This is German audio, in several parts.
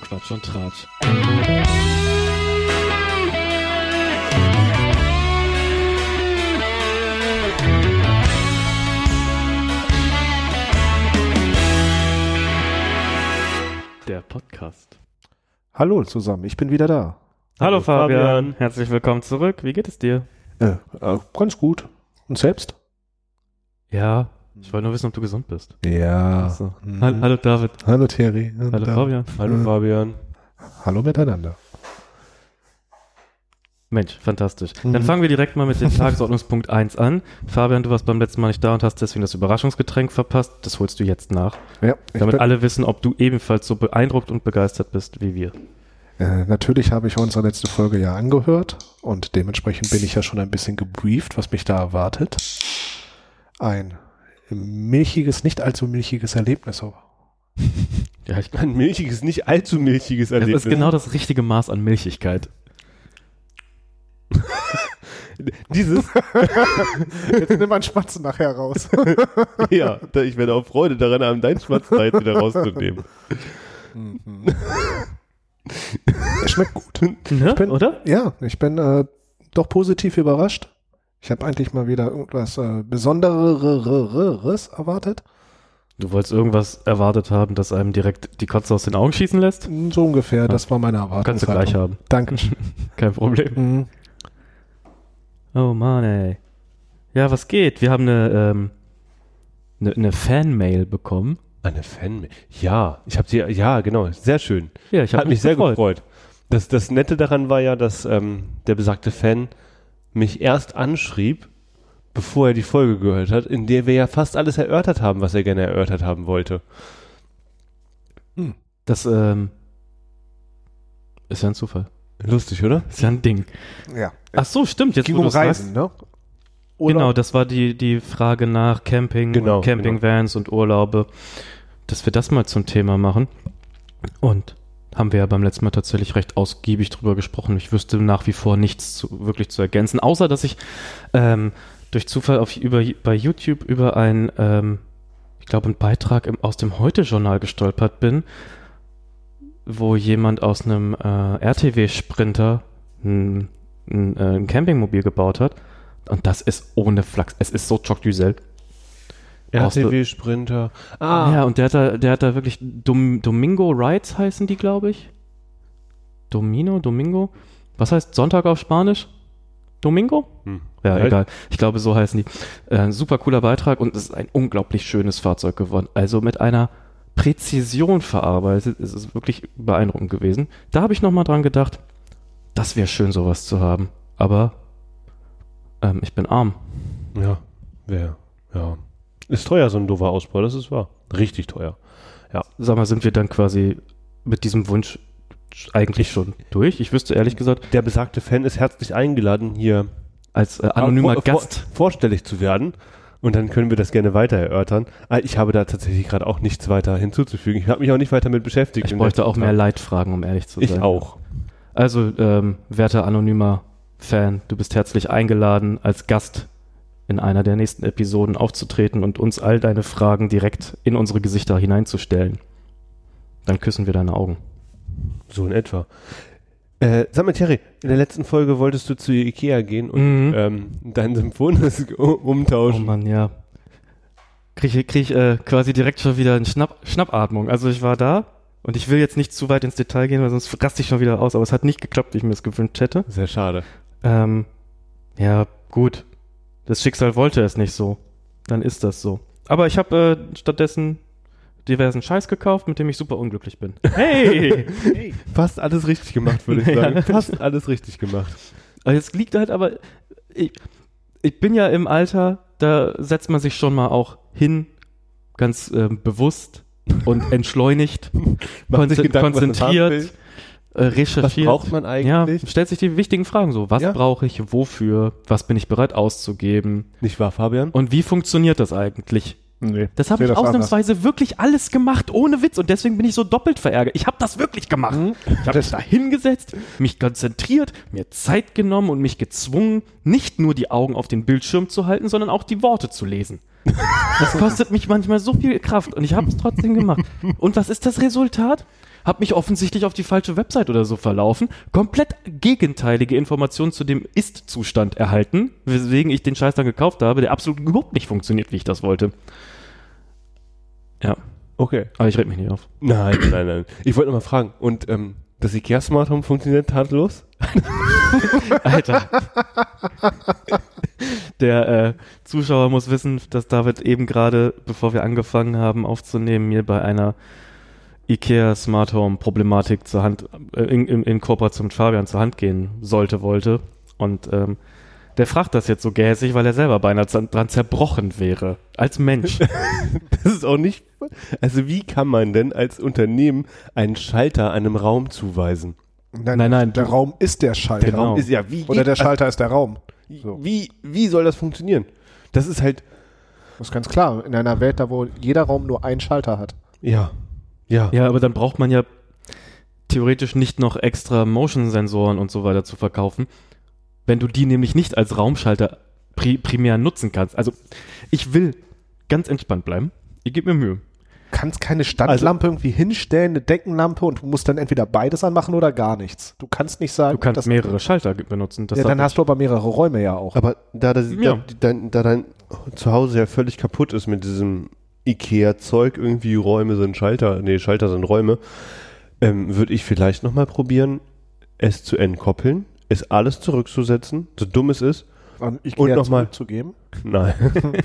Quatsch und Tratsch. Der Podcast. Hallo zusammen, ich bin wieder da. Hallo, Hallo, Fabian. Fabian. herzlich willkommen zurück. Wie geht es dir? Äh, äh, ganz gut. Und selbst? Ja, ich wollte nur wissen, ob du gesund bist. Ja. Achso. Mhm. Hall- Hallo David. Hallo Thierry. Hallo Fabian. Hallo Äh. Fabian. Hallo miteinander. Mensch, fantastisch. Mhm. Dann fangen wir direkt mal mit dem Tagesordnungspunkt 1 an. Fabian, du warst beim letzten Mal nicht da und hast deswegen das Überraschungsgetränk verpasst. Das holst du jetzt nach, Ja, ich damit bin, alle wissen, ob du ebenfalls so beeindruckt und begeistert bist wie wir. äh, natürlich habe ich unsere letzte Folge ja angehört und dementsprechend bin ich ja schon ein bisschen gebrieft, was mich da erwartet. Ein milchiges, nicht allzu milchiges Erlebnis. Ja, ich Ein milchiges, nicht allzu milchiges das Erlebnis. ist genau das richtige Maß an Milchigkeit. Dieses, Jetzt nimm mal einen Spatzen nachher raus. ja, da, ich werde auch Freude daran haben, deinen Schmerzzeit wieder rauszunehmen. Mhm. Schmeckt gut. Ne? bin- Oder? Ja, ich bin äh, doch positiv überrascht. Ich habe eigentlich mal wieder irgendwas äh, Besondereres erwartet. Du wolltest irgendwas erwartet haben, das einem direkt die Kotze aus den Augen schießen lässt? So ungefähr, das war meine Erwartung. Kannst du gleich haben. Danke. Kein Problem. Mhm. Oh Mann, ey. Ja, was geht? Wir haben eine, ähm, eine, eine Fanmail bekommen. Eine Fan. Ja, ich habe sie, ja, genau, sehr schön. Ja, ich habe Hat mich sehr gefreut. Das, das Nette daran war ja, dass ähm, der besagte Fan mich erst anschrieb, bevor er die Folge gehört hat, in der wir ja fast alles erörtert haben, was er gerne erörtert haben wollte. Das ähm, ist ja ein Zufall. Lustig, oder? Ist ja ein Ding. Ja. Ach so, stimmt. Jetzt Ging wo um du's Reisen, ne? Sagst, genau, das war die, die Frage nach Camping, Genau, und Campingvans und Urlaube, dass wir das mal zum Thema machen. Und haben wir ja beim letzten Mal tatsächlich recht ausgiebig drüber gesprochen. Ich wüsste nach wie vor nichts zu, wirklich zu ergänzen, außer dass ich ähm, durch Zufall auf, über, bei YouTube über ein ähm, ich glaube, einen Beitrag im, aus dem Heute-Journal gestolpert bin, wo jemand aus einem äh, RTW-Sprinter ein, ein, äh, ein Campingmobil gebaut hat. Und das ist ohne Flachs. Es ist so Choc-Düsel. Aus RTW Sprinter. Ah, Ja, und der hat da, der hat da wirklich Dom, Domingo Rides heißen die, glaube ich. Domino, Domingo. Was heißt Sonntag auf Spanisch? Domingo? Hm. Ja, Halt. egal. Ich glaube, so heißen die. Äh, super cooler Beitrag und es ist ein unglaublich schönes Fahrzeug geworden. Also mit einer Präzision verarbeitet. Es ist wirklich beeindruckend gewesen. Da habe ich nochmal dran gedacht, das wäre schön, sowas zu haben. Aber ähm, ich bin arm. Ja, wer? Ja. Ist teuer, so ein doofer Ausbau, das ist wahr. Richtig teuer. Sag mal, sind wir dann quasi mit diesem Wunsch eigentlich schon durch? Ich wüsste ehrlich gesagt, Der besagte Fan ist herzlich eingeladen, hier als äh, anonymer vor- Gast. Vor, vorstellig zu werden. Und dann können wir das gerne weiter erörtern. Ah, Ich habe da tatsächlich gerade auch nichts weiter hinzuzufügen. Ich habe mich auch nicht weiter mit beschäftigt. Ich im bräuchte letzten auch mehr Tag. Leitfragen, um ehrlich zu sein. Ich auch. Also, ähm, werter anonymer Fan, du bist herzlich eingeladen, als Gast in einer der nächsten Episoden aufzutreten und uns all deine Fragen direkt in unsere Gesichter hineinzustellen. Dann küssen wir deine Augen. So in etwa. Äh, sag mal, Thierry, in der letzten Folge wolltest du zu Ikea gehen und Mhm. ähm, dein Symphonis Oh umtauschen. Mann, ja. Kriege krieg, äh, quasi direkt schon wieder eine Schnapp, Schnappatmung. Also ich war da und ich will jetzt nicht zu weit ins Detail gehen, weil sonst raste ich schon wieder aus. Aber es hat nicht geklappt, wie ich mir es gewünscht hätte. Sehr schade. Ähm, ja, gut. Das Schicksal wollte es nicht so. Dann ist das so. Aber ich habe äh, stattdessen diversen Scheiß gekauft, mit dem ich super unglücklich bin. Hey! Fast alles richtig gemacht, würde ich Ja. sagen. Fast alles richtig gemacht. Aber Jetzt liegt halt aber, ich, ich bin ja im Alter, da setzt man sich schon mal auch hin, ganz ähm, bewusst und entschleunigt, äh, Macht sich konzen- Gedanken, was man haben will. konzentriert, äh, Was recherchiert. braucht man ja, eigentlich? stellt sich die wichtigen Fragen so. Was Ja. brauche ich, wofür, was bin ich bereit auszugeben? Nicht wahr, Fabian? Und wie funktioniert das eigentlich? Nee, Das habe seh ich anders. ausnahmsweise wirklich alles gemacht, ohne Witz. Und deswegen bin ich so doppelt verärgert. Ich habe das wirklich gemacht. Mhm. Ich habe mich da hingesetzt, mich konzentriert, mir Zeit genommen und mich gezwungen, nicht nur die Augen auf den Bildschirm zu halten, sondern auch die Worte zu lesen. Das kostet mich manchmal so viel Kraft und ich habe es trotzdem gemacht. Und was ist das Resultat? habe mich offensichtlich auf die falsche Website oder so verlaufen, komplett gegenteilige Informationen zu dem Ist-Zustand erhalten, weswegen ich den Scheiß dann gekauft habe, der absolut überhaupt nicht funktioniert, wie ich das wollte. Ja, Okay. aber ich reg mich nicht auf. Nein, nein, nein. Ich wollte noch mal fragen. Und ähm, das IKEA Smart Home funktioniert tadellos? Alter. Der äh, Zuschauer muss wissen, dass David eben gerade, bevor wir angefangen haben aufzunehmen, mir bei einer IKEA Smart Home Problematik zur Hand, äh, in, in, in Kooperation mit Fabian zur Hand gehen sollte, wollte. Und ähm, der fragt das jetzt so gäsig, weil er selber beinahe zan- dran zerbrochen wäre. Als Mensch. Das ist auch nicht. Also wie kann man denn als Unternehmen einen Schalter einem Raum zuweisen? Nein, nein, Der du- Raum ist der Schalter. Genau. Ist ja wie Oder der geht- Schalter ist der Raum. So. Wie wie soll das funktionieren? Das ist halt Das ist ganz klar. In einer Welt, da wo jeder Raum nur einen Schalter hat. ja ja. Ja, aber dann braucht man ja theoretisch nicht noch extra Motion-Sensoren und so weiter zu verkaufen, wenn du die nämlich nicht als Raumschalter pri primär nutzen kannst. Also ich will ganz entspannt bleiben. Ich gebe mir Mühe. Du kannst keine Standlampe irgendwie hinstellen, eine Deckenlampe und du musst dann entweder beides anmachen oder gar nichts. Du kannst nicht sagen, Du kannst dass- mehrere Schalter ge- benutzen. Das ja, sag dann ich. hast du aber mehrere Räume ja auch. Aber da, das, Ja. da, dein, da dein Zuhause ja völlig kaputt ist mit diesem Ikea-Zeug, irgendwie Räume sind Schalter, nee, Schalter sind Räume, ähm, würde ich vielleicht nochmal probieren, es zu entkoppeln, es alles zurückzusetzen, so dumm es ist. An Ikea Und noch mal- zurückzugeben. Nein,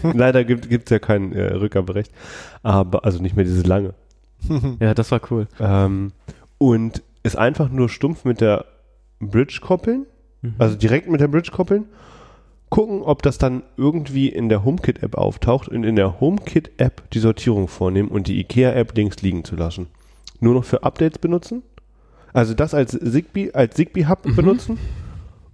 leider gibt es ja kein äh, Rückgaberecht, aber also nicht mehr dieses lange. ja, das war cool. Ähm, und es einfach nur stumpf mit der Bridge koppeln, Mhm. also direkt mit der Bridge koppeln, gucken, ob das dann irgendwie in der HomeKit-App auftaucht und in der HomeKit-App die Sortierung vornehmen und die IKEA-App links liegen zu lassen. Nur noch für Updates benutzen, also das als Zigbee, als Zigbee-Hub benutzen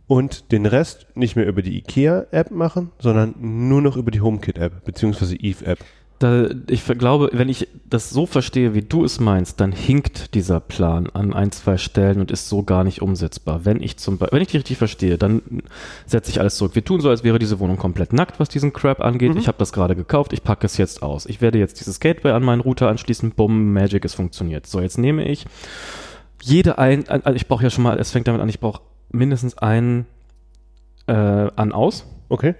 und den Rest nicht mehr über die IKEA-App machen, sondern nur noch über die HomeKit-App beziehungsweise Eve-App. Da, ich ver- glaube, wenn ich das so verstehe, wie du es meinst, dann hinkt dieser Plan an ein, zwei Stellen und ist so gar nicht umsetzbar. Wenn ich zum Beispiel, wenn ich dich richtig verstehe, dann setze ich alles zurück. Wir tun so, als wäre diese Wohnung komplett nackt, was diesen Crap angeht. Ich habe das gerade gekauft, ich packe es jetzt aus. Ich werde jetzt dieses Gateway an meinen Router anschließen, bumm, Magic, es funktioniert. So, jetzt nehme ich jede ein, also ich brauche ja schon mal, es fängt damit an, ich brauche mindestens einen äh, an aus. Okay.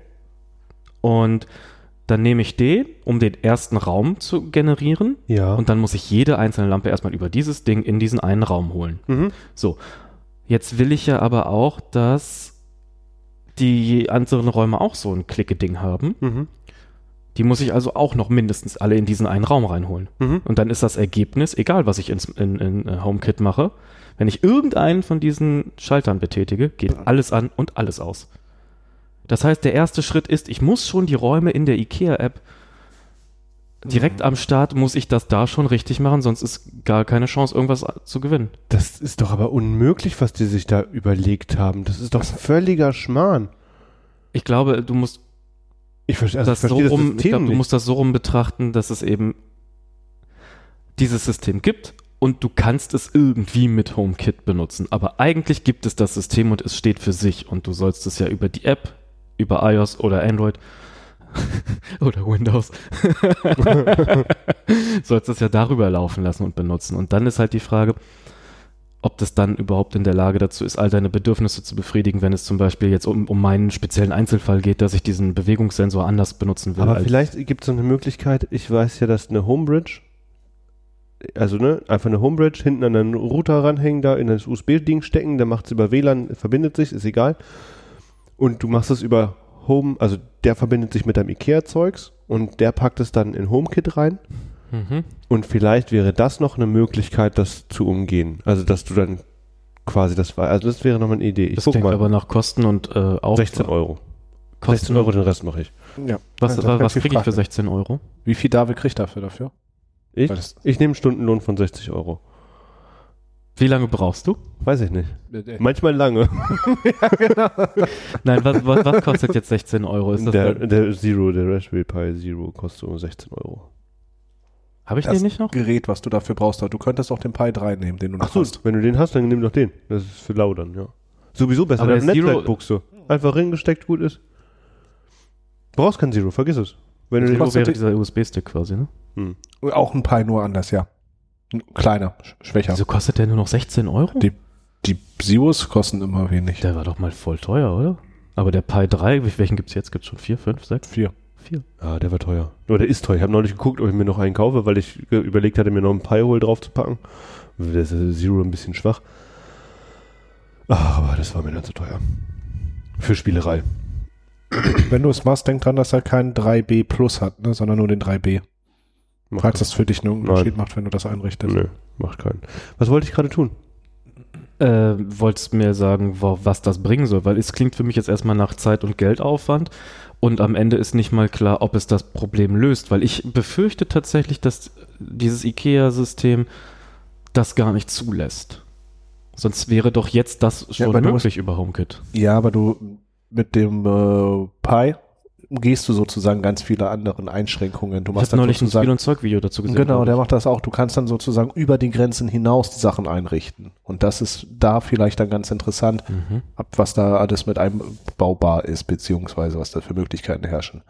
Und dann nehme ich den, um den ersten Raum zu generieren. Ja. Und dann muss ich jede einzelne Lampe erstmal über dieses Ding in diesen einen Raum holen. mhm. So. Jetzt will ich ja aber auch, dass die anderen Räume auch so ein Klicke-Ding haben. Mhm. Die muss ich also auch noch mindestens alle in diesen einen Raum reinholen. Mhm. Und dann ist das Ergebnis, egal was ich ins, in, in äh, HomeKit mache, wenn ich irgendeinen von diesen Schaltern betätige, geht alles an und alles aus. Das heißt, der erste Schritt ist, ich muss schon die Räume in der IKEA-App direkt am Start, muss ich das da schon richtig machen, sonst ist gar keine Chance, irgendwas zu gewinnen. Das ist doch aber unmöglich, was die sich da überlegt haben. Das ist doch Also völliger Schmarrn. Ich glaube, du musst Ich verstehe also ich das so verstehe das rum, ich System glaub, du nicht. musst das so rum betrachten, dass es eben dieses System gibt und du kannst es irgendwie mit HomeKit benutzen. Aber eigentlich gibt es das System und es steht für sich und du sollst es ja über die App, über iOS oder Android oder Windows, sollst es ja darüber laufen lassen und benutzen. Und dann ist halt die Frage, ob das dann überhaupt in der Lage dazu ist, all deine Bedürfnisse zu befriedigen, wenn es zum Beispiel jetzt um, um meinen speziellen Einzelfall geht, dass ich diesen Bewegungssensor anders benutzen will. aber als- vielleicht gibt es eine Möglichkeit, ich weiß ja, dass eine Homebridge, also ne, einfach eine Homebridge hinten an einen Router ranhängen, da in das USB-Ding stecken, der macht es über WLAN, verbindet sich, ist egal. Und du machst es über Home, also der verbindet sich mit deinem IKEA-Zeugs und der packt es dann in HomeKit rein. Mhm. Und vielleicht wäre das noch eine Möglichkeit, das zu umgehen. Also, dass du dann quasi das war. Also, das wäre nochmal eine Idee. Ich Das guck klingt mal. aber nach Kosten und äh, auch 16 Euro. Kosten. 16 Euro, den Rest mache ich. Ja. Was, Das hat was viel kriege ich für Frage. 16 Euro? Wie viel David kriegt dafür dafür? Ich, Weil das- ich nehme einen Stundenlohn von 60 Euro. Wie lange brauchst du? Weiß ich nicht. Manchmal lange. Nein, was, was, was kostet jetzt 16 Euro? Ist das Der, der Zero, der Raspberry Pi Zero kostet um 16 Euro. Habe ich das den nicht noch? Gerät, was du dafür brauchst, du könntest auch den Pi 3 nehmen, den du noch Ach so, hast. wenn du den hast, dann nimm doch den. Das ist für lau dann, ja. Sowieso besser Aber als der Zero- Netzwerkbuchse. Einfach reingesteckt, gut ist. Du brauchst kein Zero, vergiss es. Wenn du Zero den, kostet wäre die- dieser USB-Stick quasi, ne? Auch ein Pi nur anders, ja. Kleiner, sch- schwächer. Wieso kostet der nur noch 16 Euro? Die- Die Sios kosten immer wenig. der war doch mal voll teuer, oder? Aber der Pi 3, wie- welchen gibt's jetzt? Gibt's schon 4, 5, 6, Vier. 4? Ah, der war teuer. Nur der ist teuer. Ich habe neulich geguckt, ob ich mir noch einen kaufe, weil ich ge- überlegt hatte, mir noch einen Pi-Hole draufzupacken. Der ist äh, Zero ein bisschen schwach. Ach, aber das war mir dann zu teuer. Für Spielerei. Wenn du es machst, denk dran, dass er keinen 3B Plus hat, ne, sondern nur den 3B. Macht Falls das für dich einen Unterschied Nein. macht, wenn du das einrichtest. Nö, macht keinen. Was wollte ich gerade tun? Äh, wolltest mir sagen, wo, was das bringen soll, weil es klingt für mich jetzt erstmal nach Zeit- und Geldaufwand und am Ende ist nicht mal klar, ob es das Problem löst, weil ich befürchte tatsächlich, dass dieses IKEA-System das gar nicht zulässt. Sonst wäre doch jetzt das schon aber du musst- möglich über HomeKit. Ja, aber du mit dem äh, Pi gehst du sozusagen ganz viele anderen Einschränkungen. Du Ich machst habe dann neulich ein Spiel- sozusagen, und Zeug-Video dazu gesehen. genau, der glaub macht das auch. Du kannst dann sozusagen über die Grenzen hinaus die Sachen einrichten. Und das ist da vielleicht dann ganz interessant, ich. Mhm. ab was da alles mit einbaubar ist, beziehungsweise was da für Möglichkeiten herrschen.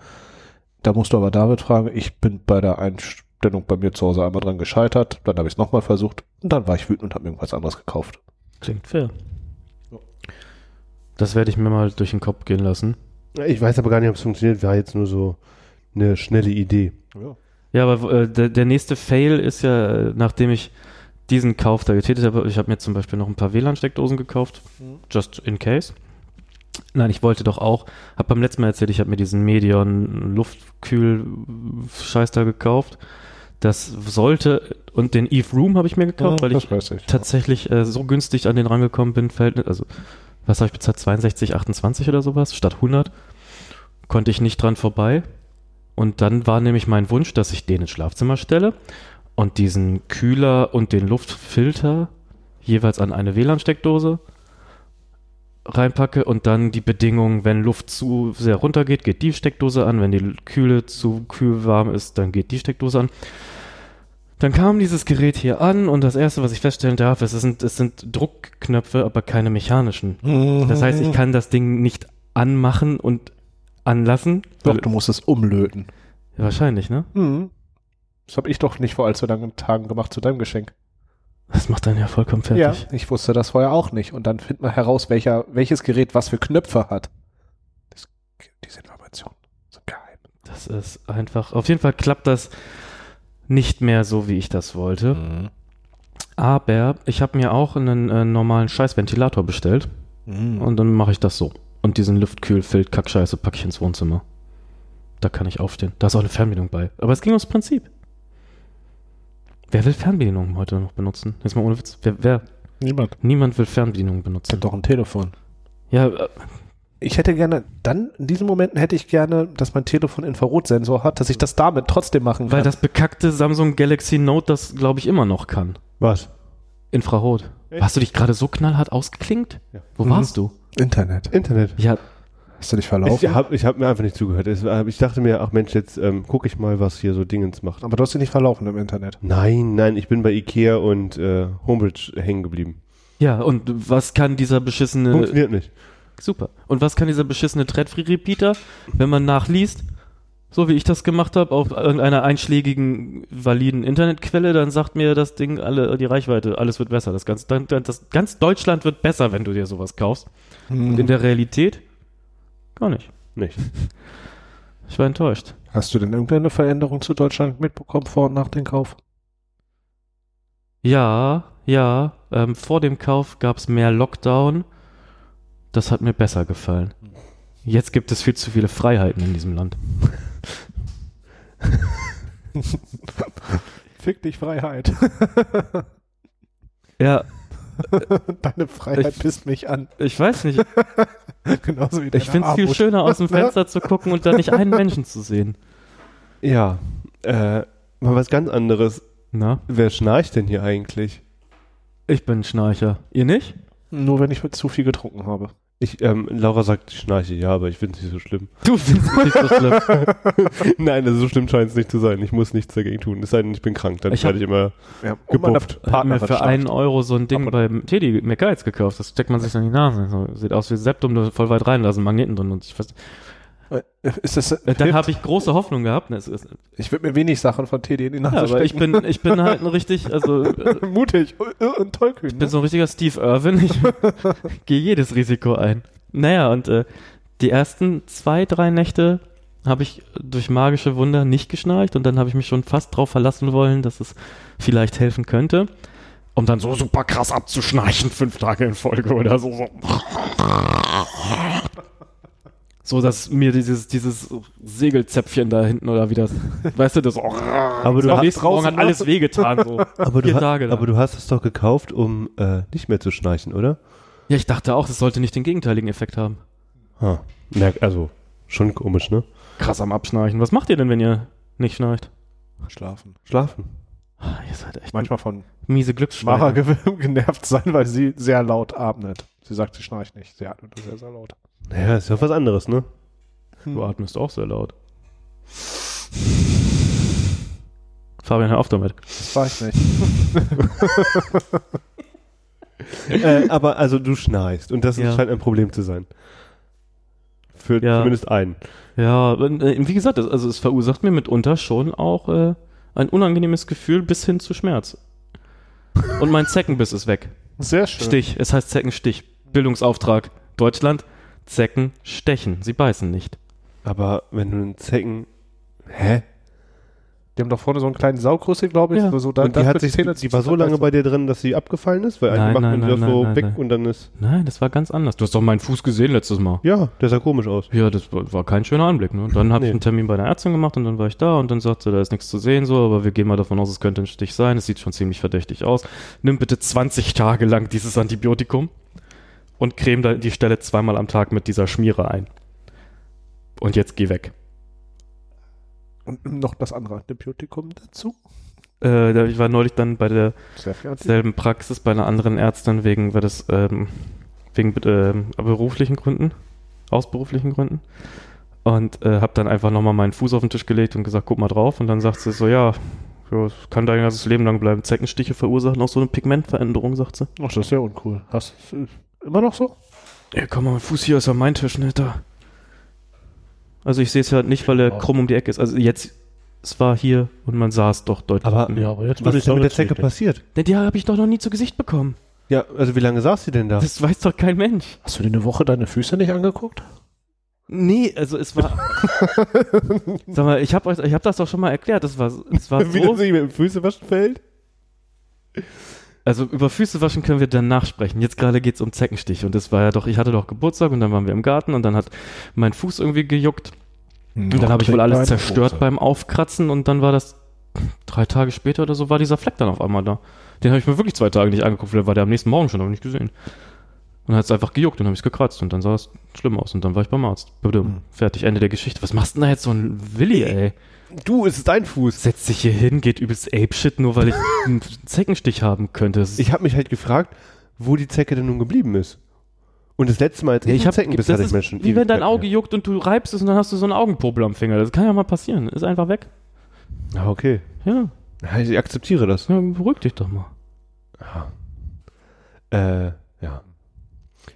Da musst du aber David fragen, ich bin bei der Einstellung bei mir zu Hause einmal dran gescheitert, dann habe ich es nochmal versucht und dann war ich wütend und habe irgendwas anderes gekauft. Klingt fair. Das werde ich mir mal durch den Kopf gehen lassen. Ich weiß aber gar nicht, ob es funktioniert. War jetzt nur so eine schnelle Idee. Ja, aber äh, der, der nächste Fail ist ja, äh, nachdem ich diesen Kauf da getätigt habe, ich habe mir zum Beispiel noch ein paar WLAN-Steckdosen gekauft, just in case. Nein, ich wollte doch auch, habe beim letzten Mal erzählt, ich habe mir diesen Medion Luftkühl-Scheiß da gekauft. Das sollte, und den Eve Room habe ich mir gekauft, Genau, weil ich das weiß ich. tatsächlich äh, so günstig an den rangekommen bin, Verhältnis, also was habe ich bezahlt, 62, 28 oder sowas, statt 100, konnte ich nicht dran vorbei. Und dann war nämlich mein Wunsch, dass ich den ins Schlafzimmer stelle und diesen Kühler und den Luftfilter jeweils an eine WLAN-Steckdose reinpacke und dann die Bedingung, wenn Luft zu sehr runtergeht, geht die Steckdose an, wenn die Kühle zu kühl warm ist, dann geht die Steckdose an. Dann kam dieses Gerät hier an und das erste, was ich feststellen darf, ist, es sind, es sind Druckknöpfe, aber keine mechanischen. Das heißt, Mhm. ich kann das Ding nicht anmachen und anlassen. Doch, du musst es umlöten. Ja, wahrscheinlich, ne? Mhm. Das habe ich doch nicht vor allzu langen Tagen gemacht zu deinem Geschenk. Das macht dann ja vollkommen fertig. Ja, ich wusste das vorher auch nicht. Und dann findet man heraus, welcher, welches Gerät was für Knöpfe hat. Das, diese Information. So geheim. Das ist einfach. Auf jeden Fall klappt das nicht mehr so, wie ich das wollte. Mhm. Aber ich habe mir auch einen äh, normalen Scheißventilator bestellt Mhm. und dann mache ich das so. Und diesen Luftkühlfilt Kackscheiße packe ich ins Wohnzimmer. Da kann ich aufstehen. Da ist auch eine Fernbedienung bei. Aber es ging ums Prinzip. Wer will Fernbedienungen heute noch benutzen? Jetzt mal ohne Witz. Wer, wer? Niemand. Niemand will Fernbedienungen benutzen. doch ein Telefon. Ja, äh, Ich hätte gerne, dann in diesen Momenten hätte ich gerne, dass mein Telefon Infrarotsensor hat, dass ich das damit trotzdem machen kann. weil das bekackte Samsung Galaxy Note das, glaube ich, immer noch kann. Was? Infrarot. Echt? Hast du dich gerade so knallhart ausgeklingt? Ja. Wo Mhm. warst du? Internet. Internet. Ja, Hast du dich Ich verlaufen? habe ich hab mir einfach nicht zugehört. Es war- Ich dachte mir, ach Mensch, jetzt ähm, gucke ich mal, was hier so Dingens macht. Aber du hast dich nicht verlaufen im Internet. Nein, nein, ich bin bei Ikea und äh, Homebridge hängen geblieben. ja, und was kann dieser beschissene. Funktioniert nicht. Super. Und was kann dieser beschissene Threadfree-Repeater, wenn man nachliest, so wie ich das gemacht habe, auf irgendeiner einschlägigen, validen Internetquelle, dann sagt mir das Ding alle die Reichweite, alles wird besser. Das ganze, dann- dann- das, ganz Deutschland wird besser, wenn du dir sowas kaufst. Mhm. Und in der Realität gar nicht. Nicht. Ich war enttäuscht. Hast du denn irgendeine Veränderung zu Deutschland mitbekommen vor und nach dem Kauf? Ja, ja. Ähm, vor dem Kauf gab es mehr Lockdown. Das hat mir besser gefallen. Jetzt gibt es viel zu viele Freiheiten in diesem Land. Fick dich Freiheit. Ja, Deine Freiheit Ich- pisst mich an. ich weiß nicht. Genauso wie Ich finde es viel schöner, aus dem Fenster zu gucken und da nicht einen Menschen zu sehen. Ja, äh, mal was ganz anderes. Na, Wer schnarcht denn hier eigentlich? ich bin ein Schnarcher. Ihr nicht? Nur wenn ich mit zu viel getrunken habe. Ich, ähm, Laura sagt, ich schnarche, ja, aber ich finde es nicht so schlimm. Du findest mich nicht so schlimm. Nein, also so schlimm scheint es nicht zu sein. Ich muss nichts dagegen tun. Es sei denn, ich bin krank, dann Ich werde ich immer. Ja, Und meine Gepufft. Ich hab mir für einen Euro so ein Ding beim Teddy McGuides gekauft. Das steckt man sich an die Nase. So, sieht aus wie Septum, nur voll weit reinlassen, Magneten drin und ich weiß. Ist das, Äh, Dann habe ich große Hoffnung gehabt. Ne, es ist, ich würde mir wenig Sachen von TD in die Nase ja, aber ich stecken. bin, ich bin halt ein richtig, also äh, mutig und ich tollkühn. bin Ne? so ein richtiger Steve Irwin. Ich gehe jedes Risiko ein. Naja, und äh, die ersten zwei, drei Nächte habe ich durch magische Wunder nicht geschnarcht und dann habe ich mich schon fast drauf verlassen wollen, dass es vielleicht helfen könnte. Um dann so super krass abzuschnarchen, fünf Tage in Folge oder so. So, so dass mir dieses, dieses Segelzäpfchen da hinten oder wie das, weißt du, das. Aber du am hast- nächsten Morgen hat alles wehgetan. So. Aber du, Vier ha- Tage lang. aber du hast es doch gekauft, um äh, nicht mehr zu schnarchen, oder? Ja, ich dachte auch, das sollte nicht den gegenteiligen Effekt haben. Ha. Merk, also schon komisch, ne? Krass am Abschnarchen. Was macht ihr denn, wenn ihr nicht schnarcht? Schlafen. Schlafen. Ah, ihr seid echt Manchmal von miese Mara Glücksschweine. ge- genervt sein, weil sie sehr laut atmet. Sie sagt, sie schnarcht nicht. Sie atmet nur sehr, sehr laut. Naja, ist ja was anderes, ne? Du atmest auch sehr laut. Fabian, hör auf damit. Das war ich nicht. äh, aber also du schnarchst und das Ja. scheint ein Problem zu sein. Für Ja. zumindest einen. Ja, und, äh, wie gesagt, das- also es verursacht mir mitunter schon auch äh, ein unangenehmes Gefühl bis hin zu Schmerz. Und mein Zeckenbiss ist weg. Sehr schön. Stich, es heißt Zeckenstich. Bildungsauftrag. Deutschland, Zecken stechen. Sie beißen nicht. Aber wenn du einen Zecken. Hä? Die haben doch vorne so einen kleinen Saugrüssel, glaube ich. Ja. So, so da, und die, das hat mit sich, Zähne- die war so lange bei dir drin, dass sie abgefallen ist, weil Nein, eigentlich macht nein, man die doch nein, so nein, weg nein. und dann ist. Nein, das war ganz anders. Du hast doch meinen Fuß gesehen letztes Mal. Ja, der sah komisch aus. Ja, das war war kein schöner Anblick. Ne? Und Dann habe Nee. ich einen Termin bei einer Ärztin gemacht und dann war ich da und dann sagte, da ist nichts zu sehen, so, aber wir gehen mal davon aus, es könnte ein Stich sein. Es sieht schon ziemlich verdächtig aus. Nimm bitte 20 Tage lang dieses Antibiotikum und creme da die Stelle zweimal am Tag mit dieser Schmiere ein. Und jetzt geh weg. Und noch das andere Antibiotikum dazu. Äh, da- ich war neulich dann bei der Sehr viel Antibiotikum. selben Praxis bei einer anderen Ärztin wegen, weil das ähm, wegen ähm, beruflichen Gründen, aus beruflichen Gründen. Und äh, habe dann einfach nochmal meinen Fuß auf den Tisch gelegt und gesagt, guck mal drauf. Und dann sagt sie so, ja, ja, es kann dein ganzes Leben lang bleiben. Zeckenstiche verursachen auch so eine Pigmentveränderung, sagt sie. Ach, das ist ja uncool. Hast du immer noch so? Ja, komm mal, mein Fuß hier ist ja mein Tisch, ne, da. Also ich sehe es ja nicht, weil er Wow. krumm um die Ecke ist. Also jetzt, es war hier und man sah es doch deutlich. Aber ja. aber jetzt was ist denn mit der Zecke passiert? Denn die habe ich doch noch nie zu Gesicht bekommen. Ja, also wie lange saß sie denn da? Das weiß doch kein Mensch. Hast du dir eine Woche deine Füße nicht angeguckt? Nee, also es war. Sag mal, ich habe hab das doch schon mal erklärt. Es war, es war Wie dann so. sich mit dem Füße waschen fällt? Also über Füße waschen können wir danach sprechen. Jetzt gerade geht's um Zeckenstich. Und das war ja doch, ich hatte doch Geburtstag und dann waren wir im Garten und dann hat mein Fuß irgendwie gejuckt. Hm. Und dann habe ich wohl alles zerstört beim Aufkratzen und dann war das drei Tage später oder so, war dieser Fleck dann auf einmal da. Den habe ich mir wirklich zwei Tage nicht angeguckt, weil der war der am nächsten Morgen schon, habe ich nicht gesehen. Und dann hat es einfach gejuckt und habe ich gekratzt und dann sah es schlimm aus und dann war ich beim Arzt. Bitte, Hm. fertig, Ende der Geschichte. Was machst du denn da jetzt so ein Willi, ey? Du, es ist dein Fuß. setzt sich hier hin, geht übelst Apeshit, nur weil ich einen Zeckenstich haben könnte. Das ist- Ich habe mich halt gefragt, wo die Zecke denn nun geblieben ist. Und das letzte Mal, als Ja, ich, einen hab- Zeckenbiss das hatte, ist ich mir schon Wie wenn dein Ewigkeiten Auge juckt und du reibst es und dann hast du so einen Augenpopel am Finger. Das kann ja mal passieren. Ist einfach weg. her. Ah, okay. Ja, Ja, Ich akzeptiere das. ja beruhig dich doch mal. Äh, ja.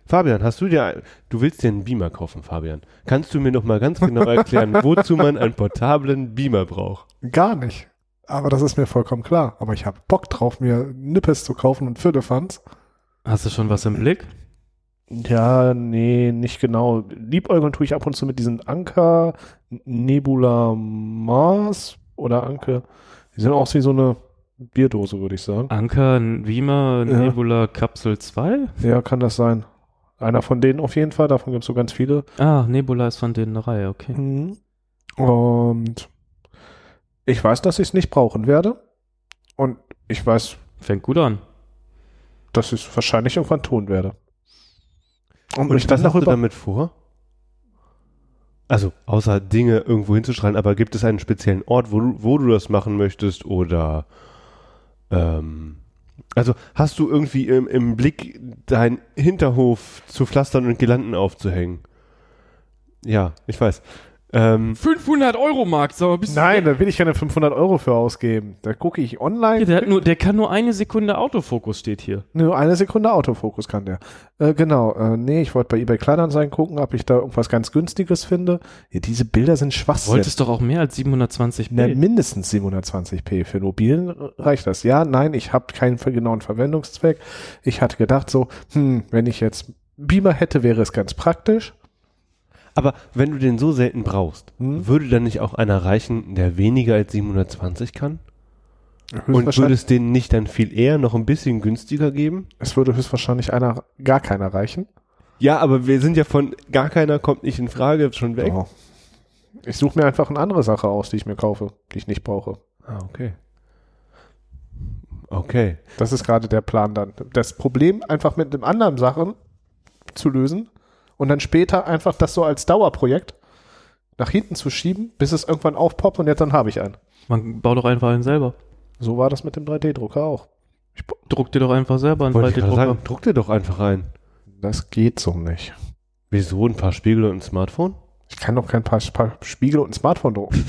Fabian, hast du dir, ein- du willst dir einen Beamer kaufen, Fabian. Kannst du mir noch mal ganz genau erklären, wozu man einen portablen Beamer braucht? Gar nicht. Aber das ist mir vollkommen klar. Aber ich habe Bock drauf, mir Nippes zu kaufen und Firlefanz. Hast du schon was im Blick? Ja, nee, nicht genau. Liebäugeln tue ich ab und zu mit diesen Anker, Nebula Mars oder Anker. Die sehen aus wie so eine Bierdose, würde ich sagen. Anker, Wiemer, Ja. Nebula, Kapsel 2? Ja, kann das sein. Einer von denen auf jeden Fall. Davon gibt es so ganz viele. Ah, Nebula ist von denen eine Reihe, okay. Mhm. Und ich weiß, dass ich es nicht brauchen werde. Und ich weiß, Fängt gut an. dass ich es wahrscheinlich irgendwann tun werde. Und, Und mich was dann hast du darüber. damit vor? Also, außer Dinge irgendwo hinzuschreien, aber gibt es einen speziellen Ort, wo du, wo du das machen möchtest oder ähm, also hast du irgendwie im, im Blick, deinen Hinterhof zu pflastern und Girlanden aufzuhängen? Ja, ich weiß. Ähm, 500 Euro, Marc, sag mal, bist du- Nein, da will ich keine 500 Euro für ausgeben. Da gucke ich online. Ja, der, hat nur, der kann nur eine Sekunde Autofokus, steht hier. Nur eine Sekunde Autofokus kann der. Äh, genau, äh, nee, ich wollte bei eBay Kleinanzeigen gucken, ob ich da irgendwas ganz Günstiges finde. Ja, diese Bilder sind Schwachsinn. Wolltest doch auch mehr als 720p. Na, mindestens 720p für mobilen reicht das. Ja, nein, ich habe keinen ver- genauen Verwendungszweck. Ich hatte gedacht so, hm, wenn ich jetzt Beamer hätte, wäre es ganz praktisch. aber wenn du den so selten brauchst, Hm. würde dann nicht auch einer reichen, der weniger als 720 kann? Und würde Höchstwahrscheinlich- es denen nicht dann viel eher noch ein bisschen günstiger geben? es würde höchstwahrscheinlich einer, gar keiner reichen. Ja, aber wir sind ja von gar keiner kommt nicht in Frage schon weg. Oh. Ich suche mir einfach eine andere Sache aus, die ich mir kaufe, die ich nicht brauche. Ah, okay. Okay. Das ist gerade der Plan dann. Das Problem einfach mit einem anderen Sachen zu lösen und dann später einfach das so als Dauerprojekt nach hinten zu schieben, bis es irgendwann aufpoppt und jetzt dann habe ich einen. Man baut doch einfach einen selber. So war das mit dem 3D-Drucker auch. Druck dir doch einfach selber einen Wollte ich gerade 3D-Drucker. sagen, druck dir doch einfach ein. Das geht so nicht. Wieso ein paar Spiegel und ein Smartphone? Ich kann doch kein paar, paar Spiegel und ein Smartphone drucken.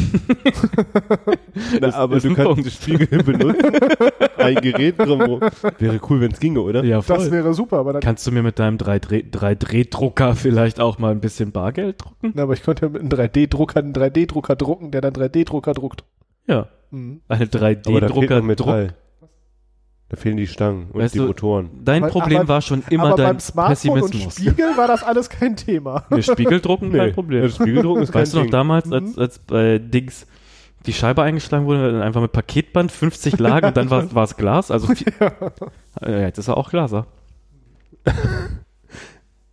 Na, aber ist du ein kannst um die Spiegel benutzen. ein Gerät drumherum. Wäre cool, wenn es ginge, oder? Ja, voll. Das wäre super, aber, dann, Kannst du mir mit deinem 3D 3D-Drucker vielleicht auch mal ein bisschen Bargeld drucken? Na, aber ich könnte ja mit einem 3D-Drucker einen 3D-Drucker drucken, der dann 3D-Drucker druckt. Ja. Mhm. Eine aber da fehlt noch 3D-Drucker-Druck. Metall. Da fehlen die Stangen und Weißt die du- Motoren. Dein Aber- Problem war schon immer aber dein beim Smartphone und Pessimismus. Spiegel war das alles kein Thema. Nee, Spiegel drucken, kein Problem. Das Spiegeldrucken ist kein Weißt du noch Ding. damals, als, als bei Dings die Scheibe eingeschlagen wurde, einfach mit Paketband, 50 Lagen und dann war es Glas. Also viel, Äh, jetzt ist er auch Glaser.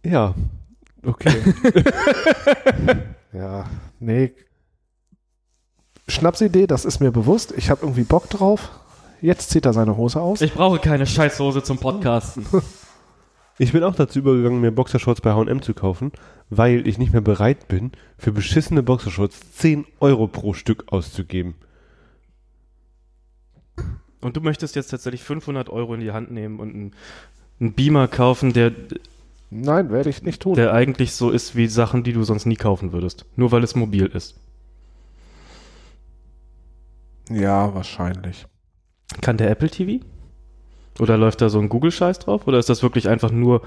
Ja. Okay. Ja, nee. Schnapsidee, das ist mir bewusst. Ich habe irgendwie Bock drauf. Jetzt zieht er seine Hose aus. Ich brauche keine Scheißhose zum Podcasten. Ich bin auch dazu übergegangen, mir Boxershorts bei H&M zu kaufen, weil ich nicht mehr bereit bin, für beschissene Boxershorts 10 Euro pro Stück auszugeben. Und du möchtest jetzt tatsächlich 500 Euro in die Hand nehmen und einen, einen Beamer kaufen, der, Nein, werde ich nicht tun. der eigentlich so ist wie Sachen, die du sonst nie kaufen würdest. Nur weil es mobil ist. ja, wahrscheinlich. Kann der Apple TV? Oder läuft da so ein Google-Scheiß drauf? Oder ist das wirklich einfach nur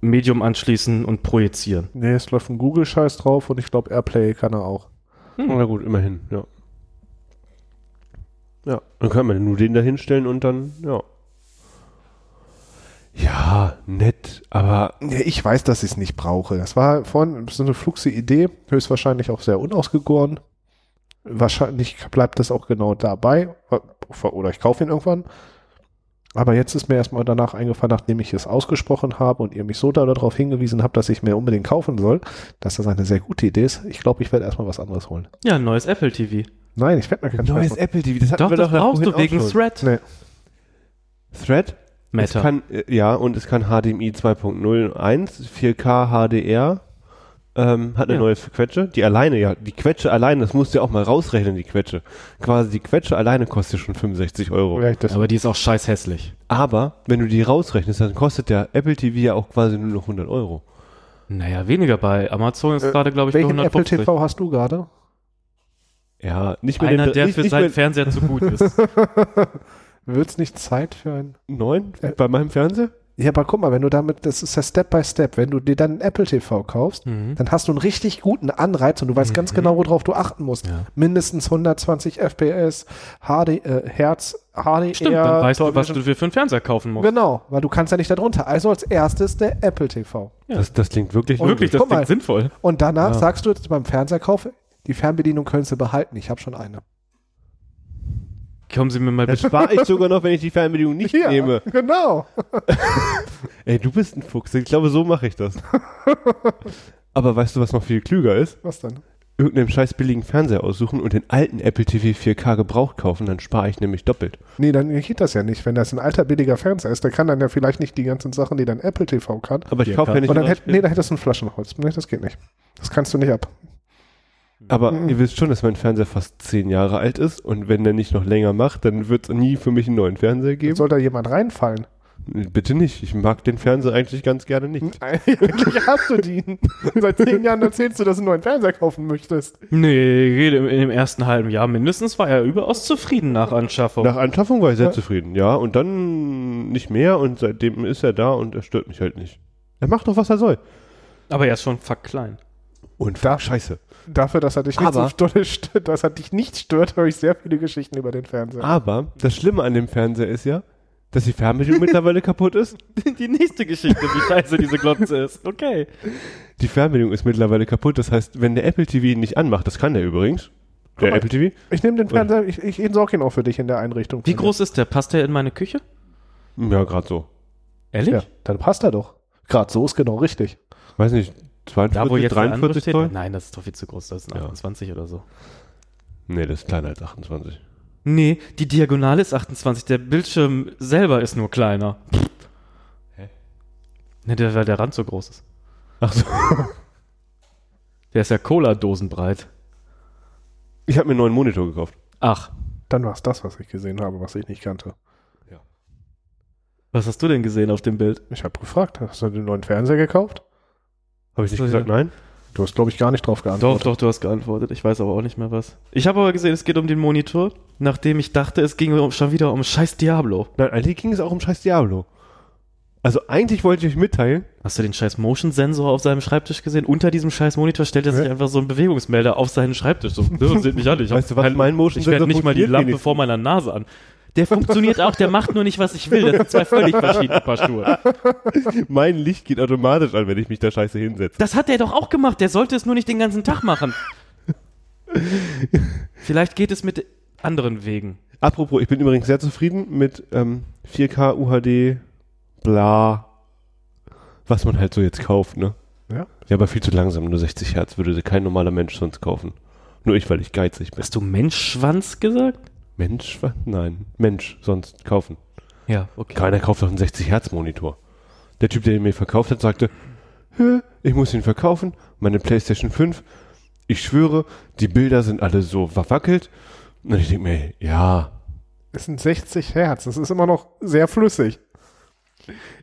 Medium anschließen und projizieren? Nee, es läuft ein Google-Scheiß drauf und ich glaube, Airplay kann er auch. Hm. Na gut, immerhin, ja. Ja, dann kann man nur den da hinstellen und dann, ja. Ja, nett, aber Ja, ich weiß, dass ich es nicht brauche. Das war vorhin so eine fluxe Idee, höchstwahrscheinlich auch sehr unausgegoren. Wahrscheinlich bleibt das auch genau dabei. Oder ich kaufe ihn irgendwann. Aber jetzt ist mir erstmal danach eingefallen, nachdem ich es ausgesprochen habe und ihr mich so da- darauf hingewiesen habt, dass ich mir unbedingt kaufen soll, dass das eine sehr gute Idee ist. Ich glaube, ich werde erstmal was anderes holen. Ja, ein neues Apple TV. Nein, ich werde mir kein neues Apple TV, das hatten Doch, wir das doch brauchst vorhin du wegen auch schon. Thread. Nee. Thread? Es Meta. kann, äh, ja, und es kann HDMI 2.01, 4K HDR, ähm, hat eine Ja. neue Quetsche, die alleine, ja, die Quetsche alleine, das musst du ja auch mal rausrechnen, die Quetsche. Quasi die Quetsche alleine kostet schon 65 Euro. Vielleicht das Aber die ist auch scheiß hässlich. Aber wenn du die rausrechnest, dann kostet der Apple TV ja auch quasi nur noch 100 Euro. Naja, weniger bei Amazon ist gerade, glaube ich, nur Welchen Apple 150. TV hast du gerade? Ja, nicht mehr Einer, den, der nicht, für nicht seinen mehr Fernseher zu gut ist. Wird's nicht Zeit für ein neun Äh. bei meinem Fernseher? Ja, aber guck mal, wenn du damit, das ist ja Step by Step, wenn du dir dann einen Apple TV kaufst, Mhm. dann hast du einen richtig guten Anreiz und du weißt ganz genau, worauf du achten musst. Ja. Mindestens 120 FPS, HD, äh, Herz, HDR. Stimmt, dann weißt du, was Television. du dir für einen Fernseher kaufen musst. Genau, weil du kannst ja nicht darunter. Also als erstes der Apple TV. Ja. Das, das klingt wirklich Und- Wirklich, das Guck mal. klingt sinnvoll. Und danach Ja. sagst du jetzt beim Fernseherkauf, die Fernbedienung könntest du behalten, ich habe schon eine. Kommen Sie mir mal Das bitte. spare ich sogar noch, wenn ich die Fernbedienung nicht nehme. genau. Ey, du bist ein Fuchs. Ich glaube, so mache ich das. Aber weißt du, was noch viel klüger ist? Was dann? Irgendeinen scheiß billigen Fernseher aussuchen und den alten Apple TV 4K Gebrauch kaufen, dann spare ich nämlich doppelt. Nee, dann geht das ja nicht. Wenn das ein alter, billiger Fernseher ist, dann kann dann ja vielleicht nicht die ganzen Sachen, die dein Apple TV kann. Aber ich 4K. kaufe ja nicht Und dann nur ein hätt, nee, dann hättest du ein Flaschenholz. Nee, das geht nicht. Das kannst du nicht ab. Aber Mhm. ihr wisst schon, dass mein Fernseher fast zehn Jahre alt ist und wenn der nicht noch länger macht, dann wird es nie für mich einen neuen Fernseher geben. Soll da jemand reinfallen? Bitte nicht, ich mag den Fernseher eigentlich ganz gerne Mhm. nicht. Eigentlich hast du die. Seit zehn Jahren erzählst du, dass du einen neuen Fernseher kaufen möchtest. Nee, in dem ersten halben Jahr mindestens war er überaus zufrieden nach Anschaffung. Nach Anschaffung war ich sehr zufrieden, ja. Und dann nicht mehr und seitdem ist er da und er stört mich halt nicht. Er macht doch, was er soll. Aber er ist schon fuck klein. Und scheiße. Dafür, dass er dich nicht, so Aber- stört, stört- dass er dich nicht stört, höre ich sehr viele Geschichten über den Fernseher. Aber das Schlimme an dem Fernseher ist ja, dass die Fernbedienung mittlerweile kaputt ist. Die nächste Geschichte, wie scheiße diese Glotze ist. Okay. Die Fernbedienung ist mittlerweile kaputt. Das heißt, wenn der Apple TV ihn nicht anmacht, das kann der übrigens. Der mal. Apple TV? Ich nehme den Fernseher, ich, ich entsorge ihn auch für dich in der Einrichtung. Wie groß ist der? Passt der in meine Küche? Hm, Ja, gerade so. Ehrlich? Ja, dann passt er doch. Gerade so ist genau richtig. Weiß nicht, 42, Da, wo jetzt der andere 43 steht? Zoll? Nein, das ist doch viel zu groß. Das ist ein Ja. 28 oder so. Nee, das ist kleiner als 28. Nee, die Diagonale ist 28. Der Bildschirm selber ist nur kleiner. Hä? Ne, der, weil der Rand so groß ist. Ach so. Der ist ja Cola-Dosenbreit. Ich habe mir einen neuen Monitor gekauft. Ach, Dann war es das, was ich gesehen habe, was ich nicht kannte. was hast du denn gesehen auf dem Bild? Ich habe gefragt, hast du den neuen Fernseher gekauft? Habe ich nicht So, gesagt, ja. nein? Du hast, glaube ich, gar nicht drauf Doch, geantwortet. doch, du hast geantwortet. Ich weiß aber auch nicht mehr was. Ich habe aber gesehen, es geht um den Monitor, nachdem ich dachte, es ging um- schon wieder um scheiß Diablo. Nein, eigentlich ging es auch um scheiß Diablo. Also eigentlich wollte ich euch mitteilen, Hast du den scheiß Motion-Sensor auf seinem Schreibtisch gesehen? Unter diesem scheiß Monitor stellt er sich einfach so einen Bewegungsmelder auf seinen Schreibtisch. So, ne, seht mich an. Ich hab weißt du was, kein- mein Motion Ich werde nicht mal die funktioniert Lampe wenigstens. vor meiner Nase an. Der funktioniert auch, der macht nur nicht, was ich will. Das sind zwei völlig verschiedene Paar Schuhe. Mein Licht geht automatisch an, wenn ich mich da scheiße hinsetze. Das hat der doch auch gemacht. Der sollte es nur nicht den ganzen Tag machen. Vielleicht geht es mit anderen Wegen. Apropos, ich bin übrigens sehr zufrieden mit ähm, 4K UHD, bla, was man halt so jetzt kauft, ne? Ja. Ja, aber viel zu langsam, nur 60 Hertz würde kein normaler Mensch sonst kaufen. Nur ich, weil ich geizig bin. Hast du Menschschwanz gesagt? Mensch, was? Nein, Mensch sonst kaufen. Ja, okay. Keiner kauft doch einen 60-Hertz-Monitor. Der Typ, der ihn mir verkauft hat, sagte, Hä, ich muss ihn verkaufen, meine Playstation 5. Ich schwöre, die Bilder sind alle so verwackelt. Und ich denke mir, ja, Es sind 60 Hertz. Das ist immer noch sehr flüssig.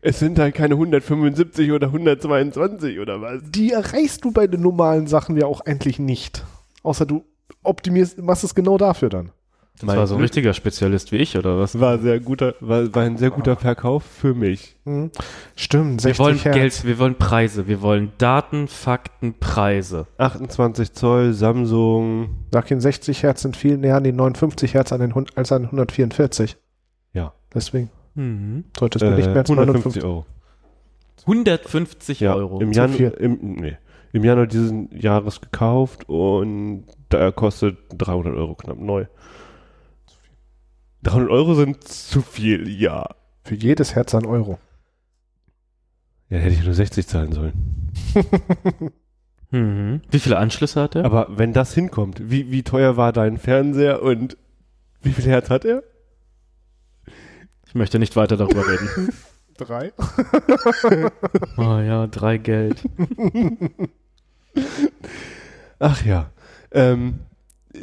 es sind halt keine 175 oder 122 oder was. Die erreichst du bei den normalen Sachen ja auch eigentlich nicht. Außer du optimierst, machst es genau dafür dann. Das war so ein richtiger Spezialist wie ich, oder was? war sehr guter, war, war ein sehr guter Verkauf für mich. Mhm. Stimmt, Wir 60 wollen Hertz. Geld, wir wollen Preise, wir wollen Daten, Fakten, Preise. 28 Zoll, Samsung. Sag ihm, 60 Hertz sind viel näher an den 59 Hertz an den, hun- als an 144. Ja. Deswegen Mhm. solltest du Äh, nicht mehr als 150 150. Euro. 150 Ja, Euro. Im, Zu Jan viel. im, nee, Im Januar diesen Jahres gekauft und da kostet 300 Euro knapp neu. 300 Euro sind zu viel, ja. Für jedes Herz ein Euro. Ja, hätte ich nur 60 zahlen sollen. Mhm. Wie viele Anschlüsse hat er? Aber wenn das hinkommt, wie, wie teuer war dein Fernseher und wie viel Herz hat er? Ich möchte nicht weiter darüber reden. Drei? oh ja, drei Geld. Ach ja. Ähm,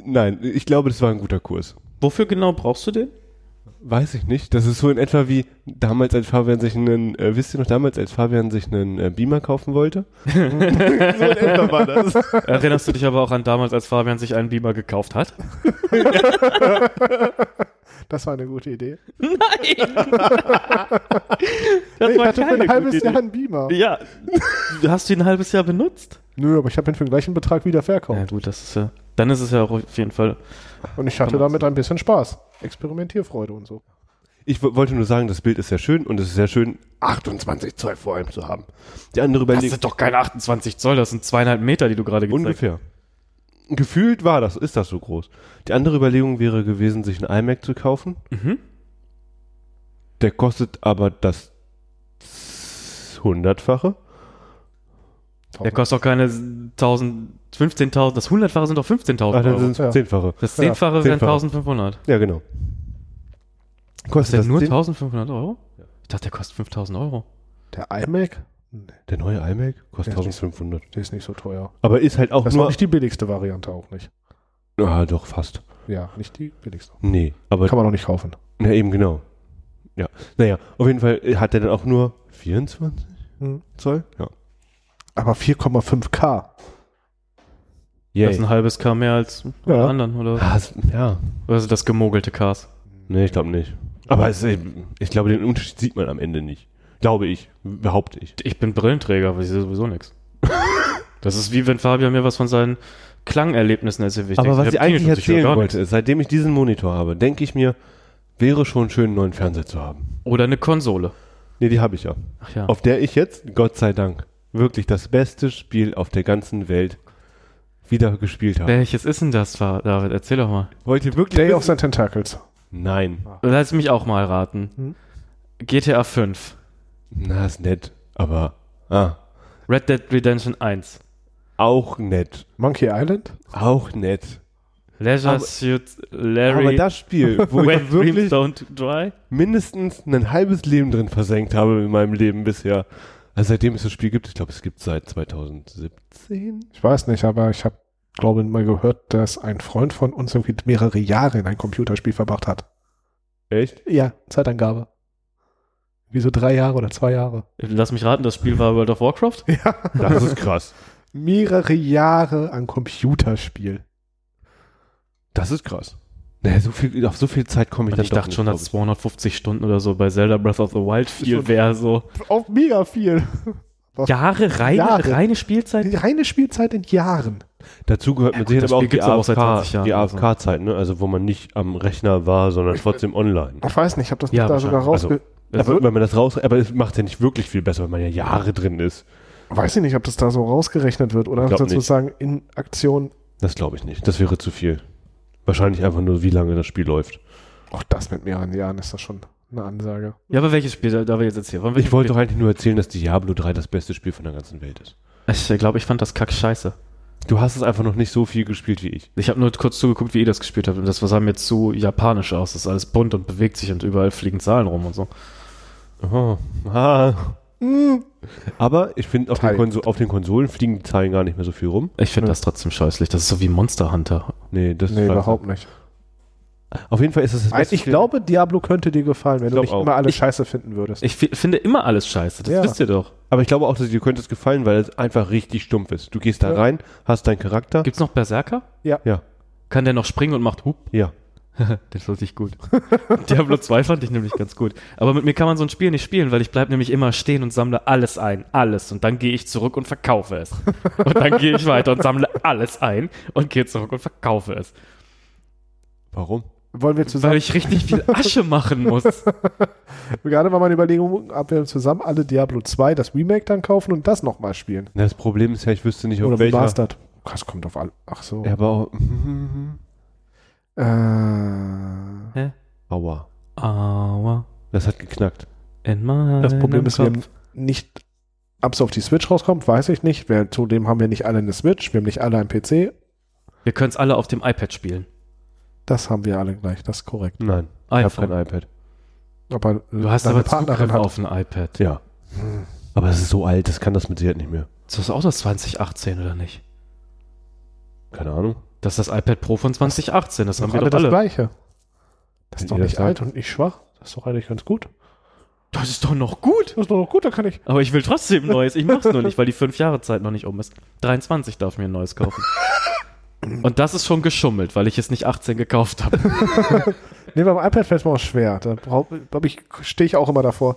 nein, ich glaube, das war ein guter Kurs. Wofür genau brauchst du den? Weiß ich nicht. Das ist so in etwa wie damals, als Fabian sich einen, äh, wisst ihr noch, damals, als Fabian sich einen äh, Beamer kaufen wollte? so in etwa war das. Erinnerst du dich aber auch an damals, als Fabian sich einen Beamer gekauft hat? Das war eine gute Idee. Das ich hatte für ein halbes Jahr einen Beamer. Ja. Hast du ihn ein halbes Jahr benutzt? Nö, aber ich habe ihn für den gleichen Betrag wieder Ja, verkauft. gut, das ist ja. Dann ist es ja auch auf jeden Fall. und ich hatte Kann man damit ein bisschen Spaß. Experimentierfreude und so. Ich wo- wollte nur sagen, das Bild ist sehr schön und es ist sehr schön, 28 Zoll vor allem zu haben. Die andere Das Überlegung. sind doch keine 28 Zoll, das sind zweieinhalb Meter, die du gerade gezeigt hast. Ungefähr. Gefühlt war das, ist das so groß. Die andere Überlegung wäre gewesen, sich einen iMac zu kaufen. Mhm. Der kostet aber das hundertfache. Der kostet doch keine 1000, 15.000, das 100-fache sind doch 15.000 Ah, dann Euro. sind es zehnfache. Das 10-fache ja, wären zehnfache. 1500. Ja, genau. Ist Kostet der das nur zehn- 1500 Euro? Ich dachte, der kostet 5000 Euro. Der iMac? Nee, Der neue iMac kostet Ja, 1500. der ist nicht so teuer. Aber ist halt auch Das war nur. nicht die billigste Variante auch nicht. Ah, doch, fast. Ja, nicht die billigste. Nee, aber. Kann man noch nicht kaufen. Na, eben genau. Ja, naja, auf jeden Fall äh, hat er dann auch nur 24 Mhm. Zoll? Ja. Aber 4,5K. Das ist ein halbes K mehr als Ja. anderen, oder? Ah, es- ja. Also das gemogelte Ks. Nee, ich glaube nicht. Aber es, eben- ich glaube, den Unterschied sieht man am Ende nicht. Glaube ich, behaupte ich. Ich bin Brillenträger, aber ich sehe sowieso nichts. Das ist wie wenn Fabian mir was von seinen Klangerlebnissen erzählt. Ich Aber denke, was ich eigentlich Reptilienschutz, höre erzählen gar wollte, ist, seitdem ich diesen Monitor habe, denke ich mir, wäre schon schön, einen neuen Fernseher zu haben. nichts. Oder eine Konsole. Nee, die habe ich ja. Ach ja. Auf der ich jetzt, Gott sei Dank, wirklich das beste Spiel auf der ganzen Welt wieder gespielt habe. Welches ist denn das, Fa- David? Erzähl doch mal. Wollt ihr wirklich? Day of wissen? the Tentacles. Nein. Lass mich auch mal raten. GTA 5. Na, ist nett. Aber, ah, Red Dead Redemption 1. auch nett. Monkey Island? Auch nett. Leisure Aber- Suit Aber Larry. das Spiel, wo When ich wirklich Dreams Don't Dry. mindestens ein halbes Leben drin versenkt habe in meinem Leben bisher. Also seitdem es das Spiel gibt, ich glaube, es gibt seit 2017. Ich weiß nicht, aber ich habe, glaube ich, mal gehört, dass ein Freund von uns irgendwie mehrere Jahre in ein Computerspiel verbracht hat. Echt? Ja, Zeitangabe. Wieso drei Jahre oder zwei Jahre? Lass mich raten, das Spiel war World of Warcraft? Ja. Das ist krass. mehrere Jahre an Computerspiel. Das ist krass. Naja, so viel, auf so viel Zeit komme ich Und dann ich doch dachte nicht, schon, glaub dass ich. 250 Stunden oder so bei Zelda Breath of the Wild viel wäre so. Auf mega viel. Jahre, reine, Jahre. reine Spielzeit? Die reine Spielzeit in Jahren. Dazu gehört mit gut, das Sicherheit Spiel aber auch die gibt's aber auch seit 20 AFK, Jahren, die also. AFK-Zeit, ne? Also wo man nicht am Rechner war, sondern trotzdem online. Ich weiß nicht, ich habe das nicht Ja, da sogar wahrscheinlich. rausge... Aber wenn man das raus, aber es macht ja nicht wirklich viel besser, wenn man ja Jahre drin ist. weiß ich nicht, ob das da so rausgerechnet wird oder Glaub nicht. sozusagen in Aktion. Das glaube ich nicht. Das wäre zu viel. Wahrscheinlich einfach nur, wie lange das Spiel läuft. Auch das mit mehreren Jahren ist das schon eine Ansage. Ja, aber welches Spiel da- darf ich jetzt erzählen? Von welchem Ich wollte doch eigentlich nur erzählen, dass Diablo 3 das beste Spiel von der ganzen Welt ist. Spiel? Ich glaube, ich fand das kack scheiße. Du hast es einfach noch nicht so viel gespielt wie ich. Ich habe nur kurz zugeguckt, wie ihr das gespielt habt. Und das sah mir zu japanisch aus. Das ist alles bunt und bewegt sich und überall fliegen Zahlen rum und so. Oh. Ah. Aber ich finde, auf, den Teil. Konso- auf den Konsolen fliegen die Zahlen gar nicht mehr so viel rum. Ich finde Ja. das trotzdem scheußlich. Das ist so wie Monster Hunter. Nee, das Nee, ist überhaupt nicht. Also nicht. Auf jeden Fall ist es das beste ich glaube, Diablo könnte dir gefallen, wenn Ich du glaub nicht auch. immer alle Scheiße finden würdest. Ich fi- finde immer alles scheiße. Das Ja. wisst ihr doch. Aber ich glaube auch, dass dir könnte es gefallen, weil es einfach richtig stumpf ist. Du gehst da Ja. rein, hast deinen Charakter. Gibt's noch Berserker? Ja. Ja. Kann der noch springen und macht Hup? Ja. Das fand ich gut. Diablo 2 fand ich nämlich ganz gut. Aber mit mir kann man so ein Spiel nicht spielen, weil ich bleib nämlich immer stehen und sammle alles ein. Alles. Und dann gehe ich zurück und verkaufe es. Und dann gehe ich weiter und sammle alles ein und gehe zurück und verkaufe es. Warum? Wollen wir Weil zusammen, ich richtig viel Asche machen muss. gerade war meine Überlegung, ob wir zusammen alle Diablo 2 das Remake dann kaufen und das nochmal spielen. Na, Das Problem ist ja, ich wüsste nicht, auf Oder welcher. Bastard. Das kommt auf alle. Ach so. Ja, aber auch, Äh, Hä? aua. Aua. Das hat geknackt. In meinem das Problem ist, wir haben Kopf. nicht. Ob es auf die Switch rauskommt, weiß ich nicht. Wir, zudem haben wir nicht alle eine Switch, wir haben nicht alle einen PC. wir können es alle auf dem iPad spielen. Das haben wir alle gleich, das ist korrekt. Nein. Ich habe iPhone. kein iPad. Aber Du hast deine aber Zugriff hat- auf ein iPad. Ja. Aber es ist so alt, das kann das mit Sicherheit nicht mehr. Ist das auch das 2018 oder nicht? Keine Ahnung. Das ist das iPad Pro von 2018. Das haben Doch wir alle doch das alle. Gleiche. Das Wenn ist doch ihr das nicht sagt. alt und nicht schwach. Das ist doch eigentlich ganz gut. Das ist doch noch gut. Das ist doch gut, da kann ich. Aber ich will trotzdem ein neues. Ich mach's nur nicht, weil die 5 Jahre Zeit noch nicht um ist. 23 darf mir ein neues kaufen. Und das ist schon geschummelt, weil ich es nicht 18 gekauft habe. Nee, beim iPad fällt es mir auch schwer. Da glaube ich, stehe ich auch immer davor.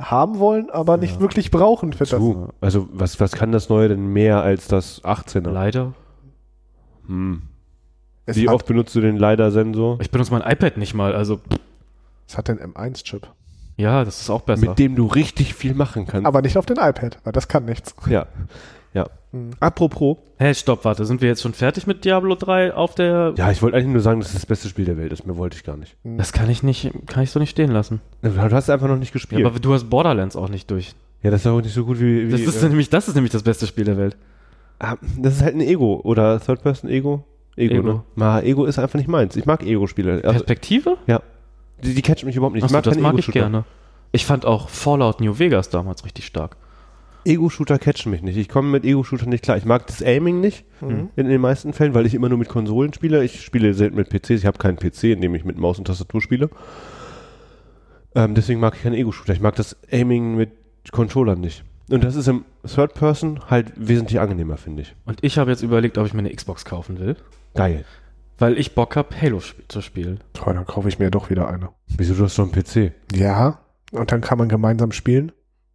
Haben wollen, aber nicht Ja. wirklich brauchen für das. Du, also was, was kann das Neue denn mehr als das 18er? Leider. Hm. Es Wie hat, oft benutzt du den LiDAR-Sensor? Ich benutze mein iPad nicht mal. Also, pff, es hat den M1-Chip. ja, das ist auch besser. Mit dem du richtig viel machen kannst. Aber nicht auf den iPad, weil das kann nichts. ja. Ja. Hm. Apropos. Hey, stopp, warte. Sind wir jetzt schon fertig mit Diablo 3 auf der. Ja, ich wollte eigentlich nur sagen, dass es das beste Spiel der Welt ist. Mehr wollte ich gar nicht. Das kann ich nicht, kann ich so nicht stehen lassen. Du hast einfach noch nicht Ja, gespielt. aber du hast Borderlands auch nicht durch. Ja, das ist auch nicht so gut wie. wie Das ist, nämlich, das ist nämlich das beste Spiel der Welt. Ah, das ist halt ein Ego oder Third Person Ego. Ego, Ego. ne? Ma, Ego ist einfach nicht meins. Ich mag Ego-Spiele. Also, Perspektive? die, die catchen mich überhaupt nicht. Achso, das keine mag ich Ego-Shooter. gerne. Ich fand auch Fallout New Vegas damals richtig stark. Ego-Shooter catchen mich nicht. Ich komme mit Ego-Shooter nicht klar. Ich mag das Aiming nicht in den meisten Fällen, weil ich immer nur mit Konsolen spiele. Ich spiele selten mit PCs. Ich habe keinen PC, in dem ich mit Maus und Tastatur spiele. Ähm, deswegen mag ich keinen Ego-Shooter. Ich mag das Aiming mit Controllern nicht. Und das ist im Third Person halt wesentlich angenehmer, finde ich. Und ich habe jetzt überlegt, ob ich mir eine Xbox kaufen will, Geil. weil ich Bock habe, Halo sp zu spielen. Toll, dann kaufe ich mir doch wieder eine. Wieso du hast so einen PC? Ja, und dann kann man gemeinsam spielen.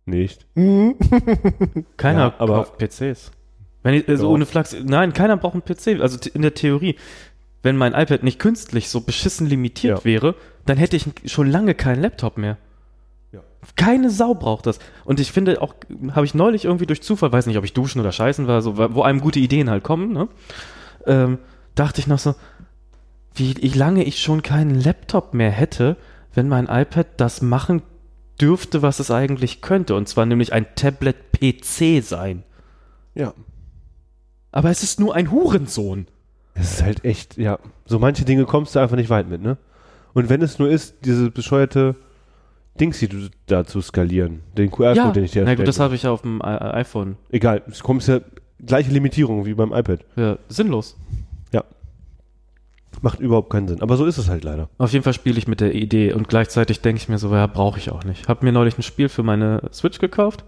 Nicht. Mhm. Keiner Ja, aber- kauft PCs. Wenn ich, also Doch. ohne Flachs, nein, keiner braucht einen PC. Also t- in der Theorie, wenn mein iPad nicht künstlich so beschissen limitiert Ja. wäre, dann hätte ich schon lange keinen Laptop mehr. Ja. Keine Sau braucht das. Und ich finde auch, habe ich neulich irgendwie durch Zufall, weiß nicht, ob ich duschen oder scheißen war, so, wo einem gute Ideen halt kommen, ne? ähm, dachte ich noch so, wie ich lange ich schon keinen Laptop mehr hätte, wenn mein iPad das machen dürfte, was es eigentlich könnte. Und zwar nämlich ein Tablet-PC sein. Ja. Aber es ist nur ein Hurensohn. Es ist halt echt, ja. So manche Dinge kommst du einfach nicht weit mit, ne? Und wenn es nur ist, diese bescheuerte Dings, die du da zu skalieren, den QR-Code, ja, den ich dir na gut, erstelle. das habe ich ja auf dem I- I- iPhone. Egal, es kommt ja gleiche Limitierung wie beim iPad. Ja, sinnlos. Macht überhaupt keinen Sinn. Aber so ist es halt leider. Auf jeden Fall spiele ich mit der Idee und gleichzeitig denke ich mir so, ja, brauche ich auch nicht. Habe mir neulich ein Spiel für meine Switch gekauft,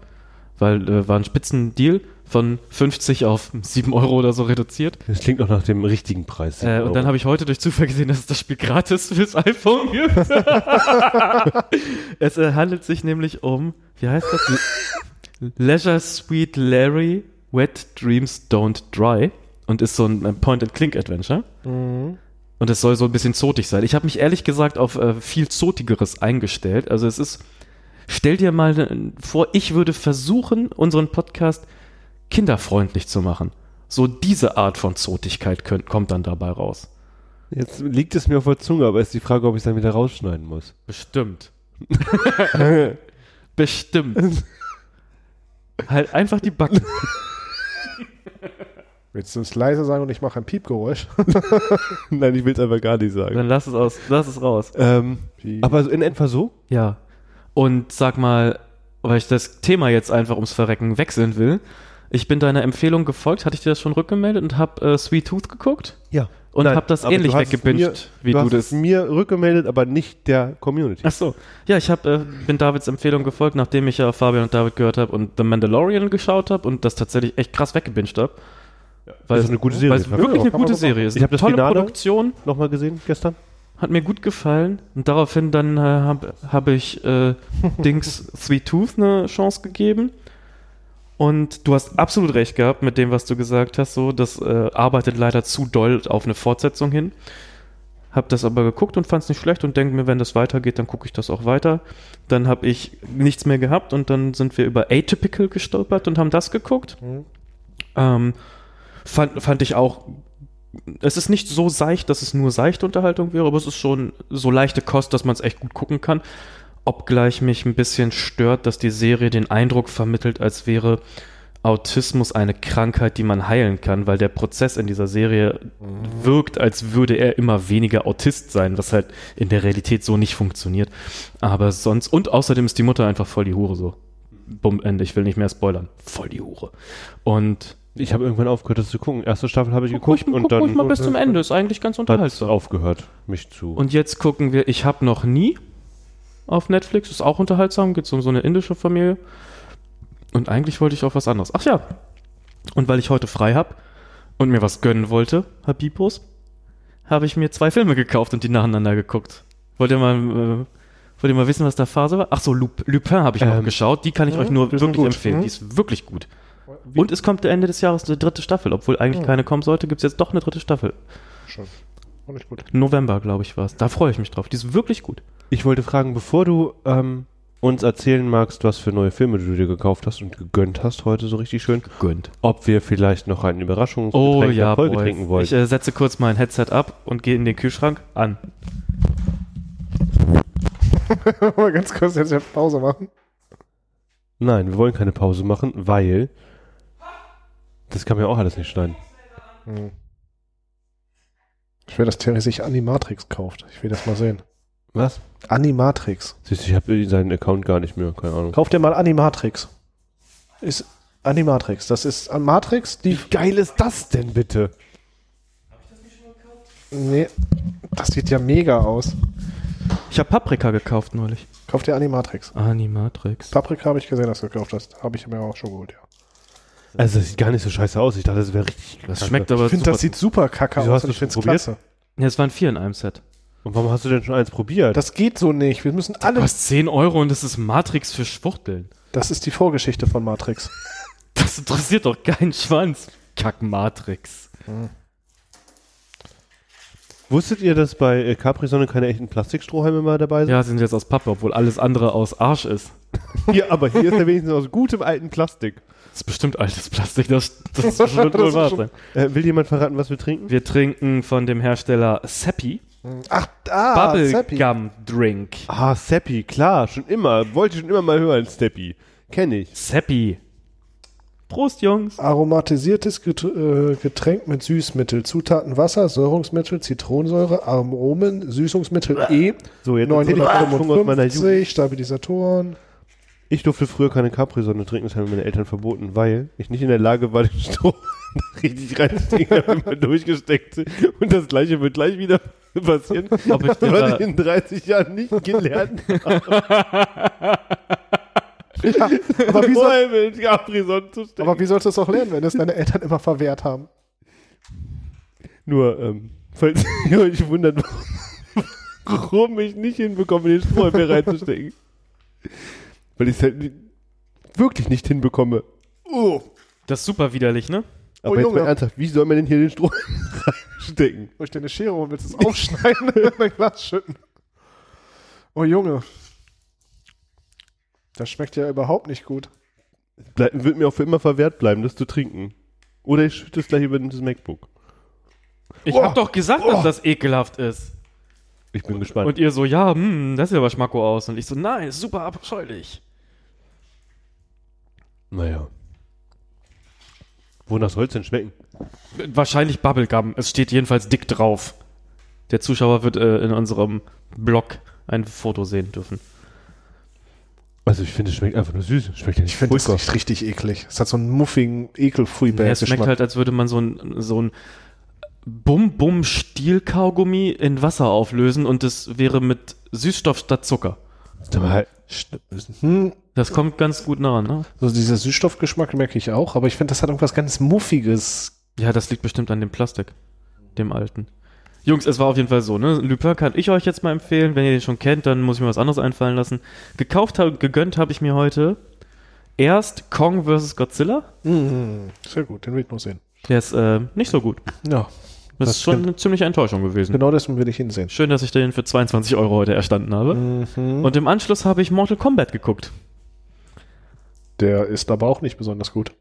weil äh, war ein Spitzendeal von 50 auf 7 Euro oder so reduziert. Das klingt auch nach dem richtigen Preis. Äh, und dann habe ich heute durch Zufall gesehen, dass es das Spiel gratis fürs iPhone gibt. es äh, handelt sich nämlich um, wie heißt das? Le- Leisure Suite Larry Wet Dreams Don't Dry und ist so ein äh, Point-and-Click-Adventure. Und es soll so ein bisschen zotig sein. Ich habe mich ehrlich gesagt auf äh, viel Zotigeres eingestellt. Also es ist, stell dir mal äh, vor, ich würde versuchen, unseren Podcast kinderfreundlich zu machen. So diese Art von Zotigkeit könnt, kommt dann dabei raus. Jetzt liegt es mir auf der Zunge, aber ist die Frage, ob ich es dann wieder rausschneiden muss. Bestimmt. Bestimmt. halt einfach die Backen. Willst du es leise sagen und ich mache ein Piepgeräusch? Nein, ich will es einfach gar nicht sagen. Dann lass es aus, lass es raus. Ähm, Piep. aber so in etwa so? Ja. Und sag mal, weil ich das Thema jetzt einfach ums Verrecken wechseln will. Ich bin deiner Empfehlung gefolgt, hatte ich dir das schon rückgemeldet und hab äh, Sweet Tooth geguckt Ja. und hab das ähnlich mir, weggebinged, wie du du hast es das. mir rückgemeldet, aber nicht der Community. Ach so. Ja, ich hab, äh, bin Davids Empfehlung gefolgt, nachdem ich ja Fabian und David gehört habe und The Mandalorian geschaut habe und das tatsächlich echt krass weggebinged habe. Weil ist es eine gute Weil Serie. es wirklich eine kann man gute doch machen. Serie ist. Ich hab das Tolle Finale. Produktion, Nochmal gesehen gestern? hat mir gut gefallen. Und daraufhin dann äh, habe hab ich äh, Dings Sweet Tooth eine Chance gegeben. Und du hast absolut recht gehabt mit dem, was du gesagt hast. So, das äh, arbeitet leider zu doll auf eine Fortsetzung hin. Hab das aber geguckt und fand es nicht schlecht und denke mir, wenn das weitergeht, dann gucke ich das auch weiter. Dann habe ich nichts mehr gehabt und dann sind wir über Atypical gestolpert und haben das geguckt. Ähm, fand, fand ich auch. Es ist nicht so seicht, dass es nur seichte Unterhaltung wäre, aber es ist schon so leichte Kost, dass man es echt gut gucken kann. Obgleich mich ein bisschen stört, dass die Serie den Eindruck vermittelt, als wäre Autismus eine Krankheit, die man heilen kann, weil der Prozess in dieser Serie wirkt, als würde er immer weniger Autist sein, was halt in der Realität so nicht funktioniert. Aber sonst, und außerdem ist die Mutter einfach voll die Hure so. Bumm, Ende, ich will nicht mehr spoilern. Voll die Hure. Und Ich habe irgendwann aufgehört, das zu gucken. Erste Staffel habe ich geguckt ruhig- und guck dann ruhig mal bis zum Ende, ist eigentlich ganz hat's unterhaltsam. aufgehört, mich zu. Und jetzt gucken wir, ich habe noch nie auf Netflix, ist auch unterhaltsam, geht um so eine indische Familie. Und eigentlich wollte ich auch was anderes. Ach ja. Und weil ich heute frei habe und mir was gönnen wollte, Habibos, habe ich mir zwei Filme gekauft und die nacheinander geguckt. Wollt ihr mal, äh, wollt ihr mal wissen, was da Phase war? Ach so, Lup- Lupin habe ich auch Ähm, geschaut. Die kann ich ja, euch nur die sind wirklich gut. empfehlen. Mhm. Die ist wirklich gut. Und es kommt Ende des Jahres eine dritte Staffel, obwohl eigentlich Mhm. keine kommen sollte, gibt es jetzt doch eine dritte Staffel. Schon. Auch nicht gut. November, glaube ich, war es. Da freue ich mich drauf. Die ist wirklich gut. ich wollte fragen, bevor du ähm, uns erzählen magst, was für neue Filme du dir gekauft hast und gegönnt hast heute so richtig schön, Gönnt. ob wir vielleicht noch einen Oh Überraschungsgetränk ja, der Folge Boys. trinken wollen. Ich äh, setze kurz mein Headset ab und gehe in den Kühlschrank an. Mal ganz kurz jetzt eine Pause machen. Nein, wir wollen keine Pause machen, weil das kann man ja auch alles nicht schneiden. Ich will, dass Terry sich Animatrix kauft. Ich will das mal sehen. Was? Animatrix. Siehst du, ich habe seinen Account gar nicht mehr, keine Ahnung. Kauf dir mal Animatrix. Ist Animatrix. Das ist an Matrix, die. geil ist das denn bitte? Nee. Das sieht ja mega aus. Ich habe Paprika gekauft neulich. Kauf dir Animatrix. Animatrix. Paprika habe ich gesehen, dass du gekauft hast. Habe ich mir auch schon geholt, ja. Also, das sieht gar nicht so scheiße aus. Ich dachte, das wäre richtig Das kacke. schmeckt aber Ich finde, super. das sieht super kacke Wieso aus hast und du das ich finde es probiert? klasse. ja, es waren vier in einem Set. Und warum hast du denn schon eins probiert? Das geht so nicht. Wir müssen Du alle. hast 10 Euro und das ist Matrix für Schwuchteln. Das ist die Vorgeschichte von Matrix. Das interessiert doch keinen Schwanz. Kack Matrix. Wusstet ihr, dass bei äh, Capri-Sonne keine echten Plastikstrohhalme mal dabei sind? Ja, sie sind jetzt aus Pappe, obwohl alles andere aus Arsch ist. Ja, aber hier ist er wenigstens aus gutem alten Plastik. Das ist bestimmt altes Plastik, das, das wird wohl ist wahr schon- sein. Äh, will jemand verraten, was wir trinken? Wir trinken von dem Hersteller Seppi Ach, ah, Seppi. Bubblegum Drink. Ah, Seppi, klar, schon immer. Wollte ich schon immer mal hören, Seppi. Kenne ich. Seppi. Prost, Jungs. Aromatisiertes Get äh, Getränk mit Süßmittel. Zutaten Wasser, Säurungsmittel, Zitronensäure, Aromen, Süßungsmittel E, So, jetzt erzähl ich mal Schwung aus meiner Jugend. 955, Stabilisatoren. Ich durfte früher keine Capri-Sonne trinken, das haben meine Eltern verboten, weil ich nicht in der Lage war, den Strom richtig reinzustecken, Ich hab immer durchgesteckt. Und das gleiche wird gleich wieder passieren, Ob ich dir weil da, ich in 30 Jahren nicht gelernt habe, Aber wie, soll, Bäume in Capri-Sonne zu stecken. aber wie sollst du es auch lernen, wenn es deine Eltern immer verwehrt haben? Nur, ähm, falls ihr euch wundert, warum ich nicht hinbekomme, den Strohhalm hier reinzustecken. Weil ich es halt nicht, wirklich nicht hinbekomme. Oh, das ist super widerlich, ne? Aber Oh, jetzt Junge. mal ernsthaft, wie soll man denn hier den Strohhalm reinstecken? durch deine Schere und willst es aufschneiden und ein Glas schütten. Oh Junge. Das schmeckt ja überhaupt nicht gut. Blei- wird mir auch für immer verwehrt bleiben, das zu trinken. Oder ich schütte es gleich über das MacBook. Ich Oh. hab doch gesagt, dass das ekelhaft ist. Ich bin gespannt. Und ihr so, ja, hm, das sieht aber Schmacko aus. Und ich so, nein, ist super abscheulich. naja. Wonach soll es denn schmecken? Wahrscheinlich Bubblegum. Es steht jedenfalls dick drauf. Der Zuschauer wird äh, in unserem Blog ein Foto sehen dürfen. Also ich finde, es schmeckt einfach nur süß. Es Schmeckt ja nicht Ich finde das nicht richtig eklig. Es hat so einen muffigen Ja, ekel es schmeckt geschmack halt, als würde man so ein, so ein Bum-Bum-Stiel-Kaugummi in Wasser auflösen und es wäre mit Süßstoff statt Zucker. Halt hm, Das kommt ganz gut nah, ne? so dieser Süßstoffgeschmack merke ich auch, aber ich finde, das hat irgendwas ganz Muffiges. Ja, das liegt bestimmt an dem Plastik, dem alten. Jungs, es war auf jeden Fall so, ne? Lupin kann ich euch jetzt mal empfehlen. Wenn ihr den schon kennt, dann muss ich mir was anderes einfallen lassen. Gekauft habe, gegönnt habe ich mir heute erst Kong vs. Godzilla. Mm, sehr gut, den will ich noch sehen. Der ist äh, nicht so gut. Ja, Das, Das ist schon stimmt. eine ziemliche Enttäuschung gewesen. genau deswegen will ich ihn sehen. Schön, dass ich den für 22 Euro heute erstanden habe. Mhm. Und im Anschluss habe ich Mortal Kombat geguckt. Der ist aber auch nicht besonders gut.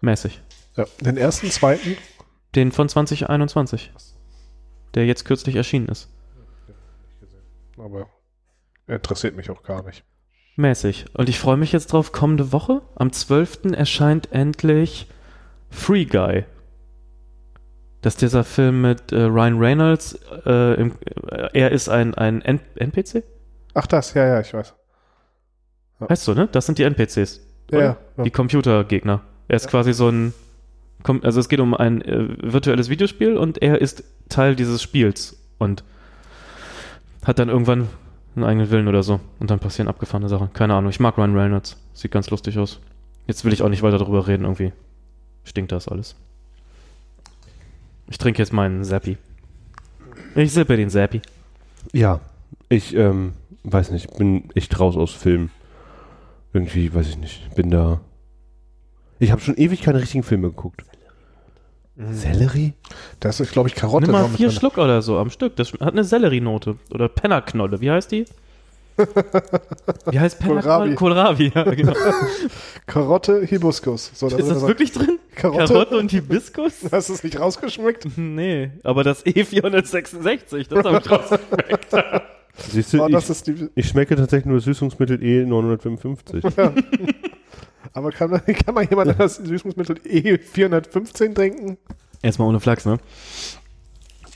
Mäßig. Ja, den ersten, zweiten, Den von 2021. Der jetzt kürzlich erschienen ist. aber interessiert mich auch gar nicht. Mäßig. Und ich freue mich jetzt drauf, kommende Woche, am 12. erscheint endlich Free Guy. Das ist dieser Film mit äh, Ryan Reynolds. Äh, im, äh, er ist ein, ein N NPC? Ach das, ja, ja, ich weiß. Heißt so, ne? Das sind die NPCs. Ja, Oder? ja. Die Computergegner. Er ist quasi so ein. Kom- Also es geht um ein äh, virtuelles Videospiel und er ist Teil dieses Spiels und hat dann irgendwann einen eigenen Willen oder so. Und dann passieren abgefahrene Sachen. Keine Ahnung. Ich mag Ryan Reynolds. Sieht ganz lustig aus. Jetzt will ich auch nicht weiter darüber reden, irgendwie. Stinkt das alles. Ich trinke jetzt meinen Zappi. Ich sippe den Zappi. Ja, ich ähm, weiß nicht, bin echt raus aus Filmen. Irgendwie, weiß ich nicht, bin da. Ich habe schon ewig keine richtigen Filme geguckt. Sellerie? Das ist, glaube ich, Karotte. Nimm mal war mit vier drin. Schluck oder so am Stück. Das hat eine Sellerienote. Oder Pennerknolle. Wie heißt die? Wie heißt Pennerknolle? Kohlrabi. ja, genau. Karotte, Hibiskus. So, Ist das so- wirklich drin? Karotte? Karotte und Hibiskus? Hast du es nicht rausgeschmeckt? Nee, aber das E466, das habe ich raus. Siehst du, Oh, das ich, ist die, ich schmecke tatsächlich nur Süßungsmittel E E955. aber kann, kann mal jemand das Süßungsmittel E415 trinken? Erstmal ohne Flachs, ne?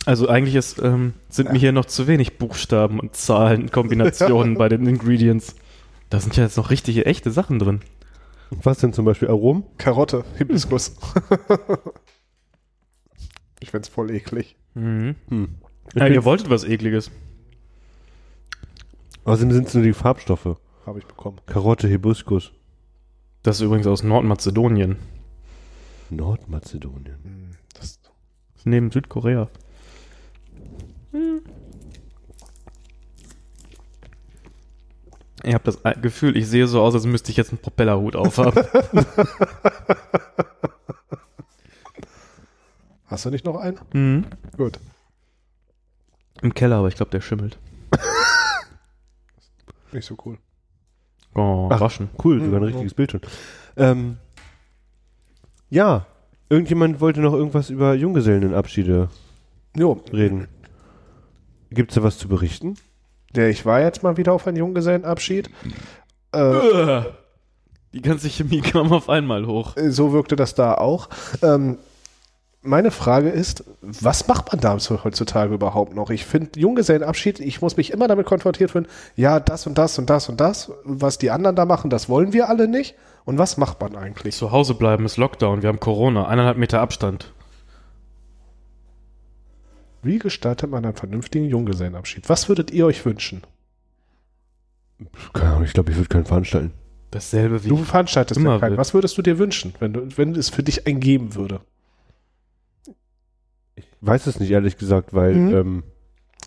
Also eigentlich ist, ähm, sind mir hier noch zu wenig Buchstaben und Zahlen, Kombinationen bei den Ingredients. Da sind ja jetzt noch richtige, echte Sachen drin. Was denn zum Beispiel? Aromen? Karotte, Hibiskus. ich find's voll eklig. Mhm. Hm. Ich Ja, bin- ihr wolltet was Ekliges. Außerdem sind es nur die Farbstoffe. Habe ich bekommen. Karotte, Hibiskus. Das ist übrigens aus Nordmazedonien. Nordmazedonien. Hm, Das, Neben Südkorea. Ich habe das Gefühl, ich sehe so aus, als müsste ich jetzt einen Propellerhut aufhaben. hast du nicht noch einen? mhm. Gut. Im Keller, aber ich glaube, der schimmelt. Nicht so cool. Oh, Ach. waschen. Cool, sogar ein richtiges Bild schon. Ähm, ja, irgendjemand wollte noch irgendwas über Junggesellenabschiede Jo, reden. Gibt's da was zu berichten? der, ich war jetzt mal wieder auf einen Junggesellenabschied. Äh, Die ganze Chemie kam auf einmal hoch. Äh, so wirkte das da auch. Ähm, meine Frage ist, was macht man da so heutzutage überhaupt noch? Ich finde Junggesellenabschied, ich muss mich immer damit konfrontiert fühlen, ja, das und das und das und das, was die anderen da machen, das wollen wir alle nicht. Und was macht man eigentlich? Zu Hause bleiben ist Lockdown, wir haben Corona, eineinhalb Meter Abstand. Wie gestaltet man einen vernünftigen Junggesellenabschied? Was würdet ihr euch wünschen? Keine Ahnung, ich glaube, ich würde keinen veranstalten. Dasselbe wie Du veranstaltest ja immer keinen. will. Was würdest du dir wünschen, wenn, du, wenn es für dich einen geben würde? Weiß es nicht, ehrlich gesagt, weil Mhm. ähm,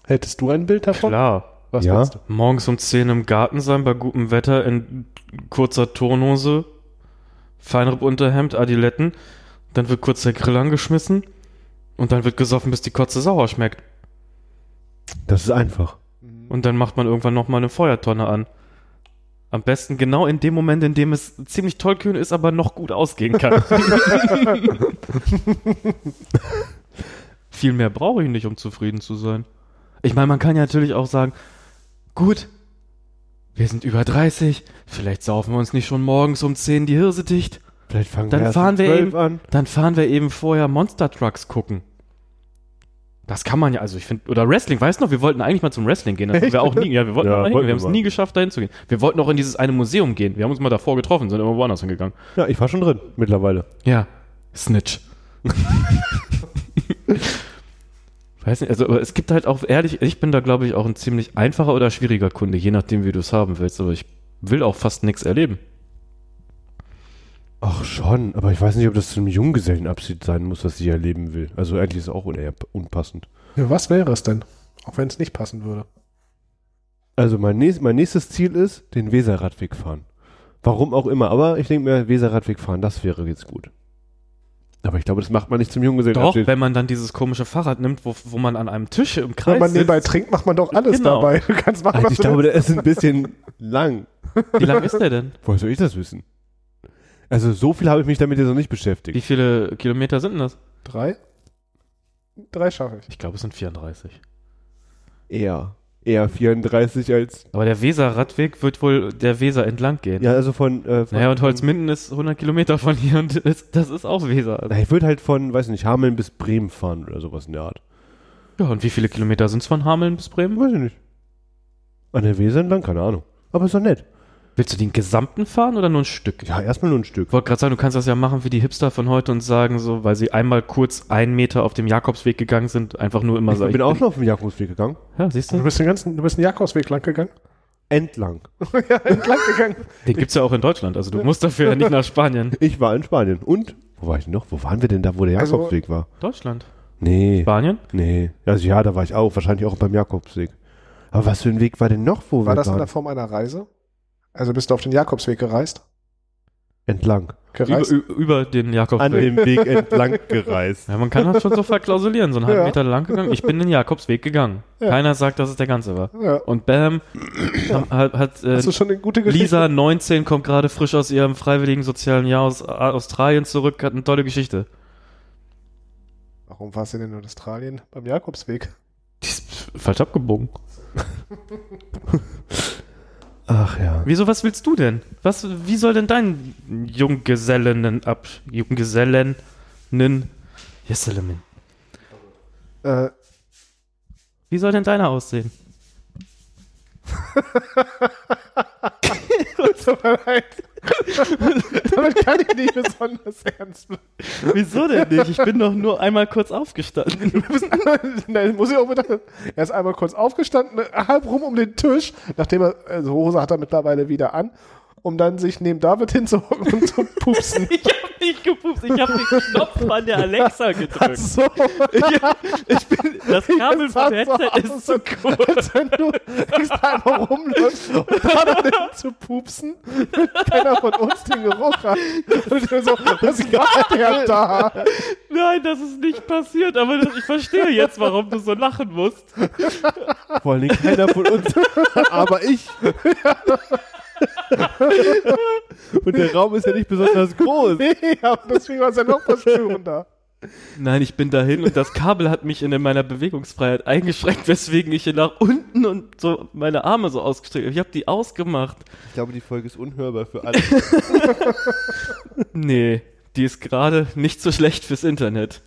Hättest du ein Bild davon? klar. Was Ja. willst du? Morgens um 10 im Garten sein, bei gutem Wetter in kurzer Turnhose, Feinripp-Unterhemd, Adiletten, dann wird kurz der Grill angeschmissen und dann wird gesoffen, bis die Kotze sauer schmeckt. das ist einfach. Und dann macht man irgendwann nochmal eine Feuertonne an. Am besten genau in dem Moment, in dem es ziemlich tollkühn ist, aber noch gut ausgehen kann. Viel mehr brauche ich nicht, um zufrieden zu sein. Ich meine, man kann ja natürlich auch sagen, gut, wir sind über 30, vielleicht saufen wir uns nicht schon morgens um 10 die Hirse dicht. Vielleicht fangen Dann wir erst fahren um wir 12 eben- an. Dann fahren wir eben vorher Monster Trucks gucken. Das kann man ja, also ich finde, oder Wrestling, weißt du noch, wir wollten eigentlich mal zum Wrestling gehen. Das haben wir auch nie, ja, wir wollten, Ja, mal wollten hin, wir haben es wir. nie geschafft, dahin zu gehen. Wir wollten auch in dieses eine Museum gehen. Wir haben uns mal davor getroffen, sind immer woanders hingegangen. Ja, ich war schon drin mittlerweile. Ja, Snitch. Weiß nicht, also aber es gibt halt auch, ehrlich, ich bin da glaube ich auch ein ziemlich einfacher oder schwieriger Kunde, je nachdem, wie du es haben willst. Aber ich will auch fast nichts erleben. Ach schon, aber ich weiß nicht, ob das zum Junggesellenabschied sein muss, was ich erleben will. Also eigentlich ist es auch eher unpassend. Ja, Was wäre es denn? Auch wenn es nicht passen würde. Also mein, nächst, mein nächstes Ziel ist, den Weserradweg fahren. Warum auch immer, aber ich denke mir, Weserradweg fahren, das wäre jetzt gut. Aber ich glaube, das macht man nicht zum Doch, Junggesellenabschied. wenn man dann dieses komische Fahrrad nimmt, wo, wo man an einem Tisch im Kreis Wenn man sitzt. nebenbei trinkt, macht man doch alles Genau. dabei. Du kannst machen, also was ich du glaube, der ist ein bisschen lang. Wie lang ist der denn? Woher soll ich das wissen? Also so viel habe ich mich damit jetzt noch nicht beschäftigt. Wie viele Kilometer sind denn das? Drei? Drei schaffe ich. Ich glaube, es sind 34. eher. Eher 34 als... Aber der Weser-Radweg wird wohl der Weser entlang gehen. Ja, also von... Äh, von Naja, und Holzminden ist 100 Kilometer von hier und das, das ist auch Weser. Na, ich würde halt von, weiß nicht, Hameln bis Bremen fahren oder sowas in der Art. Ja, und wie viele Kilometer sind es von Hameln bis Bremen? Weiß ich nicht. An der Weser entlang, keine Ahnung. Aber ist doch nett. Willst du den gesamten fahren oder nur ein Stück? Ja, erstmal nur ein Stück. Ich wollte gerade sagen, du kannst das ja machen wie die Hipster von heute und sagen so, weil sie einmal kurz einen Meter auf dem Jakobsweg gegangen sind, einfach nur immer Ich sagen. bin auch schon auf den Jakobsweg gegangen. Ja, siehst Du du? bist den ganzen, du bist den Jakobsweg lang gegangen. Entlang. ja, entlang gegangen. Den gibt's ja auch in Deutschland, also du musst dafür ja nicht nach Spanien. Ich war in Spanien. Und? Wo war ich denn noch? Wo waren wir denn da, wo der Also- Jakobsweg war? Deutschland. Nee. Spanien? Nee. Also ja, da war ich auch. Wahrscheinlich auch beim Jakobsweg. Aber was für ein Weg war denn noch, wo War wir das in waren? der Form einer Reise? Also bist du auf den Jakobsweg gereist? entlang. Über, Gereist? ü- über den Jakobsweg. An dem Weg entlang gereist. Ja, man kann das schon so verklausulieren. So einen halben Ja. Meter lang gegangen. Ich bin den Jakobsweg gegangen. Ja. Keiner sagt, dass es der ganze war. ja. Und bam, hat, hat äh, Hast du schon eine gute Geschichte? Lisa, 19, kommt gerade frisch aus ihrem freiwilligen sozialen Jahr aus A- Australien zurück, hat eine tolle Geschichte. Warum warst du denn in Australien beim Jakobsweg? Die ist falsch abgebogen. Ach ja. Wieso, was willst du denn? Was, wie soll denn dein Junggesellen ab, Junggesellen, Jesselemin, Äh, wie soll denn deiner aussehen? tut mir leid. Damit kann ich nicht besonders ernst bleiben. Wieso denn nicht? Ich bin doch nur einmal kurz aufgestanden. Wir müssen einmal- Nein, muss ich auch wieder, er ist einmal kurz aufgestanden, halb rum um den Tisch, nachdem er, also Hose hat er mittlerweile wieder an, um dann sich neben David hinzuhocken und zu pupsen. Ich hab nicht gepupst, ich hab den Knopf an der Alexa gedrückt. So, Ich bin, das Kabel sah vom Headset so aus, ist zu kurz. als wenn du extra einmal rumläufst und dann hin zu pupsen, damit keiner von uns den Geruch hat. Und du so, was gab der da? Nein, das ist nicht passiert, aber das, ich verstehe jetzt, warum du so lachen musst. Vor allem keiner von uns, aber ich. Und der Raum ist ja nicht besonders groß. Nee, aber deswegen war es ja noch was da. Nein, ich bin dahin und das Kabel hat mich in meiner Bewegungsfreiheit eingeschränkt, weswegen ich hier nach unten und so meine Arme so ausgestreckt habe. Ich habe die ausgemacht. Ich glaube, die Folge ist unhörbar für alle. Nee, die ist gerade nicht so schlecht fürs Internet.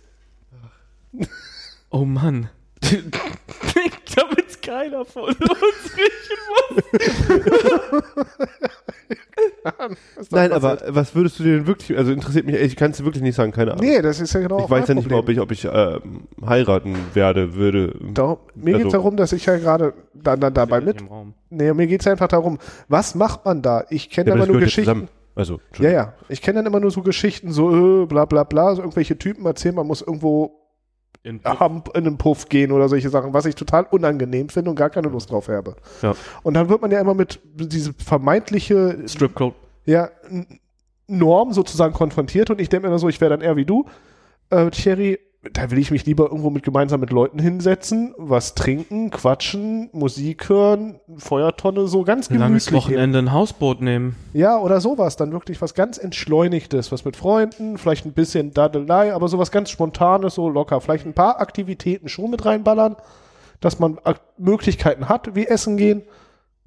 Oh Mann. Damit keiner von uns riechen muss. Nein, aber was würdest du dir denn wirklich, also interessiert mich, ich kann es dir wirklich nicht sagen, keine Ahnung. Nee, das ist ja genau ich weiß ja nicht mal, warum ob ich, ob ich ähm, heiraten werde, würde. Darum, mir Also- geht's darum, dass ich ja gerade da, da, dabei mit. Im Raum. Nee, mir geht's einfach darum, was macht man da? Ich kenne Ja, aber das aber nur gehört ja Geschichten. zusammen. Also, Ja, ja. Ich kenne dann immer nur so Geschichten, so äh, bla bla bla, so irgendwelche Typen erzählen, man muss irgendwo In hamp- in einen Puff gehen oder solche Sachen, was ich total unangenehm finde und gar keine Lust drauf habe. Ja. Und dann wird man ja immer mit diese vermeintliche Stripclub. ja, N- Norm sozusagen konfrontiert und ich denke mir dann so, ich wäre dann eher wie du. Äh, Thierry, da will ich mich lieber irgendwo mit gemeinsam mit Leuten hinsetzen, was trinken, quatschen, Musik hören, Feuertonne, so ganz Ein langes gemütlich. eben. Wochenende ein Hausboot nehmen. Ja, oder sowas, dann wirklich was ganz Entschleunigtes, was mit Freunden, vielleicht ein bisschen Dadelei, aber sowas ganz Spontanes, so locker. Vielleicht ein paar Aktivitäten schon mit reinballern, dass man Ak Möglichkeiten hat, wie Essen gehen.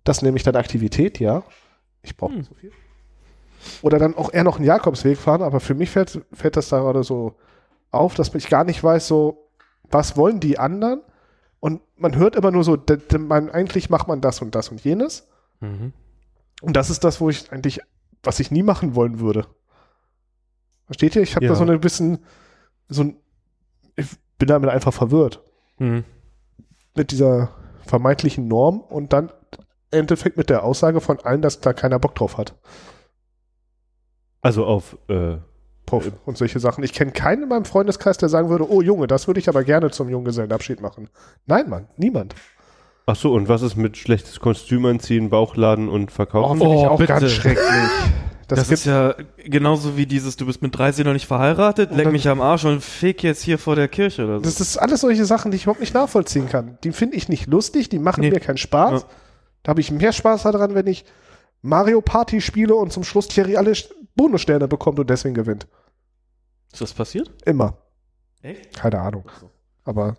Das nehme ich dann Aktivität, ja. Ich brauche nicht so viel. Oder dann auch eher noch einen Jakobsweg fahren, aber für mich fällt, fällt das da gerade so auf, dass ich gar nicht weiß, so, was wollen die anderen? Und man hört immer nur so, d- d- man, eigentlich macht man das und das und jenes. Mhm. Und das ist das, wo ich eigentlich, was ich nie machen wollen würde. Versteht ihr? Ich habe Ja. da so ein bisschen, so ein, ich bin damit einfach verwirrt. Mhm. Mit dieser vermeintlichen Norm und dann im Endeffekt mit der Aussage von allen, dass da keiner Bock drauf hat. Also auf, äh, Puff und solche Sachen. Ich kenne keinen in meinem Freundeskreis, der sagen würde, oh Junge, das würde ich aber gerne zum Junggesellenabschied machen. Nein, Mann, niemand. ach so, und was ist mit schlechtes Kostüm anziehen, Bauchladen und verkaufen? finde ich Oh, auch bitte. ganz schrecklich. Das, Das, gibt ist ja genauso wie dieses, du bist mit 13 noch nicht verheiratet, leck dann- mich am Arsch und fick jetzt hier vor der Kirche oder so. Das ist alles solche Sachen, die ich überhaupt nicht nachvollziehen kann. Die finde ich nicht lustig, die machen Nee. mir keinen Spaß. Ja. Da habe ich mehr Spaß daran, wenn ich Mario Party spiele und zum Schluss Thierry alle Sch- Bonussterne bekommt und deswegen gewinnt. ist das passiert? Immer. Echt? Keine Ahnung. Aber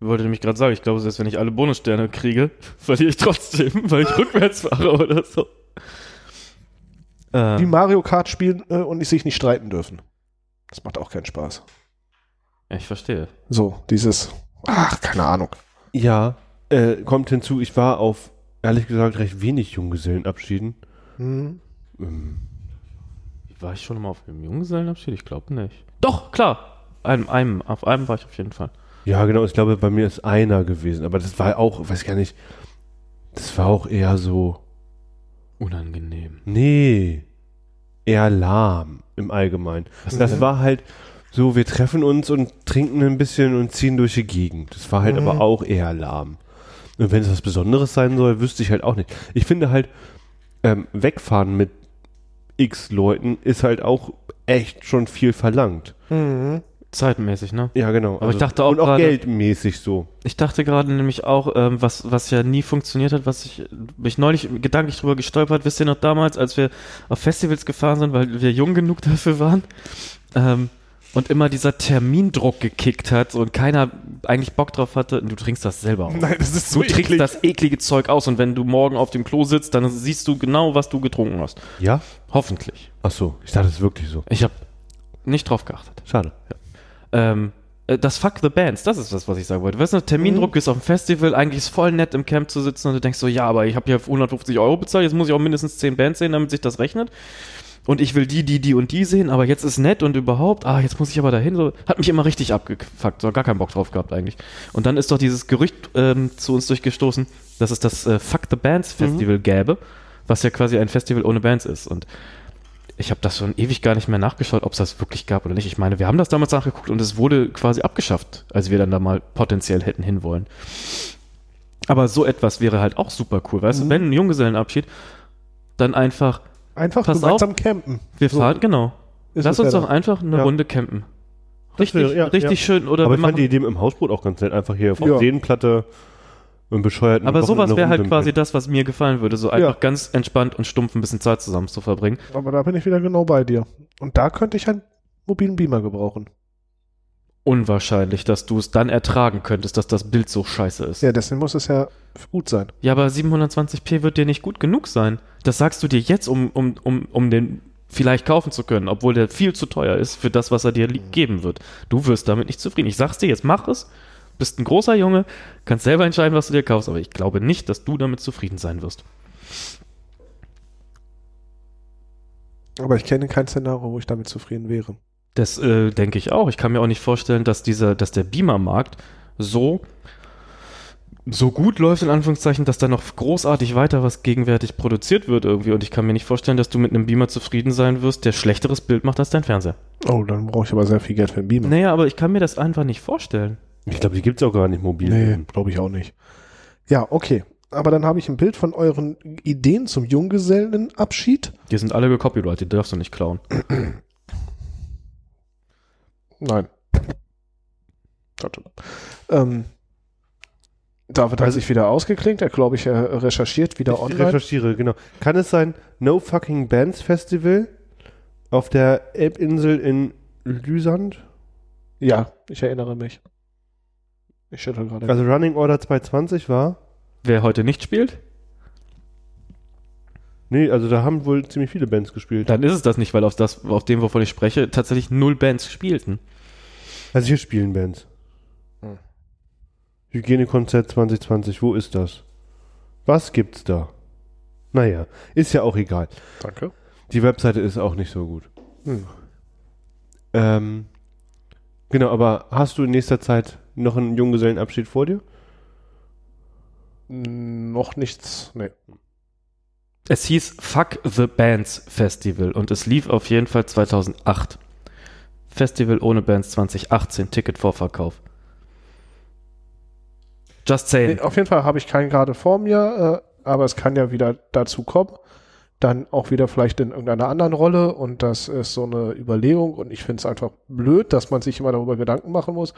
Wollte nämlich gerade sagen, ich glaube, selbst wenn ich alle Bonussterne kriege, verliere ich trotzdem, weil ich rückwärts fahre oder so. wie Ähm, Mario Kart spielen äh, und sich nicht streiten dürfen. Das macht auch keinen Spaß. ja, ich verstehe. So, dieses, ach, keine Ahnung. Ja, äh, kommt hinzu, ich war auf, ehrlich gesagt, recht wenig Junggesellenabschieden. Hm. Ähm, War ich schon mal auf einem Junggesellenabschied? Ich glaube nicht. Doch, klar. Einem, einem, auf einem war ich auf jeden Fall. Ja, genau, ich glaube, bei mir ist einer gewesen, aber das war auch, weiß gar nicht, das war auch eher so, Unangenehm. Nee, eher lahm im Allgemeinen. das war halt so, wir treffen uns und trinken ein bisschen und ziehen durch die Gegend. Das war halt aber auch eher lahm. Und wenn es was Besonderes sein soll, wüsste ich halt auch nicht. Ich finde halt, ähm, wegfahren mit x Leuten ist halt auch echt schon viel verlangt. Zeitmäßig, ne? Ja, genau. Aber ich dachte auch Und auch gerade- geldmäßig so. Ich dachte gerade nämlich auch, ähm, was, was ja nie funktioniert hat, was ich mich neulich gedanklich drüber gestolpert, wisst ihr noch damals, als wir auf Festivals gefahren sind, weil wir jung genug dafür waren ähm, und immer dieser Termindruck gekickt hat so, und keiner eigentlich Bock drauf hatte, du trinkst das selber aus. Nein, das ist Du trinkst das eklige Zeug aus und wenn du morgen auf dem Klo sitzt, dann siehst du genau, was du getrunken hast. Ja? Hoffentlich. Ach so, ich dachte es ist wirklich so. Ich habe nicht drauf geachtet. Schade. Ähm, äh, das Fuck the Bands, das ist das, was ich sagen wollte. Weißt du, Termindruck ist auf dem Festival, eigentlich ist voll nett im Camp zu sitzen und du denkst so, ja, aber ich habe hier 150 Euro bezahlt, jetzt muss ich auch mindestens 10 Bands sehen, damit sich das rechnet. und ich will die, die, die und die sehen, aber jetzt ist nett und überhaupt, ah, jetzt muss ich aber dahin. So, hat mich immer richtig abgefuckt, so gar keinen Bock drauf gehabt eigentlich. Und dann ist doch dieses Gerücht ähm, zu uns durchgestoßen, dass es das äh, Fuck the Bands Festival gäbe, was ja quasi ein Festival ohne Bands ist. Und ich habe das schon ewig gar nicht mehr nachgeschaut, ob es das wirklich gab oder nicht. Ich meine, wir haben das damals nachgeguckt und es wurde quasi abgeschafft, als wir dann da mal potenziell hätten hinwollen. Aber so etwas wäre halt auch super cool, weißt Mhm. du? Wenn ein Junggesellenabschied, dann einfach, Einfach Pass gemeinsam campen. wir So fahren, genau. ist Lass es uns ja doch einfach eine Ja. Runde campen. Richtig, wäre- ja, richtig schön. Oder Aber wir ich fand die machen, Idee im Hausboot auch ganz nett. Einfach hier auf Ja. ja. Seenplatte und bescheuerten aber sowas Wochenende wäre halt rumdümpeln. quasi das, was mir gefallen würde. So einfach ganz entspannt und stumpf ein bisschen Zeit zusammen zu verbringen. Aber da bin ich wieder genau bei dir. Und da könnte ich einen mobilen Beamer gebrauchen. Unwahrscheinlich, dass du es dann ertragen könntest, dass das Bild so scheiße ist. Ja, deswegen muss es ja gut sein. Ja, aber 720p wird dir nicht gut genug sein. Das sagst du dir jetzt, um, um, um, um den vielleicht kaufen zu können, obwohl der viel zu teuer ist für das, was er dir li- geben wird. Du wirst damit nicht zufrieden. Ich sag's dir jetzt, mach es. Bist ein großer Junge, kannst selber entscheiden, was du dir kaufst, aber ich glaube nicht, dass du damit zufrieden sein wirst. Aber ich kenne kein Szenario, wo ich damit zufrieden wäre. Das äh, denke ich auch. Ich kann mir auch nicht vorstellen, dass dieser, dass der Beamer-Markt so so gut läuft in Anführungszeichen, dass da noch großartig weiter was gegenwärtig produziert wird irgendwie. Und ich kann mir nicht vorstellen, dass du mit einem Beamer zufrieden sein wirst, der schlechteres Bild macht als dein Fernseher. Oh, dann brauche ich aber sehr viel Geld für einen Beamer. Naja, aber ich kann mir das einfach nicht vorstellen. Ich glaube, die gibt es auch gar nicht mobil. Nee, glaube ich auch nicht. Ja, okay. Aber dann habe ich ein Bild von euren Ideen zum Junggesellenabschied. Die sind alle gecopyrighted, die darfst du nicht klauen. Nein. Warte. Ähm, David hat sich wieder ausgeklinkt. Er, glaube Also ich, er recherchiert wieder Ich online. recherchiere, genau. Kann es sein, No Fucking Bands Festival auf der Elbinsel in Lysand? ja, ich erinnere mich. Ich schüttel gerade. Also Running Order 220 war? Wer heute nicht spielt, Nee, also da haben wohl ziemlich viele Bands gespielt. dann ist es das nicht, weil auf, das, auf dem, wovon ich spreche, tatsächlich null Bands spielten. Also hier spielen Bands. Hm. Hygienekonzert 2020, wo ist das? Was gibt's da? Naja, ist ja auch egal. Danke. Die Webseite ist auch nicht so gut. Hm. Ähm, genau, aber hast du in nächster Zeit noch einen Junggesellenabschied vor dir? Noch nichts. Nee. Es hieß Fuck the Bands Festival und es lief auf jeden Fall 2008. Festival ohne Bands 2018, Ticketvorverkauf. Just saying. Nee, auf jeden Fall habe ich keinen gerade vor mir, äh, aber es kann ja wieder dazu kommen. Dann auch wieder vielleicht in irgendeiner anderen Rolle und das ist so eine Überlegung und ich finde es einfach blöd, dass man sich immer darüber Gedanken machen muss.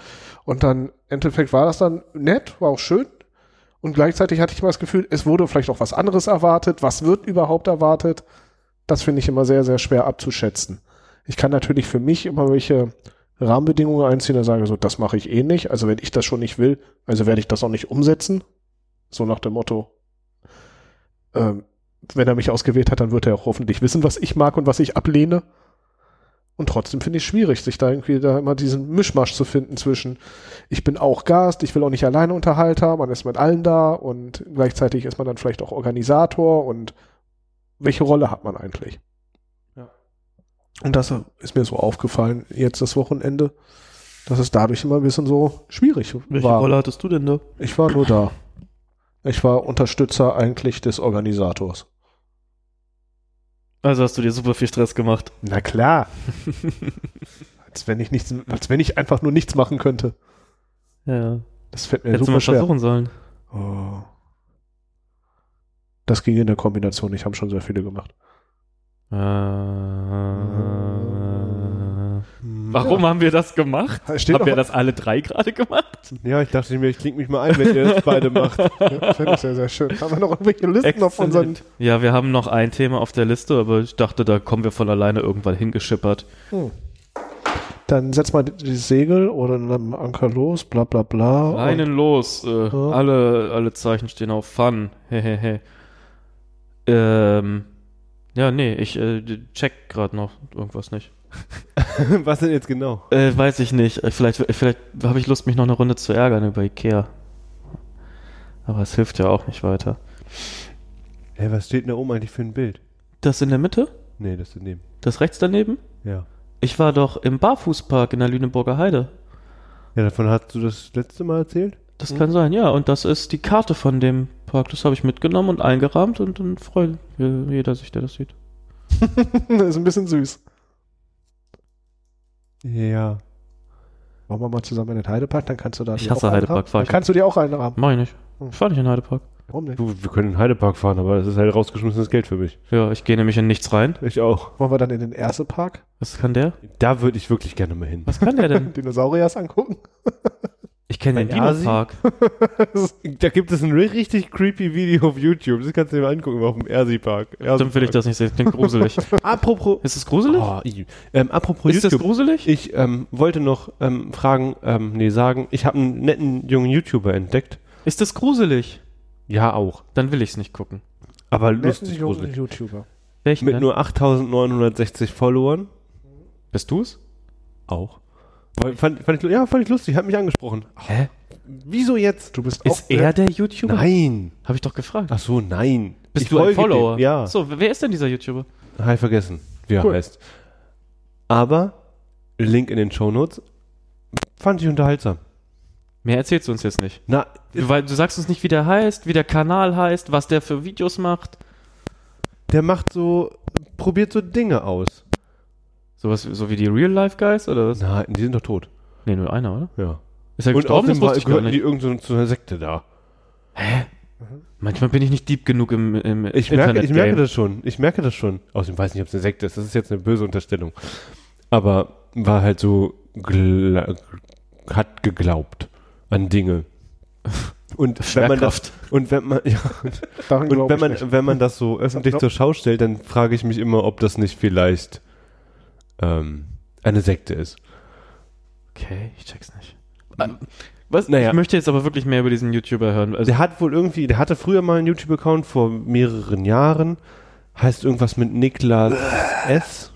Und dann, im Endeffekt war das dann nett, war auch schön. Und gleichzeitig hatte ich immer das Gefühl, es wurde vielleicht auch was anderes erwartet. Was wird überhaupt erwartet? Das finde ich immer sehr, sehr schwer abzuschätzen. Ich kann natürlich für mich immer welche Rahmenbedingungen einziehen und sage so, das mache ich eh nicht. Also wenn ich das schon nicht will, also werde ich das auch nicht umsetzen. So nach dem Motto, ähm, wenn er mich ausgewählt hat, dann wird er auch hoffentlich wissen, was ich mag und was ich ablehne. Und trotzdem finde ich es schwierig, sich da irgendwie da immer diesen Mischmasch zu finden zwischen, ich bin auch Gast, ich will auch nicht alleine Unterhalter, man ist mit allen da und gleichzeitig ist man dann vielleicht auch Organisator und welche Rolle hat man eigentlich? Ja. Und das ist mir so aufgefallen, jetzt das Wochenende, dass es dadurch immer ein bisschen so schwierig war. hattest du denn da? Ich war nur da. Ich war Unterstützer eigentlich des Organisators. Also hast du dir super viel Stress gemacht. Na klar. als wenn ich nichts, als wenn ich einfach nur nichts machen könnte. Ja. Das fällt mir Hättest du super mal schwer. versuchen sollen. Oh. Das ging in der Kombination. Ich habe schon sehr viele gemacht. Äh, Warum? warum haben wir das gemacht? Steht haben wir auf- das alle drei gerade gemacht? Ja, ich dachte mir, ich klinge mich mal ein, wenn ihr das beide macht. Ja, Finde ich sehr, sehr schön. Haben wir noch irgendwelche Listen auf unseren? Exzellent. Ja, wir haben noch ein Thema auf der Liste, aber ich dachte, da kommen wir von alleine irgendwann hingeschippert. Dann setz mal die Segel oder einen Anker los, bla bla bla. und- Einen los. Äh, Ja. alle, alle Zeichen stehen auf Fun. Hehehe. ähm. Ja, nee, ich äh, d- check gerade noch irgendwas nicht. Was denn jetzt genau? Äh, weiß ich nicht. Äh, Vielleicht, vielleicht habe ich Lust, mich noch eine Runde zu ärgern über Ikea. Aber es hilft ja auch nicht weiter. Hä, was steht denn da oben eigentlich für ein Bild? Das in der Mitte? Nee, das daneben. Das rechts daneben? Ja. Ich war doch im Barfußpark in der Lüneburger Heide. Ja, davon hast du das letzte Mal erzählt? Das kann sein, ja. Und das ist die Karte von dem Park. Das habe ich mitgenommen und eingerahmt und dann freut äh, jeder sich, der das sieht. das ist ein bisschen süß. Ja. Wollen wir mal zusammen in den Heidepark, dann kannst du da Ich dir hasse auch einen Heidepark, haben. fahr Dann ich. kannst du dir auch einen haben. Mach ich nicht. Ich war nicht in den Heidepark. Warum nicht? Du, wir können in den Heidepark fahren, aber das ist halt rausgeschmissenes Geld für mich. Ja, ich gehe nämlich in nichts rein. Ich auch. Wollen wir dann in den ersten Park Was kann der? Da würde ich wirklich gerne mal hin. Was kann der denn? Dinosauriers angucken? Ich kenne den Bei Asi? Dino-Park. Da gibt es ein ri- richtig creepy Video auf YouTube. Das kannst du dir mal angucken, auf dem Ersi-Park. Stimmt will ich das nicht sehen. Klingt gruselig. Apropos. Ist es gruselig? Oh, i- ähm, apropos ist das YouTube. gruselig? Ich ähm, wollte noch ähm, fragen, ähm, nee, sagen, ich habe einen netten jungen YouTuber entdeckt. Ist das gruselig? Ja, auch. Dann will ich es nicht gucken. Aber Letzten lustig, jungen gruselig. YouTuber. Welchen Mit denn? nur 8960 Followern. Bist du es? Auch. Weil, fand, fand ich, ja, fand ich lustig, hat mich angesprochen. Hä? Wieso jetzt? Du bist auch Ist er der YouTuber? Nein. Habe ich doch gefragt. Ach so, nein. Bist Ich du ein folge Follower? dem, Ja. So, wer ist denn dieser YouTuber? Habe ich vergessen, wie er Cool. heißt. Aber, Link in den Shownotes, fand ich unterhaltsam. Mehr erzählst du uns jetzt nicht. Na, Du, weil, du sagst uns nicht, wie der heißt, wie der Kanal heißt, was der für Videos macht. der macht so, probiert so Dinge aus. Sowas, so wie die Real-Life-Guys oder was? Nein, die sind doch tot. Nee, nur einer, oder? Ja. Ist er Und gestorben? Das außerdem war, wusste ich gar gehörten die nicht. irgendeiner so zu einer Sekte da. Manchmal bin ich nicht deep genug im, im Ich merke, ich merke das schon. Ich merke das schon. Außerdem weiß ich nicht, ob es eine Sekte ist. Das ist jetzt eine böse Unterstellung. Aber war halt so, gla- hat geglaubt an Dinge. Und wenn man das, Schwerkraft. und wenn man, ja, Daran und glaub wenn ich nicht. man, wenn man das so öffentlich zur Schau stellt, dann frage ich mich immer, ob das nicht vielleicht ähm, eine Sekte ist. Okay, ich check's nicht. Ähm, Ah, Was? naja. Ich möchte jetzt aber wirklich mehr über diesen YouTuber hören. Also, Der hat wohl irgendwie, der hatte früher mal einen YouTube-Account vor mehreren Jahren. Heißt irgendwas mit Niklas S.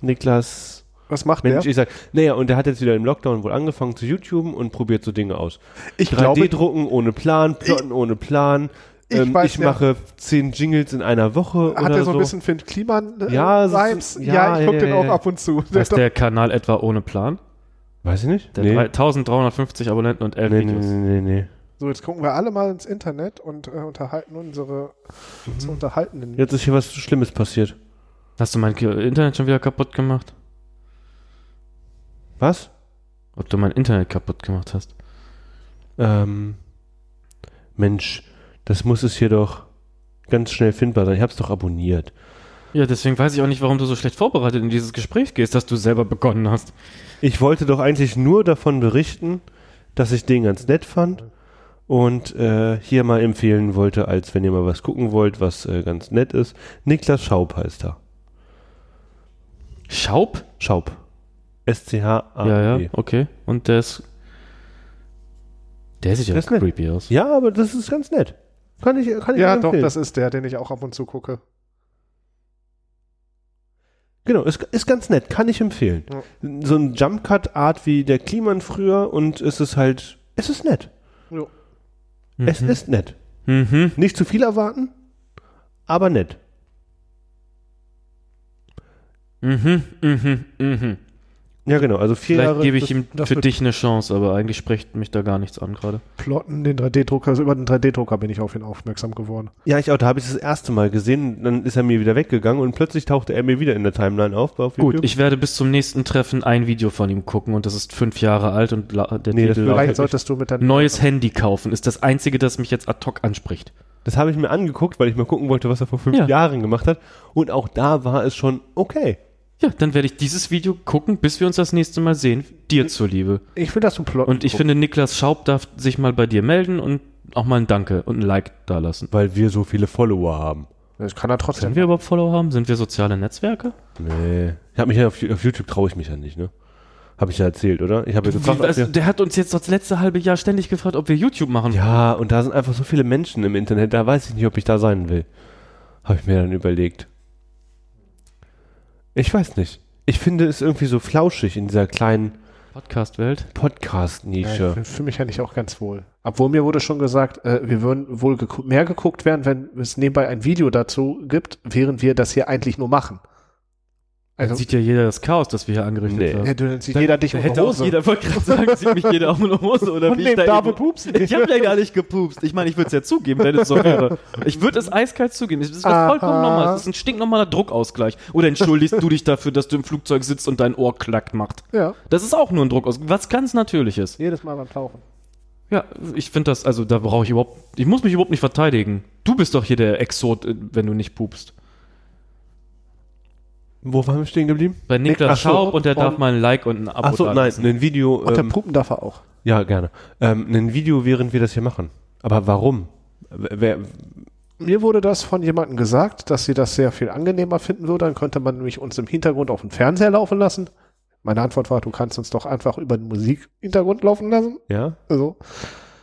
Niklas Was macht Mensch, der? ich sag, naja, und der hat jetzt wieder im Lockdown wohl angefangen zu YouTuben und probiert so Dinge aus. Ich 3D-Drucken ohne Plan, Plotten ohne Plan. Ich Ich, ähm, weiß ich ja. mache zehn Jingles in einer Woche hat oder er so so. ein bisschen Finn Kliman äh, Ja, so- Vibes? ja, Ja, ich ja, guck ja, den ja, auch ja. ab und zu. Der heißt ist doch- der Kanal etwa ohne Plan? Weiß ich nicht. Der hat 1350 Abonnenten und 11 nee, nee, Videos. nee, nee, nee. So, jetzt gucken wir alle mal ins Internet und äh, unterhalten unsere uns unterhaltenden. Jetzt ist hier was Schlimmes passiert. Hast du mein Ki- Internet schon wieder kaputt gemacht? Was? Ob du mein Internet kaputt gemacht hast? Ähm, Mensch, das muss es hier doch ganz schnell findbar sein. Ich hab's doch abonniert. Ja, deswegen weiß ich auch nicht, warum du so schlecht vorbereitet in dieses Gespräch gehst, das du selber begonnen hast. Ich wollte doch eigentlich nur davon berichten, dass ich den ganz nett fand und äh, hier mal empfehlen wollte, als wenn ihr mal was gucken wollt, was äh, ganz nett ist. Niklas Schaub heißt er. Schaub? Schaub. S-C-H-A-B. ja, ja, okay. Und der ist. Der sieht ja Der ist nett. creepy aus. Ja, aber das ist ganz nett. Kann ich, kann ich Ja, euch doch, empfehlen. das ist der, den ich auch ab und zu gucke. Genau, ist, ist ganz nett, kann ich empfehlen. So ein Jump-Cut-Art wie der Kliman früher und es ist halt, es ist nett. Mhm. Es ist nett. Mhm. Nicht zu viel erwarten, aber nett. Mhm. Mhm. Mhm. Ja, genau, also vier Vielleicht Jahre. gebe ich ihm das für wird- dich eine Chance, aber eigentlich spricht mich da gar nichts an gerade. Plotten den 3D-Drucker, also über den 3D-Drucker bin ich auf ihn aufmerksam geworden. Ja, ich auch, da habe ich das erste Mal gesehen, dann ist er mir wieder weggegangen und plötzlich tauchte er mir wieder in der Timeline auf. auf Gut, YouTube. ich werde bis zum nächsten Treffen ein Video von ihm gucken und das ist fünf Jahre alt und la- der Nee, das Titel will lautet ich Vielleicht solltest du mit deinem Neues Handy kaufen ist das einzige, das mich jetzt ad hoc anspricht. Das habe ich mir angeguckt, weil ich mal gucken wollte, was er vor fünf Ja. Jahren gemacht hat. Und auch da war es schon okay. Ja, dann werde ich dieses Video gucken, bis wir uns das nächste Mal sehen. Dir Mhm. zuliebe. Ich will, dass du plotten. Und ich Oh. finde, Niklas Schaub darf sich mal bei dir melden und auch mal ein Danke und ein Like da lassen. Weil wir so viele Follower haben. Oh, Das kann Können er trotzdem. wir überhaupt Follower haben? Sind wir soziale Netzwerke? Nee. Ich habe mich ja auf, auf YouTube traue ich mich ja nicht, ne? Habe ich ja erzählt, oder? Ich habe ja gefragt, Wie, ob also, wir, der hat uns jetzt das letzte halbe Jahr ständig gefragt, ob wir YouTube machen. Ja, und da sind einfach so viele Menschen im Internet, da weiß ich nicht, ob ich da sein will. Habe ich mir dann überlegt. Ich weiß nicht. Ich finde es irgendwie so flauschig in dieser kleinen Podcast-Welt. Ja, ich Podcast-Nische. fühl- fühl mich eigentlich auch ganz wohl. Obwohl mir wurde schon gesagt, äh, wir würden wohl geguckt- mehr geguckt werden, wenn es nebenbei ein Video dazu gibt, während wir das hier eigentlich nur machen. Also, Sieht ja jeder das Chaos, das wir hier angerichtet Nee. haben. ja, du, dann sieht Dann- jeder dich da ohne hätte auch Hose. jeder wollte gerade sagen, sieht mich jeder auch ohne Hose oder Und wie ich neben da David irgendwo- Pupsen. Ich habe ja gar nicht gepupst. Ich meine, ich würde es ja zugeben, wenn es so wäre. Ich würde es eiskalt zugeben. Es ist was Aha. vollkommen normal. Es ist ein stinknormaler Druckausgleich. Oder entschuldigst du dich dafür, dass du im Flugzeug sitzt und dein Ohr klack macht. Ja, Das ist auch nur ein Druckausgleich, was ganz Natürliches. jedes Mal beim Tauchen. Ja, ich finde das, also da brauche ich überhaupt, ich muss mich überhaupt nicht verteidigen. Du bist doch hier der Exot, äh, wenn du nicht pupst. Wo waren wir stehen geblieben? Bei Niklas ach so, Schaub und der darf und- mal ein Like und ein Abo Achso, da nein, lassen. ein Video. Und Ähm, der Pupen darf er auch. ja, gerne. Ähm, ein Video, während wir das hier machen. Aber warum? Wer, Mir wurde das von jemandem gesagt, dass sie das sehr viel angenehmer finden würde. Dann könnte man nämlich uns im Hintergrund auf den Fernseher laufen lassen. Meine Antwort war, du kannst uns doch einfach über den Musikhintergrund laufen lassen. ja? Also,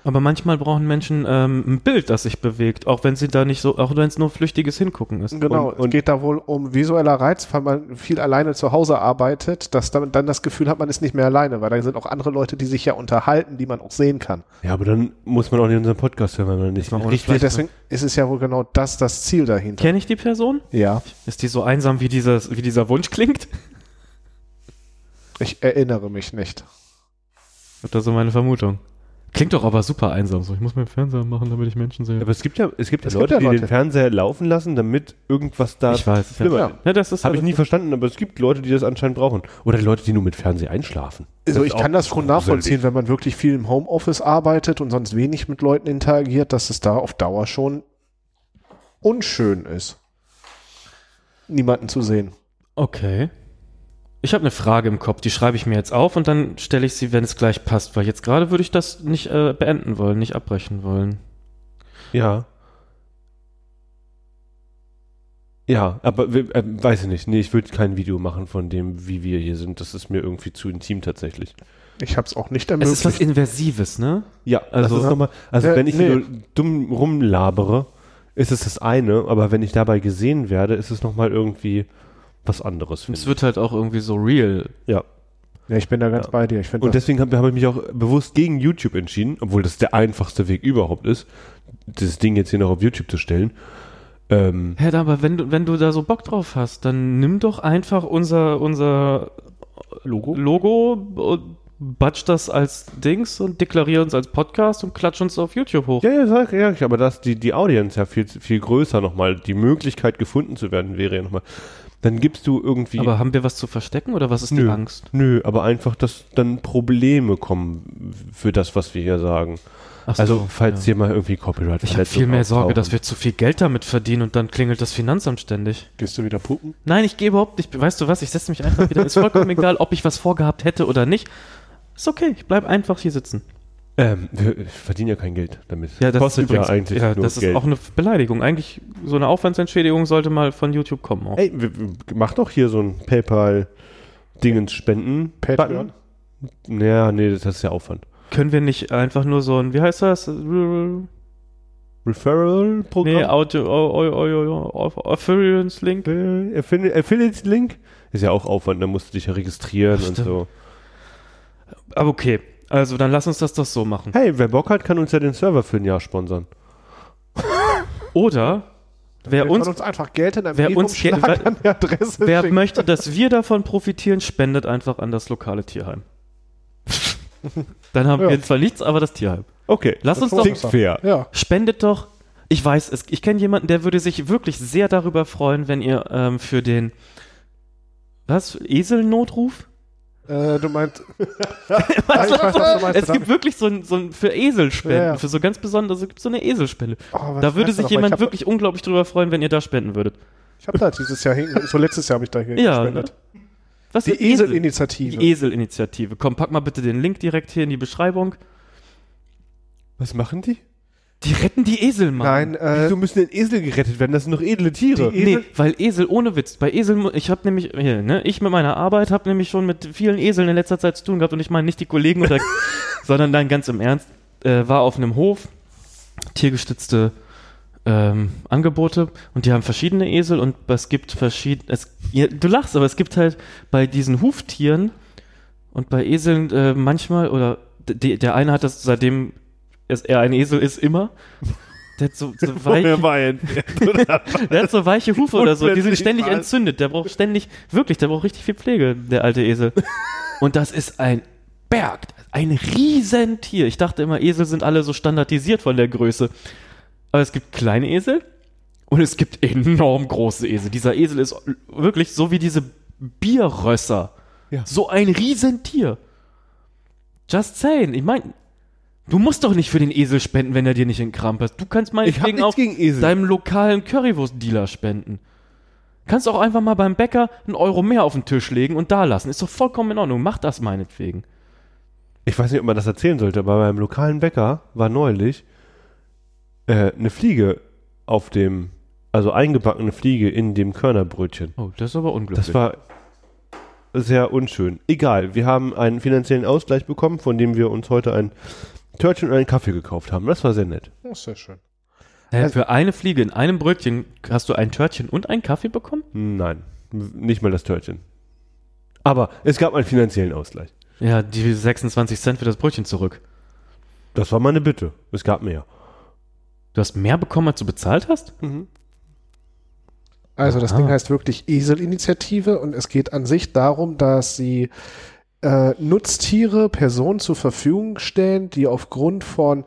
Aber manchmal brauchen Menschen ähm, ein Bild, das sich bewegt, auch wenn sie da nicht so, auch wenn es nur flüchtiges Hingucken ist. Genau, Und- und- es geht da wohl um visueller Reiz, weil man viel alleine zu Hause arbeitet, dass dann, dann das Gefühl hat, man ist nicht mehr alleine, weil da sind auch andere Leute, die sich ja unterhalten, die man auch sehen kann. Ja, aber dann muss man auch nicht unseren Podcast hören, wenn man nicht Warum? richtig. Ja, deswegen ist es ja wohl genau das das Ziel dahinter. Kenne ich die Person? Ja, Ist die so einsam, wie, dieses, wie dieser Wunsch klingt? ich erinnere mich nicht. Das ist so meine Vermutung. Klingt doch aber super einsam. So, ich muss meinen Fernseher machen, damit ich Menschen sehe. Aber es gibt ja, es gibt ja Es gibt Leute, ja die Leute. den Fernseher laufen lassen, damit irgendwas da. Ich weiß, ja. flimmert. Ja, das ist Habe halt- ich nie verstanden, aber es gibt Leute, die das anscheinend brauchen. Oder Leute, die nur mit Fernseher einschlafen. Also Das ich ist auch kann das schon gruselig. nachvollziehen, wenn man wirklich viel im Homeoffice arbeitet und sonst wenig mit Leuten interagiert, dass es da auf Dauer schon unschön ist, niemanden zu sehen. Okay. Ich habe eine Frage im Kopf, die schreibe ich mir jetzt auf und dann stelle ich sie, wenn es gleich passt, weil jetzt gerade würde ich das nicht äh, beenden wollen, nicht abbrechen wollen. Ja. Ja, aber wir- äh, weiß ich nicht. Nee, ich würde kein Video machen von dem, wie wir hier sind. Das ist mir irgendwie zu intim tatsächlich. Ich habe es auch nicht Es ist ermöglicht. was Inversives, ne? Ja, also, Also- das ist nochmal, also Äh, wenn ich nee. nur dumm rumlabere, ist es das eine, aber wenn ich dabei gesehen werde, ist es nochmal irgendwie was anderes. Und finde es wird halt auch irgendwie so real. ich. Ja. ja, ich bin da ganz Ja. bei dir. Ich finde Und das deswegen habe hab ich mich auch bewusst gegen YouTube entschieden, obwohl das der einfachste Weg überhaupt ist, das Ding jetzt hier noch auf YouTube zu stellen. Ähm, Hä, aber wenn du, wenn du da so Bock drauf hast, dann nimm doch einfach unser, unser Logo, Logo und batsch das als Dings und deklarier uns als Podcast und klatsch uns auf YouTube hoch. ja, ja, sag ja, ich, aber dass die, die Audience ja viel, viel größer nochmal, die Möglichkeit gefunden zu werden, wäre ja nochmal. Dann gibst du irgendwie. aber haben wir was zu verstecken oder was ist die Nö. Angst? Nö, aber einfach, dass dann Probleme kommen für das, was wir hier sagen. Ach so, Also, falls ja. hier mal irgendwie Copyright ich habe viel mehr Sorge, dass wir zu viel Geld damit verdienen und dann klingelt das Finanzamt ständig. Gehst du wieder pupen? Nein, ich gehe überhaupt nicht. Weißt du was? Ich setze mich einfach wieder. Ist vollkommen egal, ob ich was vorgehabt hätte oder nicht. Ist okay, ich bleib einfach hier sitzen. Ähm, wir verdienen ja kein Geld damit. kostet ja übrigens- eigentlich ja, nur das ist Geld. auch eine Beleidigung. Eigentlich so eine Aufwandsentschädigung sollte mal von YouTube kommen. Auch. Ey, wir, wir- mach doch hier so ein PayPal-Dingens spenden. Patreon? Button. Naja, nee, das ist ja Aufwand. Können wir nicht einfach nur so ein, wie heißt das? Nee, Referral-Programm? Audio, oh, oh, oh, oh, oh, Affiliate Link. Affi- Affiliate-Link? Ist ja auch Aufwand, da musst du dich ja registrieren Ach, und stimmt. so. Aber okay, also dann lass uns das doch so machen. Hey, wer Bock hat, kann uns ja den Server für ein Jahr sponsern. Oder wer Wir uns, können uns einfach Geld in einem wer Brief uns Geld- umschlagen, wer- an die Adresse wer schicken. möchte, dass wir davon profitieren, spendet einfach an das lokale Tierheim. dann haben Ja. wir zwar nichts, aber das Tierheim. Okay, Lass uns Das doch klingt fair. Ja, Spendet doch. Ich weiß, es, ich kenne jemanden, der würde sich wirklich sehr darüber freuen, wenn ihr ähm, für den was Eselnotruf? äh, du meinst, Was? ich weiß, was du meinst, es gibt wirklich so ein, so ein für Eselspenden, Ja, ja. für so ganz besonders, es gibt so eine Eselspende. Oh, was Da würde meinst du sich noch? jemand ich hab, wirklich unglaublich drüber freuen, wenn ihr da spenden würdet. Ich habe da dieses Jahr hin, so letztes Jahr habe ich da hier Ja, ne? gespendet. Was Die für Esel- Eselinitiative. Die Eselinitiative. Komm, pack mal bitte den Link direkt hier in die Beschreibung. Was machen die? Die retten die Esel, Mann. Nein, äh, Wieso müssen denn Esel gerettet werden? Das sind doch edle Tiere. Die- Esel- Nee, weil Esel ohne Witz. Bei Esel, mu- ich habe nämlich, hier, ne, ich mit meiner Arbeit habe nämlich schon mit vielen Eseln in letzter Zeit zu tun gehabt und ich meine nicht die Kollegen oder, sondern dann ganz im Ernst, äh, war auf einem Hof, tiergestützte ähm, Angebote und die haben verschiedene Esel und es gibt verschiedene, es, ja, du lachst, aber es gibt halt bei diesen Huftieren Und bei Eseln äh, manchmal, oder die, der eine hat das, seitdem es, er ein Esel ist, immer. Der hat so, so weiche, der hat so weiche Hufe oder so, die sind ständig entzündet. Der braucht ständig, wirklich, der braucht richtig viel Pflege, der alte Esel. Und das ist ein Berg, ein Riesentier. Ich dachte immer, Esel sind alle so standardisiert von der Größe. Aber es gibt kleine Esel und es gibt enorm große Esel. Dieser Esel ist wirklich so wie diese Bierrösser. Ja. So ein Riesentier. Just saying. Ich meine, du musst doch nicht für den Esel spenden, wenn er dir nicht in Kram passt. Du kannst Ich hab meinetwegen nichts auch gegen Esel. deinem lokalen Currywurst-Dealer spenden. Kannst auch einfach mal beim Bäcker einen Euro mehr auf den Tisch legen und da lassen. Ist doch vollkommen in Ordnung. Mach das meinetwegen. ich weiß nicht, ob man das erzählen sollte, aber beim lokalen Bäcker war neulich äh, eine Fliege auf dem, also eingebackene Fliege in dem Körnerbrötchen. Oh, das ist aber unglücklich. Das war sehr unschön. Egal, wir haben einen finanziellen Ausgleich bekommen, von dem wir uns heute ein Törtchen und einen Kaffee gekauft haben. Das war sehr nett. Das ist sehr schön. Hä, für eine Fliege in einem Brötchen hast du ein Törtchen und einen Kaffee bekommen? Nein, m- nicht mal das Törtchen. Aber es gab einen finanziellen Ausgleich. Ja, die 26 Cent für das Brötchen zurück. Das war meine Bitte. Es gab mehr. Du hast mehr bekommen, als du bezahlt hast? Mhm. Also das Ah. Ding heißt wirklich Eselinitiative und es geht an sich darum, dass sie äh, Nutztiere Personen zur Verfügung stellen, die aufgrund von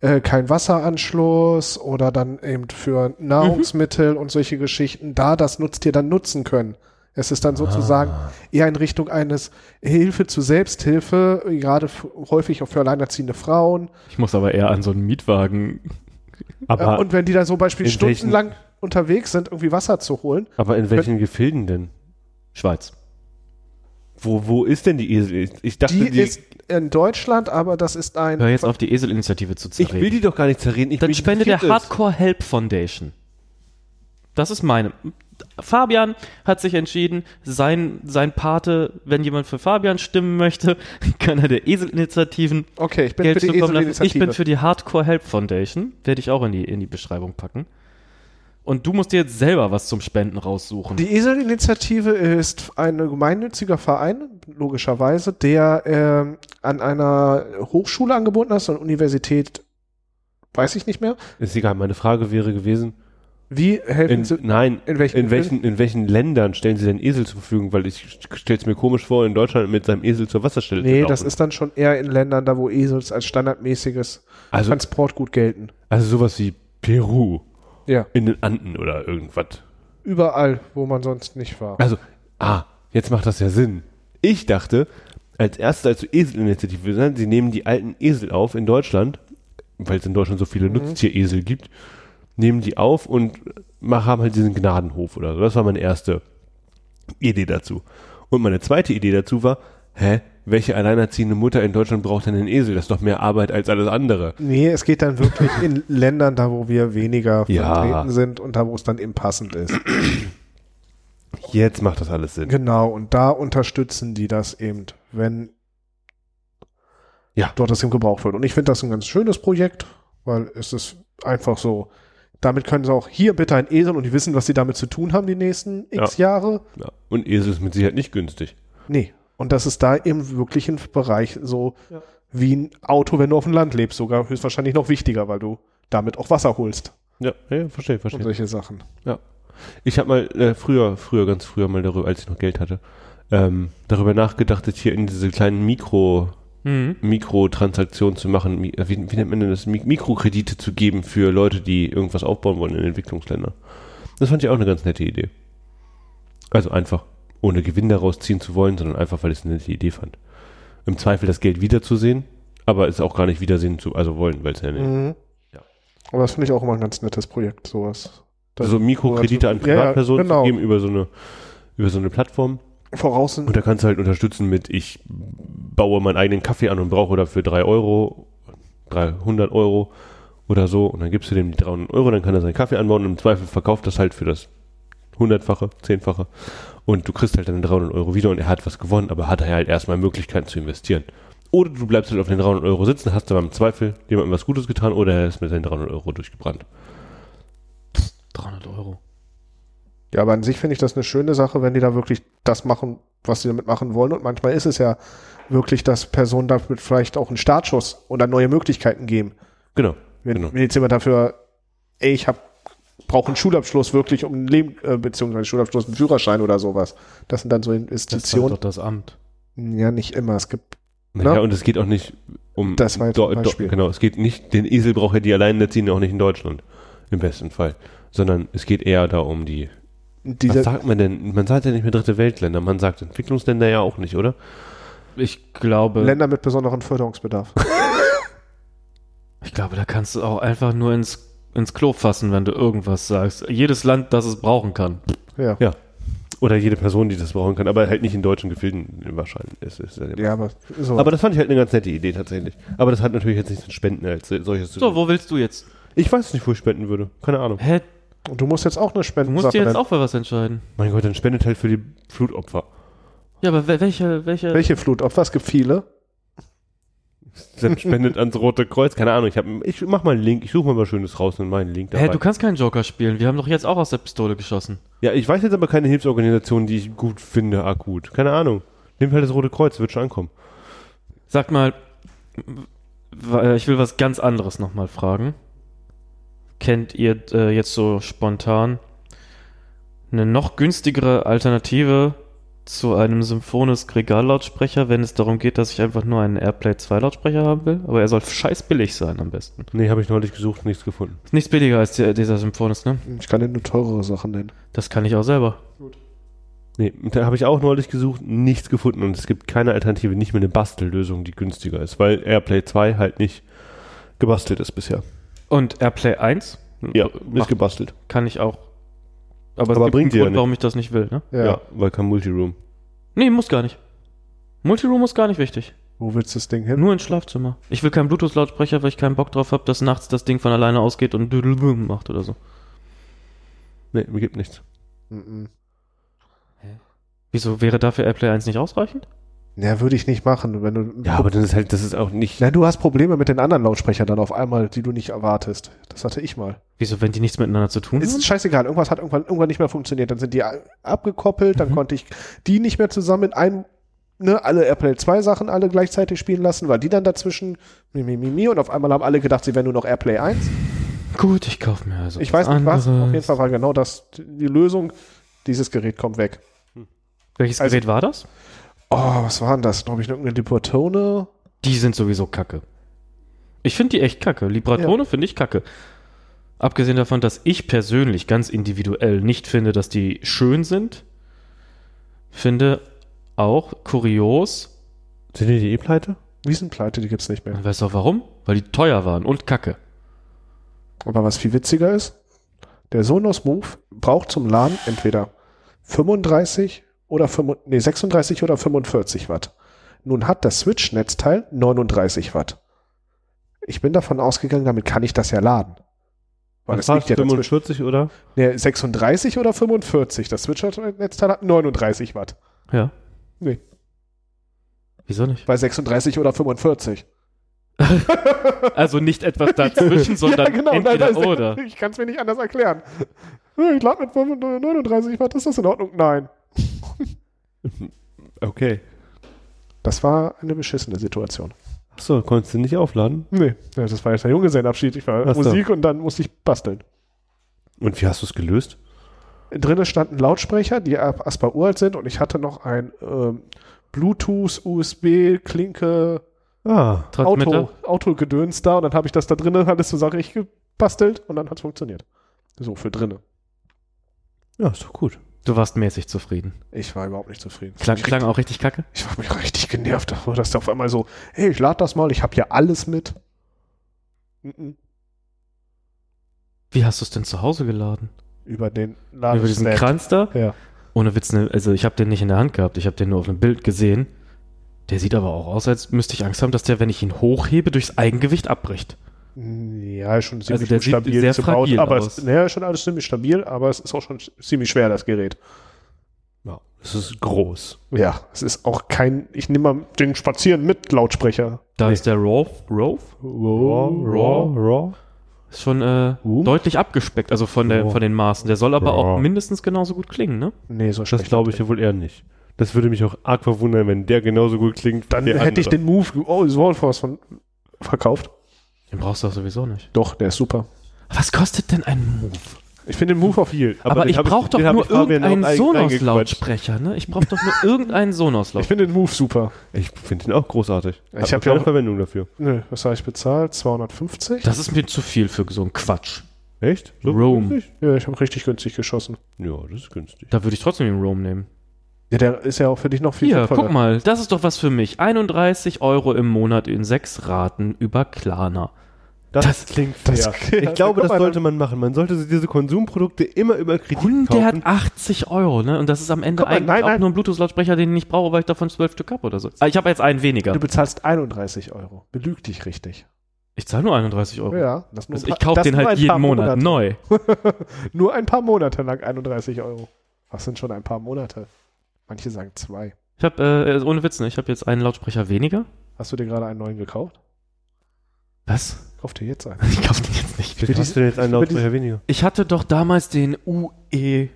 äh, kein Wasseranschluss oder dann eben für Nahrungsmittel Mhm. und solche Geschichten da das Nutztier dann nutzen können. Es ist dann sozusagen Ah. eher in Richtung eines Hilfe zu Selbsthilfe, gerade f- häufig auch für alleinerziehende Frauen. Ich muss aber eher an so einen Mietwagen. Aber, Äh, und wenn die da so beispielsweise in welchen- stundenlang unterwegs sind, irgendwie Wasser zu holen, aber in welchen Gefilden denn? Schweiz. Wo, wo ist denn die Esel? Ich dachte, Die die, ist in Deutschland, aber das ist ein. Hör jetzt auf, die Eselinitiative zu ich zerreden. will die doch gar nicht zerreden. Ich Dann will die spende der Viertes. Hardcore Help Foundation. Das ist meine. Fabian hat sich entschieden, sein, sein Pate, wenn jemand für Fabian stimmen möchte, kann er der Eselinitiativen Okay, ich bin Geld für die zukommen lassen. Ich Eselinitiative. bin für die Hardcore Help Foundation. Werde ich auch in die, in die Beschreibung packen. Und du musst dir jetzt selber was zum Spenden raussuchen. die Eselinitiative ist ein gemeinnütziger Verein, logischerweise, der ähm, an einer Hochschule angeboten ist, an Universität, weiß ich nicht mehr. Ist egal, meine Frage wäre gewesen, Wie helfen in, sie? nein, in welchen- in, welchen, in welchen Ländern stellen sie denn Esel zur Verfügung? Weil ich stelle es mir komisch vor, in Deutschland mit seinem Esel zur Wasserstelle zu Nee, das laufen. ist dann schon eher in Ländern, da wo Esels als standardmäßiges also, Transportgut gelten. also sowas wie Peru Ja, in den Anden oder irgendwas. überall, wo man sonst nicht war. Also, ah, jetzt macht das ja Sinn. Ich dachte, als erstes, als du Eselinitiative gesagt, sie nehmen die alten Esel auf in Deutschland, weil es in Deutschland so viele Nutztieresel gibt, nehmen die auf und mach- haben halt diesen Gnadenhof oder so. Das war meine erste Idee dazu. Und meine zweite Idee dazu war, hä, welche alleinerziehende Mutter in Deutschland braucht denn einen Esel? Das ist doch mehr Arbeit als alles andere. Nee, es geht dann wirklich in Ländern, da wo wir weniger Ja. vertreten sind und da wo es dann eben passend ist. Jetzt macht das alles Sinn. Genau, und da unterstützen die das eben, wenn Ja. dort das eben gebraucht wird. Und ich finde das ein ganz schönes Projekt, weil es ist einfach so, damit können sie auch hier bitte ein Esel und die wissen, was sie damit zu tun haben die nächsten x Jahre. Ja. Und Esel ist mit Sicherheit nicht günstig. Nee. Und das ist da eben wirklich ein Bereich so wie ein Auto, wenn du auf dem Land lebst, sogar höchstwahrscheinlich noch wichtiger, weil du damit auch Wasser holst Ja, ja verstehe, verstehe. und solche Sachen. Ich habe mal äh, früher, früher, ganz früher mal darüber, als ich noch Geld hatte, ähm, darüber nachgedacht, jetzt hier in diese kleinen Mikro, Mhm. Mikrotransaktionen zu machen. Mi äh, wie, wie nennt man denn das? Mi Mikrokredite zu geben für Leute, die irgendwas aufbauen wollen in Entwicklungsländern. Das fand ich auch eine ganz nette Idee. Also einfach, ohne Gewinn daraus ziehen zu wollen, sondern einfach, weil ich es eine nette Idee fand. Im Zweifel das Geld wiederzusehen, aber es auch gar nicht wiedersehen zu, also wollen, weil es ja nicht. Mhm. Ja. Aber das finde ich auch immer ein ganz nettes Projekt, sowas. Das- Also Mikrokredite an Ja, ja, Privatpersonen genau. zu geben über so eine, über so eine Plattform. Voraus Und da kannst du halt unterstützen mit, ich baue meinen eigenen Kaffee an und brauche dafür 3 Euro, 300 Euro oder so. Und dann gibst du dem die 300 Euro, dann kann er seinen Kaffee anbauen und im Zweifel verkauft das halt für das Hundertfache, Zehnfache. Und du kriegst halt deine 300 Euro wieder und er hat was gewonnen, aber hat er halt erstmal Möglichkeiten zu investieren. Oder du bleibst halt auf den 300 Euro sitzen, hast aber im Zweifel jemandem was Gutes getan oder er ist mit seinen 300 Euro durchgebrannt. 300 Euro. Ja, aber an sich finde ich das eine schöne Sache, wenn die da wirklich das machen, was sie damit machen wollen. Und manchmal ist es ja wirklich, dass Personen damit vielleicht auch einen Startschuss oder neue Möglichkeiten geben. Genau. Wenn, Genau. wenn jetzt jemand dafür, ey, ich hab, brauche einen Schulabschluss wirklich, um ein Leben, äh, beziehungsweise einen Schulabschluss, einen Führerschein oder sowas. Das sind dann so Das war Investitionen. doch das Amt. Ja, nicht immer. Es gibt, Naja, Ja. und es geht auch nicht um. Das war jetzt Do- ein Do- Beispiel. Genau, es geht nicht, den Esel braucht ja die Alleinerziehende auch nicht in Deutschland. Im besten Fall. Sondern es geht eher da um die. diese, was sagt man denn? Man sagt ja nicht mehr dritte Weltländer, man sagt Entwicklungsländer ja auch nicht, oder? Ich glaube, Länder mit besonderen Förderungsbedarf. ich glaube, da kannst du auch einfach nur ins, ins Klo fassen, wenn du irgendwas sagst. Jedes Land, das es brauchen kann. ja. Ja. Oder jede Person, die das brauchen kann, aber halt nicht in deutschen Gefilden wahrscheinlich. Ist, ist ja Ja, aber so. aber das fand ich halt eine ganz nette Idee tatsächlich. Aber das hat natürlich jetzt nichts mit Spenden als solches zu So, tun. wo willst du jetzt? Ich weiß nicht, wo ich spenden würde. Keine Ahnung. Hä? und du musst jetzt auch eine Du musst Spendensache dir jetzt nennen. auch für was entscheiden. Mein Gott, dann spendet halt für die Flutopfer. Ja, aber wel- welche, welche, Welche Flutopfer? Es gibt viele. Dann spendet ans Rote Kreuz. Keine Ahnung, ich, hab, ich mach mal einen Link. Ich suche mal was Schönes raus und mache einen Link Hä, dabei. du kannst keinen Joker spielen. Wir haben doch jetzt auch aus der Pistole geschossen. ja, ich weiß jetzt aber keine Hilfsorganisation, die ich gut finde, akut. Keine Ahnung. Nehmt halt das Rote Kreuz, wird schon ankommen. Sag mal, w- äh, ich will was ganz anderes nochmal fragen. Kennt ihr äh, jetzt so spontan eine noch günstigere Alternative zu einem Symphonis Gregal Lautsprecher, wenn es darum geht, dass ich einfach nur einen Airplay 2 Lautsprecher haben will? Aber er soll scheiß billig sein am besten. Nee, habe ich neulich gesucht, nichts gefunden. Ist nichts billiger als der, dieser Symphonis, ne? Ich kann dir nur teurere Sachen nennen. Das kann ich auch selber. Nee, da habe ich auch neulich gesucht, nichts gefunden. Und es gibt keine Alternative, nicht mehr eine Bastellösung, die günstiger ist, weil Airplay 2 halt nicht gebastelt ist bisher. Und Airplay 1? Ja, ist Macht, gebastelt. kann ich auch. Aber es Aber gibt bringt einen dir ja Grund, nicht. warum ich das nicht will, ne? Ja, weil kein Multiroom. Nee, muss gar nicht. Multiroom ist gar nicht wichtig. Wo willst du das Ding hin? Nur ins Schlafzimmer. Ich will keinen Bluetooth-Lautsprecher, weil ich keinen Bock drauf habe, dass nachts das Ding von alleine ausgeht und düdelbüm macht oder so. Nee, mir gibt nichts. Mhm. Wieso wäre dafür AirPlay 1 nicht ausreichend? Ja, würde ich nicht machen. Wenn du, Ja, aber das ist halt, das ist auch nicht. Na, du hast Probleme mit den anderen Lautsprechern dann auf einmal, die du nicht erwartest. Das hatte ich mal. Wieso, wenn die nichts miteinander zu tun Ist haben? scheißegal, irgendwas hat irgendwann, irgendwann nicht mehr funktioniert. Dann sind die a- abgekoppelt, dann konnte ich die nicht mehr zusammen in einem, ne, alle Airplay 2 Sachen alle gleichzeitig spielen lassen, weil die dann dazwischen mi, mi, mi, mi, und auf einmal haben alle gedacht, sie wären nur noch Airplay 1. Gut, ich kaufe mir also. Ich weiß nicht was, auf jeden anderes. Fall war genau das die Lösung. Dieses Gerät kommt weg. Welches Also- Gerät war das? Oh, was war denn das? Glaube ich, irgendeine Deportone? Die sind sowieso kacke. Ich finde die echt kacke. Libratone finde ich kacke. Abgesehen davon, dass ich persönlich ganz individuell nicht finde, dass die schön sind, finde auch kurios. Sind die eh pleite? Wiesenpleite, die gibt's nicht mehr. Weißt du auch warum? Weil die teuer waren und kacke. Aber was viel witziger ist, der Sonos Move braucht zum Laden entweder 35 oder 5, nee, 36 oder 45 Watt. Nun hat das Switch-Netzteil 39 Watt. Ich bin davon ausgegangen, damit kann ich das ja laden. Weil es war's, liegt ja dazwischen. 45 oder? Nee, 36 oder 45. Das Switch-Netzteil hat 39 Watt. Ja. Nee. Wieso nicht? Bei 36 oder 45. Also nicht etwas dazwischen, sondern genau, nein, entweder das ist- oder. Ich kann es mir nicht anders erklären. Ich lade mit 39 Watt. Ist das in Ordnung? Nein. Okay. Das war eine beschissene Situation. Achso, konntest du nicht aufladen? Nee, ja, das war jetzt der Junggesellenabschied. Ich war Ach so. Musik und dann musste ich basteln. Und wie hast du es gelöst? Drinnen standen Lautsprecher, die ab Asper uralt sind und ich hatte noch ein ähm, Bluetooth, USB, Klinke, Ah, Transmitter. Auto, Autogedöns da und dann habe ich das da drinnen alles so Sache ich gebastelt und dann hat es funktioniert. So, für drinnen. ja, ist doch gut. Du warst mäßig zufrieden. Ich war überhaupt nicht zufrieden. Klang, ich, klang auch richtig kacke? ich war mich richtig genervt, dass da auf einmal so, hey, ich lade das mal, ich habe hier alles mit. Mhm. Wie hast du es denn zu Hause geladen? Über den Über diesen Ladestand. Kranz da? Ja. Ohne Witz, ne, also ich habe den nicht in der Hand gehabt, ich habe den nur auf einem Bild gesehen. Der sieht aber auch aus, als müsste ich Angst haben, dass der, wenn ich ihn hochhebe, durchs Eigengewicht abbricht. Ja, ist schon ziemlich Also der sieht stabil sehr gebaut, fragil aber aus. es naja, ist schon alles ziemlich stabil, aber es ist auch schon ziemlich schwer das Gerät. Ja, es ist groß. Ja, es ist auch kein ich nehme mal den spazieren mit Lautsprecher. Da ist der Rove, Rove raw, raw. ist schon äh, Wum? deutlich abgespeckt, also von, der, Rove. von den Maßen. Der soll aber auch Rove. mindestens genauso gut klingen, ne? Nee, so Das schlecht. glaube ich ja wohl eher nicht. Das würde mich auch arg verwundern, wenn der genauso gut klingt. wie Dann der hätte ich andere. den Move oh, Swordforce von verkauft. Den brauchst du auch sowieso nicht. Doch, der ist super. Was kostet denn ein Move? Ich finde den Move auch viel. Aber, den ich hab brauche doch den hab nur ich Fabian auch irgendeinen ein- reingequatscht. Sonos-Lautsprecher, ne? Ich brauche doch nur irgendeinen Ich Sonos-Lautsprecher. finde den Move super. Ich finde den auch großartig. Ich Hab hab keine ja auch- Verwendung dafür. Nö, was habe ich bezahlt? 250? Das ist mir zu viel für so einen Quatsch. Echt? Rome. günstig? Ja, ich habe richtig günstig geschossen. Ja, das ist günstig. Da würde ich trotzdem den Roam nehmen. Ja, der ist ja auch für dich noch viel Hier, wertvoller. guck mal, das ist doch was für mich. 31 Euro im Monat in sechs Raten über Klarna. Das, Das- klingt fair. das- ich glaube, guck das mal, sollte man machen. Man sollte so diese Konsumprodukte immer über Kredit kaufen. 180 Euro, ne? Und das ist am Ende Guck mal, eigentlich nein, auch nein. nur ein Bluetooth-Lautsprecher, den ich brauche, weil ich davon 12 Stück habe oder so. Ah, Ich habe jetzt einen weniger. Du bezahlst 31 Euro. Belüg dich richtig. Ich zahle nur 31 Euro. Ja, das nur Also ein ich paar- kaufe das den nur halt ein paar jeden Monat Monate. neu. Nur ein paar Monate lang 31 Euro. Was sind schon ein paar Monate? Manche sagen zwei. Ich habe, äh, ohne Witz, ne? Ich habe jetzt einen Lautsprecher weniger. Hast du dir gerade einen neuen gekauft? Was? Kauf dir jetzt einen. Ich kaufe den jetzt nicht. Vielleicht hast du denn jetzt ich einen will diese- Lautsprecher weniger. Ich hatte doch damals den E UE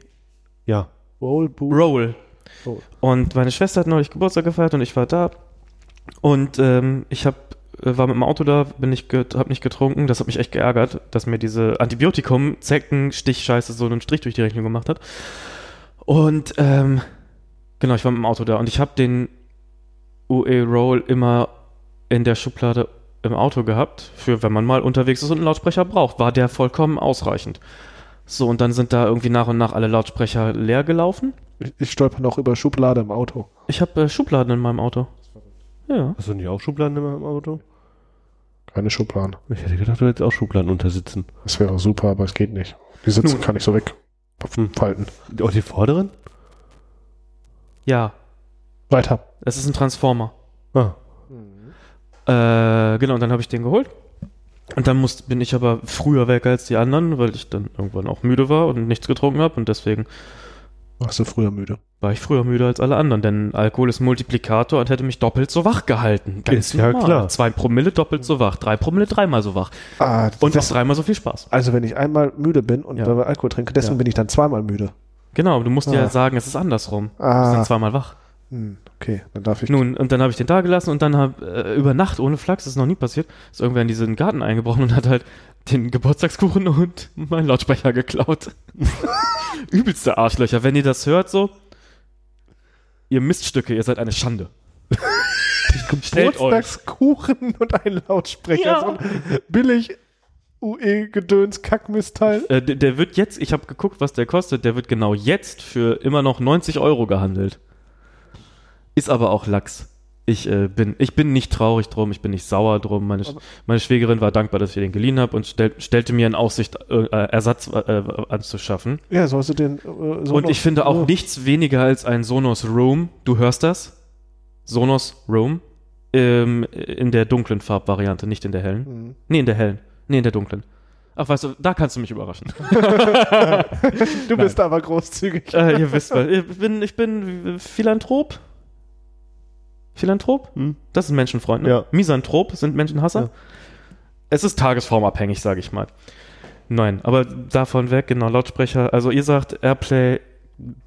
Ja. Roll, Boo. Roll. Oh. Und meine Schwester hat neulich Geburtstag gefeiert und ich war da. Und ähm, ich hab, äh, war mit dem Auto da, bin nicht get- hab nicht getrunken. Das hat mich echt geärgert, dass mir diese Antibiotikum, Zecken, Stichscheiße so einen Strich durch die Rechnung gemacht hat. Und ähm, genau, ich war mit dem Auto da und ich habe den UE Roll immer in der Schublade im Auto gehabt, für wenn man mal unterwegs ist und einen Lautsprecher braucht, war der vollkommen ausreichend. So, und dann sind da irgendwie nach und nach alle Lautsprecher leer gelaufen. Ich, ich stolper noch über Schublade im Auto. Ich habe äh, Schubladen in meinem Auto. Ja. Hast du nicht auch Schubladen immer im Auto? Keine Schubladen. Ich hätte gedacht, du hättest auch Schubladen untersitzen. Das wäre super, aber es geht nicht. Die Sitze Nun. kann ich so wegfalten. Auch Oh, die vorderen? Ja, Weiter. es ist ein Transformer. Ah. Äh, genau, und dann habe ich den geholt. Und dann muss, bin ich aber früher weg als die anderen, weil ich dann irgendwann auch müde war und nichts getrunken habe. Und deswegen Warst du früher müde? war ich früher müde als alle anderen. Denn Alkohol ist Multiplikator und hätte mich doppelt so wach gehalten. Ganz Ist ja normal. klar. Zwei Promille doppelt so wach, drei Promille dreimal so wach. Ah, Und noch das, dreimal so viel Spaß. also wenn ich einmal müde bin und Ja. dabei Alkohol trinke, deswegen Ja. bin ich dann zweimal müde. Genau, aber du musst Ah. ja sagen, es ist andersrum. Du bist Ah, dann zweimal wach. hm, okay, dann darf ich. Nun, und dann habe ich den da gelassen und dann hab, äh, über Nacht, ohne Flachs, das ist noch nie passiert, ist irgendwer in diesen Garten eingebrochen und hat halt den Geburtstagskuchen und meinen Lautsprecher geklaut. Übelste Arschlöcher. Wenn ihr das hört, so, ihr Miststücke, ihr seid eine Schande. Stellt euch. Geburtstagskuchen und ein Also, Lautsprecher. Ja. So ein billig E UE-Gedöns-Kackmistteil. Äh, der, der wird jetzt, ich habe geguckt, was der kostet, der wird genau jetzt für immer noch 90 Euro gehandelt. Ist aber auch Lachs. Ich, äh, bin, ich bin nicht traurig drum, ich bin nicht sauer drum. Meine, Sch- meine Schwägerin war dankbar, dass ich den geliehen habe und stell, stellte mir in Aussicht, äh, äh, Ersatz äh, äh, anzuschaffen. Ja, so hast du den. Äh, so und ich finde auch nichts weniger als ein Sonos Roam, du hörst das? Sonos Roam ähm, in der dunklen Farbvariante, nicht in der hellen. Hm. Nee, in der hellen. Nee, in der dunklen. Ach, weißt du, da kannst du mich überraschen. Du bist aber großzügig. äh, ihr wisst was. Ich bin, ich bin Philanthrop. Philanthrop? Hm. Das ist ein Menschenfreund. Ne? Ja. Misanthrop sind Menschenhasser. Ja. Es ist tagesformabhängig, sage ich mal. Nein, aber davon weg, genau, Lautsprecher. Also ihr sagt, Airplay,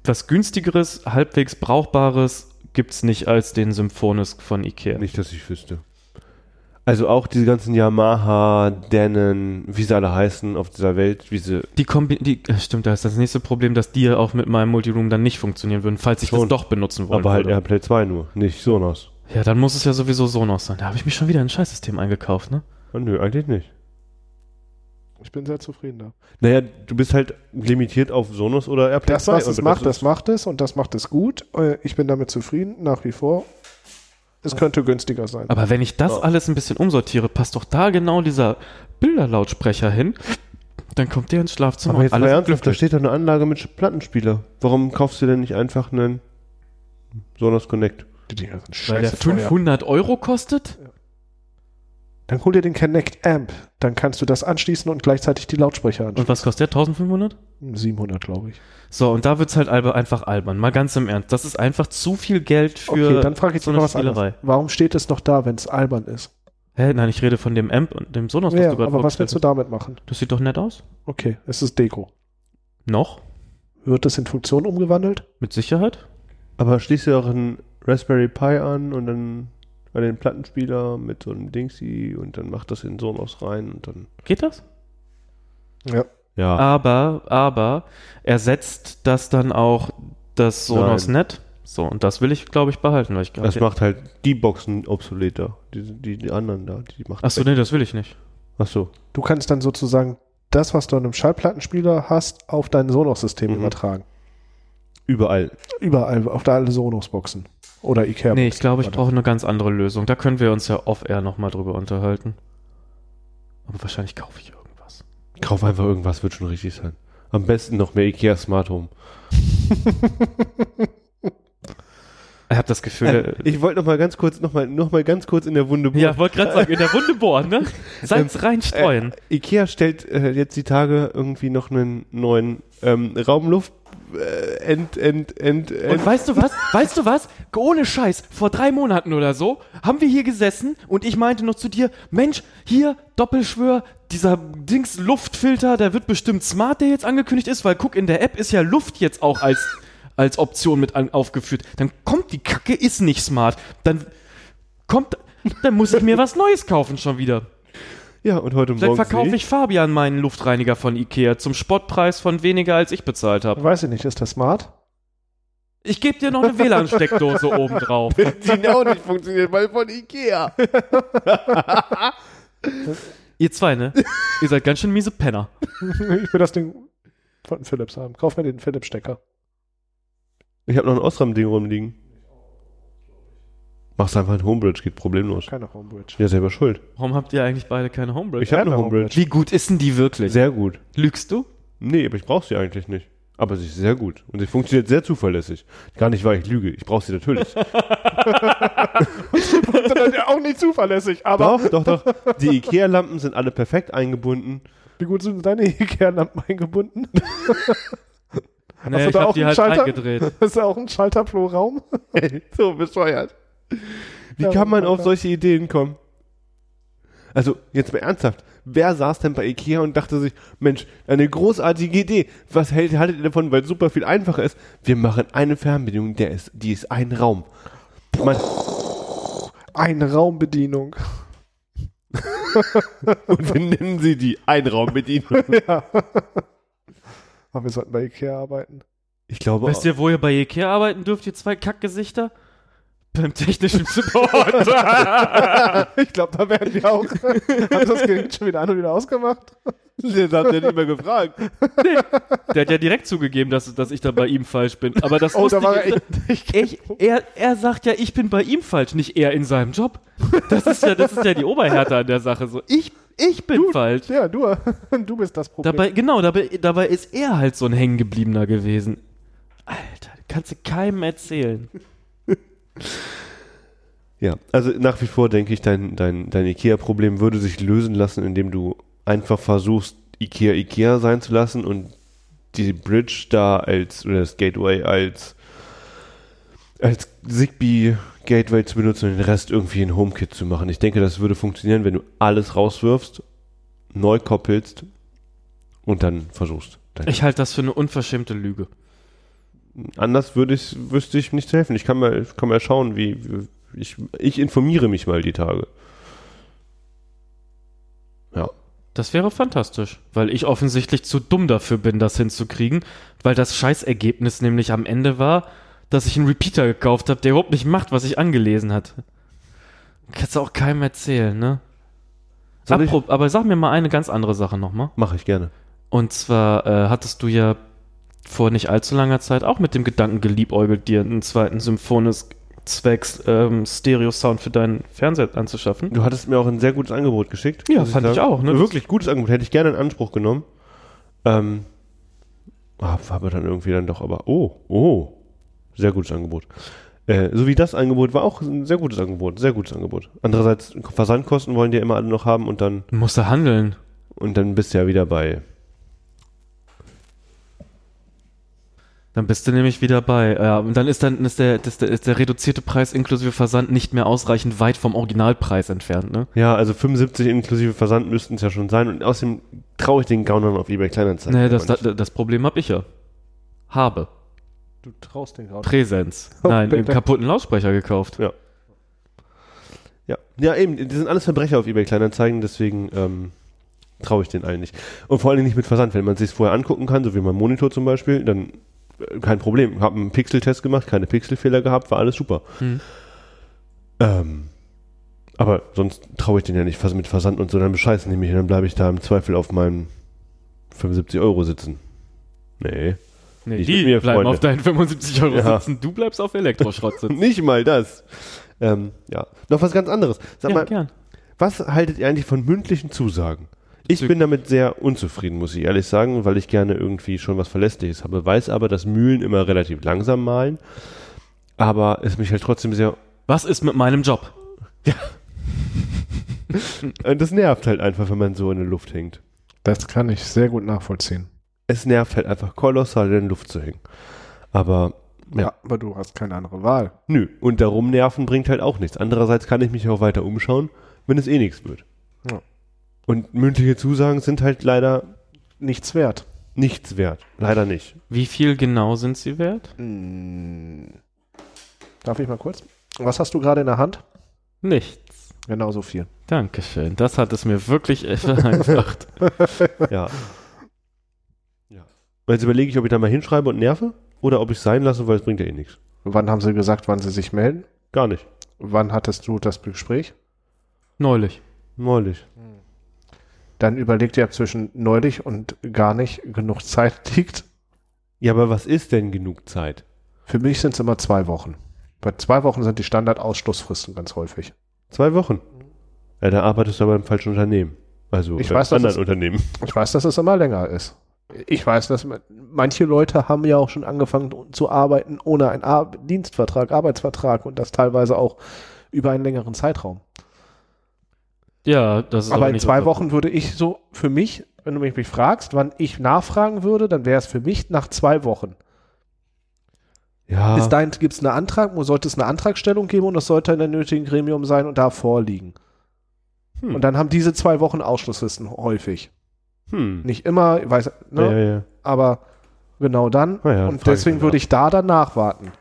was günstigeres, halbwegs brauchbares gibt's nicht als den Symphonis von Ikea. Nicht, dass ich wüsste. Also auch diese ganzen Yamaha, Denon, wie sie alle heißen auf dieser Welt, wie sie. Die Kombi die, äh, stimmt, da ist das nächste Problem, dass die ja auch mit meinem Multiroom dann nicht funktionieren würden, falls ich das Schon. doch benutzen wollte. Aber halt AirPlay 2 nur, nicht Sonos. Ja, dann muss es ja sowieso Sonos sein. Da habe ich mich schon wieder ein Scheißsystem eingekauft, ne? Ah, nö, eigentlich nicht. Ich bin sehr zufrieden da. Naja, du bist halt limitiert auf Sonos oder AirPlay Das, 2. was und es wenn macht, das- das macht es und das macht es gut. Äh, Ich bin damit zufrieden, nach wie vor. Es könnte günstiger sein. Aber wenn ich Oh. das Ja. alles ein bisschen umsortiere, passt doch da genau dieser Bilderlautsprecher hin. Dann kommt der ins Schlafzimmer. Aber jetzt mal alle sind ernsthaft, da glücklich. steht doch eine Anlage mit Sch- Plattenspieler. Warum kaufst du denn nicht einfach einen Sonos Connect? Die Dinger sind Weil der scheiße teuer. 500 Euro kostet? Dann hol dir den Connect Amp. Dann kannst du das anschließen und gleichzeitig die Lautsprecher Und anschließen. was kostet der? 1500? 700, glaube ich. So, und da wird's halt albe- einfach albern. Mal ganz im Ernst. Das ist einfach zu viel Geld für Okay, dann frage ich so dich mal eine was anderes. Spielerei. Warum steht es noch da, wenn es albern ist? Hä? Nein, ich rede von dem Amp und dem Sonos, Ja, aber was vorgestellt willst du damit machen? hast. Das sieht doch nett aus. Okay, es ist Deko. Noch? Wird es in Funktion umgewandelt? Mit Sicherheit? Aber schließt ihr auch einen Raspberry Pi an und dann an den Plattenspieler mit so einem Dingsy und dann macht das in Sonos rein und dann. Geht das? Ja. Ah. Ja. Aber, aber, ersetzt das dann auch das Sonos Net? So, und das will ich, glaube ich, behalten, weil ich Das gerade. macht halt die Boxen obsoleter. Die, die, die anderen da, die macht. Achso, nee, das will ich nicht. Ach so. Du kannst dann sozusagen das, was du an einem Schallplattenspieler hast, auf dein Sonos-System Mhm. übertragen. Überall. Überall, auf alle Sonos-Boxen. Oder Ikea. nee, ich glaube, ich warte. brauche eine ganz andere Lösung. Da können wir uns ja off-air nochmal drüber unterhalten. Aber wahrscheinlich kaufe ich irgendwas. Kauf einfach irgendwas, wird schon richtig sein. Am besten noch mehr IKEA Smart Home. Ich habe das Gefühl. Ich wollte noch mal ganz kurz, noch mal, noch mal ganz kurz in der Wunde bohren. Äh, Äh, ja, wollte gerade sagen, in der Wunde bohren, ne? Salz reinstreuen. Ikea stellt äh, jetzt die Tage irgendwie noch einen neuen ähm, Raumluft äh, End End End, End Und weißt du was? Weißt du was? Ohne Scheiß, vor drei Monaten oder so haben wir hier gesessen und ich meinte noch zu dir, Mensch, hier, Doppelschwör, dieser Dings Luftfilter, der wird bestimmt smart, der jetzt angekündigt ist, weil guck, in der App ist ja Luft jetzt auch als, als Option mit an, aufgeführt. Dann kommt die Kacke, ist nicht smart. Dann kommt, dann muss ich mir was Neues kaufen schon wieder. Ja, und heute Vielleicht Morgen verkaufe sehe ich Fabian meinen Luftreiniger von Ikea zum Spottpreis von weniger, als ich bezahlt habe. Weiß ich nicht, ist das smart? Ich gebe dir noch eine WLAN-Steckdose oben drauf. die auch nicht funktioniert, weil von Ikea. Ihr zwei, ne? Ihr seid ganz schön miese Penner. ich will das Ding von Philips haben. Kauf mir den Philips-Stecker. Ich habe noch ein Osram Ding rumliegen. Machst einfach ein Homebridge, geht problemlos. Keine Homebridge. Ja, selber schuld. Warum habt ihr eigentlich beide keine Homebridge? Ich habe eine Keine Homebridge. Wie gut ist denn die wirklich? Sehr gut. Lügst du? Nee, aber ich brauche sie eigentlich nicht. Aber sie ist sehr gut. Und sie funktioniert sehr zuverlässig. Gar nicht, weil ich lüge. Ich brauche sie natürlich. auch nicht zuverlässig, aber doch, doch, doch. Die Ikea-Lampen sind alle perfekt eingebunden. wie gut sind deine Ikea-Lampen eingebunden? Nee, du ich da hab auch die einen halt Schalter? eingedreht. Das ist ja auch ein Schalter pro Raum. so bescheuert. Wie Ja, kann man aber- auf solche Ideen kommen? Also, jetzt mal ernsthaft. Wer saß denn bei Ikea und dachte sich, Mensch, eine großartige Idee. Was hält, haltet ihr davon, weil es super viel einfacher ist? Wir machen eine Fernbedienung, der ist, die ist ein Raum. Man, Eine Raumbedienung. und wir nennen sie die Einraumbedienung. ja. Aber Ah, wir sollten bei Ikea arbeiten. Ich glaube Weißt ihr, wo ihr bei Ikea arbeiten dürft, ihr zwei Kackgesichter? Beim technischen Support. Ich glaube, da werden wir auch. Haben das Gerät schon wieder an und wieder ausgemacht? Den habt ihr nicht mehr gefragt. Der hat ja direkt zugegeben, dass, dass ich da bei ihm falsch bin. Aber das Oh, wusste da war ich, er ich, er, er sagt ja, ich bin bei ihm falsch, nicht er in seinem Job. Das ist ja, das ist ja die Oberhärte an der Sache. So, ich, ich bin falsch. Ja, du, du bist das Problem. Dabei, genau, dabei, dabei ist er halt so ein Hängengebliebener gewesen. Alter, kannst du keinem erzählen. Ja, also nach wie vor denke ich, dein, dein, dein IKEA-Problem würde sich lösen lassen, indem du einfach versuchst, IKEA IKEA sein zu lassen und die Bridge da als, oder das Gateway als, als Zigbee-Gateway zu benutzen und den Rest irgendwie in HomeKit zu machen. Ich denke, das würde funktionieren, wenn du alles rauswirfst, neu koppelst und dann versuchst. Dann Ich halte das für eine unverschämte Lüge. Anders würde ich, wüsste ich nicht zu helfen. Ich kann mal, kann mal schauen, wie, wie ich, ich informiere mich mal die Tage. Ja. Das wäre fantastisch, weil ich offensichtlich zu dumm dafür bin, das hinzukriegen, weil das Scheißergebnis nämlich am Ende war, dass ich einen Repeater gekauft habe, der überhaupt nicht macht, was ich angelesen hatte. Kannst du auch keinem erzählen, ne? Soll ich- Apro- aber sag mir mal eine ganz andere Sache nochmal. Mache ich gerne. Und zwar äh, hattest du ja vor nicht allzu langer Zeit auch mit dem Gedanken geliebäugelt, dir einen zweiten Symphonis zwecks ähm, Stereo-Sound für deinen Fernseher anzuschaffen. Du hattest mir auch ein sehr gutes Angebot geschickt. Ja, muss fand ich sagen. auch, ne? Wirklich gutes Angebot. Hätte ich gerne in Anspruch genommen. Ähm, ah, habe dann irgendwie dann doch, aber oh, oh. Sehr gutes Angebot. Äh, so wie das Angebot war auch ein sehr gutes Angebot. Sehr gutes Angebot. Andererseits, Versandkosten wollen die ja immer alle noch haben und dann, Du musst da handeln. und dann bist du ja wieder bei Dann bist du nämlich wieder bei. Ja, und dann ist dann ist der, ist der, ist der reduzierte Preis inklusive Versand nicht mehr ausreichend weit vom Originalpreis entfernt, ne? Ja, also 75 inklusive Versand müssten es ja schon sein. Und außerdem traue ich den Gaunern auf eBay Kleinanzeigen. Nee, das, aber das, das Problem habe ich ja. Habe. Du traust den gerade. Präsenz. Oh, Nein, bitte. im kaputten Lautsprecher gekauft. Ja. ja, eben, die sind alles Verbrecher auf eBay Kleinanzeigen, deswegen ähm, traue ich den allen nicht. Und vor allem nicht mit Versand. Wenn man sich vorher angucken kann, so wie mein Monitor zum Beispiel, dann äh, kein Problem. Hab einen Pixeltest gemacht, keine Pixelfehler gehabt, war alles super. Hm. Ähm, aber sonst traue ich den ja nicht vers- mit Versand und so, dann bescheißen die mich und dann bleibe ich da im Zweifel auf meinen 75 Euro sitzen. Nee. Nee, Ich die mit mir, bleiben Freunde. auf deinen 75 Euro Ja. sitzen. Du bleibst auf Elektroschrott sitzen. Nicht mal das. Ähm, ja. Noch was ganz anderes. Sag mal, gern. Was haltet ihr eigentlich von mündlichen Zusagen? Ich Bezüglich- bin damit sehr unzufrieden, muss ich ehrlich sagen, weil ich gerne irgendwie schon was Verlässliches habe. Weiß aber, dass Mühlen immer relativ langsam malen. Aber es mich halt trotzdem sehr. Was ist mit meinem Job? Und das nervt halt einfach, wenn man so in der Luft hängt. Das kann ich sehr gut nachvollziehen. Es nervt halt einfach kolossal in der Luft zu hängen. Aber Ja. aber du hast keine andere Wahl. nö. Und darum nerven bringt halt auch nichts. Andererseits kann ich mich auch weiter umschauen, wenn es eh nichts wird. Ja. Und mündliche Zusagen sind halt leider Nichts wert. nichts wert. Leider nicht. Wie viel genau sind sie wert? Darf ich mal kurz? Was hast du gerade in der Hand? Nichts. Genau so viel. Dankeschön. Das hat es mir wirklich echt vereinfacht. Ja. ja. Jetzt überlege ich, ob ich da mal hinschreibe und nerve oder ob ich es sein lasse, weil es bringt ja eh nichts. Wann haben sie gesagt, wann sie sich melden? Gar nicht. Wann hattest du das Gespräch? Neulich. Neulich. Dann überleg dir, ob zwischen neulich und gar nicht genug Zeit liegt. Ja, aber was ist denn genug Zeit? Für mich sind es immer zwei Wochen. Bei zwei Wochen sind die Standardausschlussfristen ganz häufig. Zwei Wochen. Ja, da arbeitest du aber im falschen Unternehmen. Also Ich bei weiß, dass anderen es- Unternehmen. Ich weiß, dass es immer länger ist. Ich weiß, dass man- manche Leute haben ja auch schon angefangen zu arbeiten ohne einen Ar Dienstvertrag, Arbeitsvertrag und das teilweise auch über einen längeren Zeitraum. Ja, das ist Aber in nicht zwei so- Wochen würde ich so für mich, wenn du mich, mich fragst, wann ich nachfragen würde, Also dann wäre es für mich nach zwei Wochen. Ja. Bis dahin gibt es einen Antrag, wo sollte es eine Antragstellung geben und das sollte in der nötigen Gremium sein und da vorliegen. Hm. Und dann haben diese zwei Wochen Ausschlusswissen häufig. hm. Nicht immer, ich weiß, ne? Ja, ja, ja. aber genau dann. Na ja, dann und frag ich deswegen mal würde ich da dann nachwarten.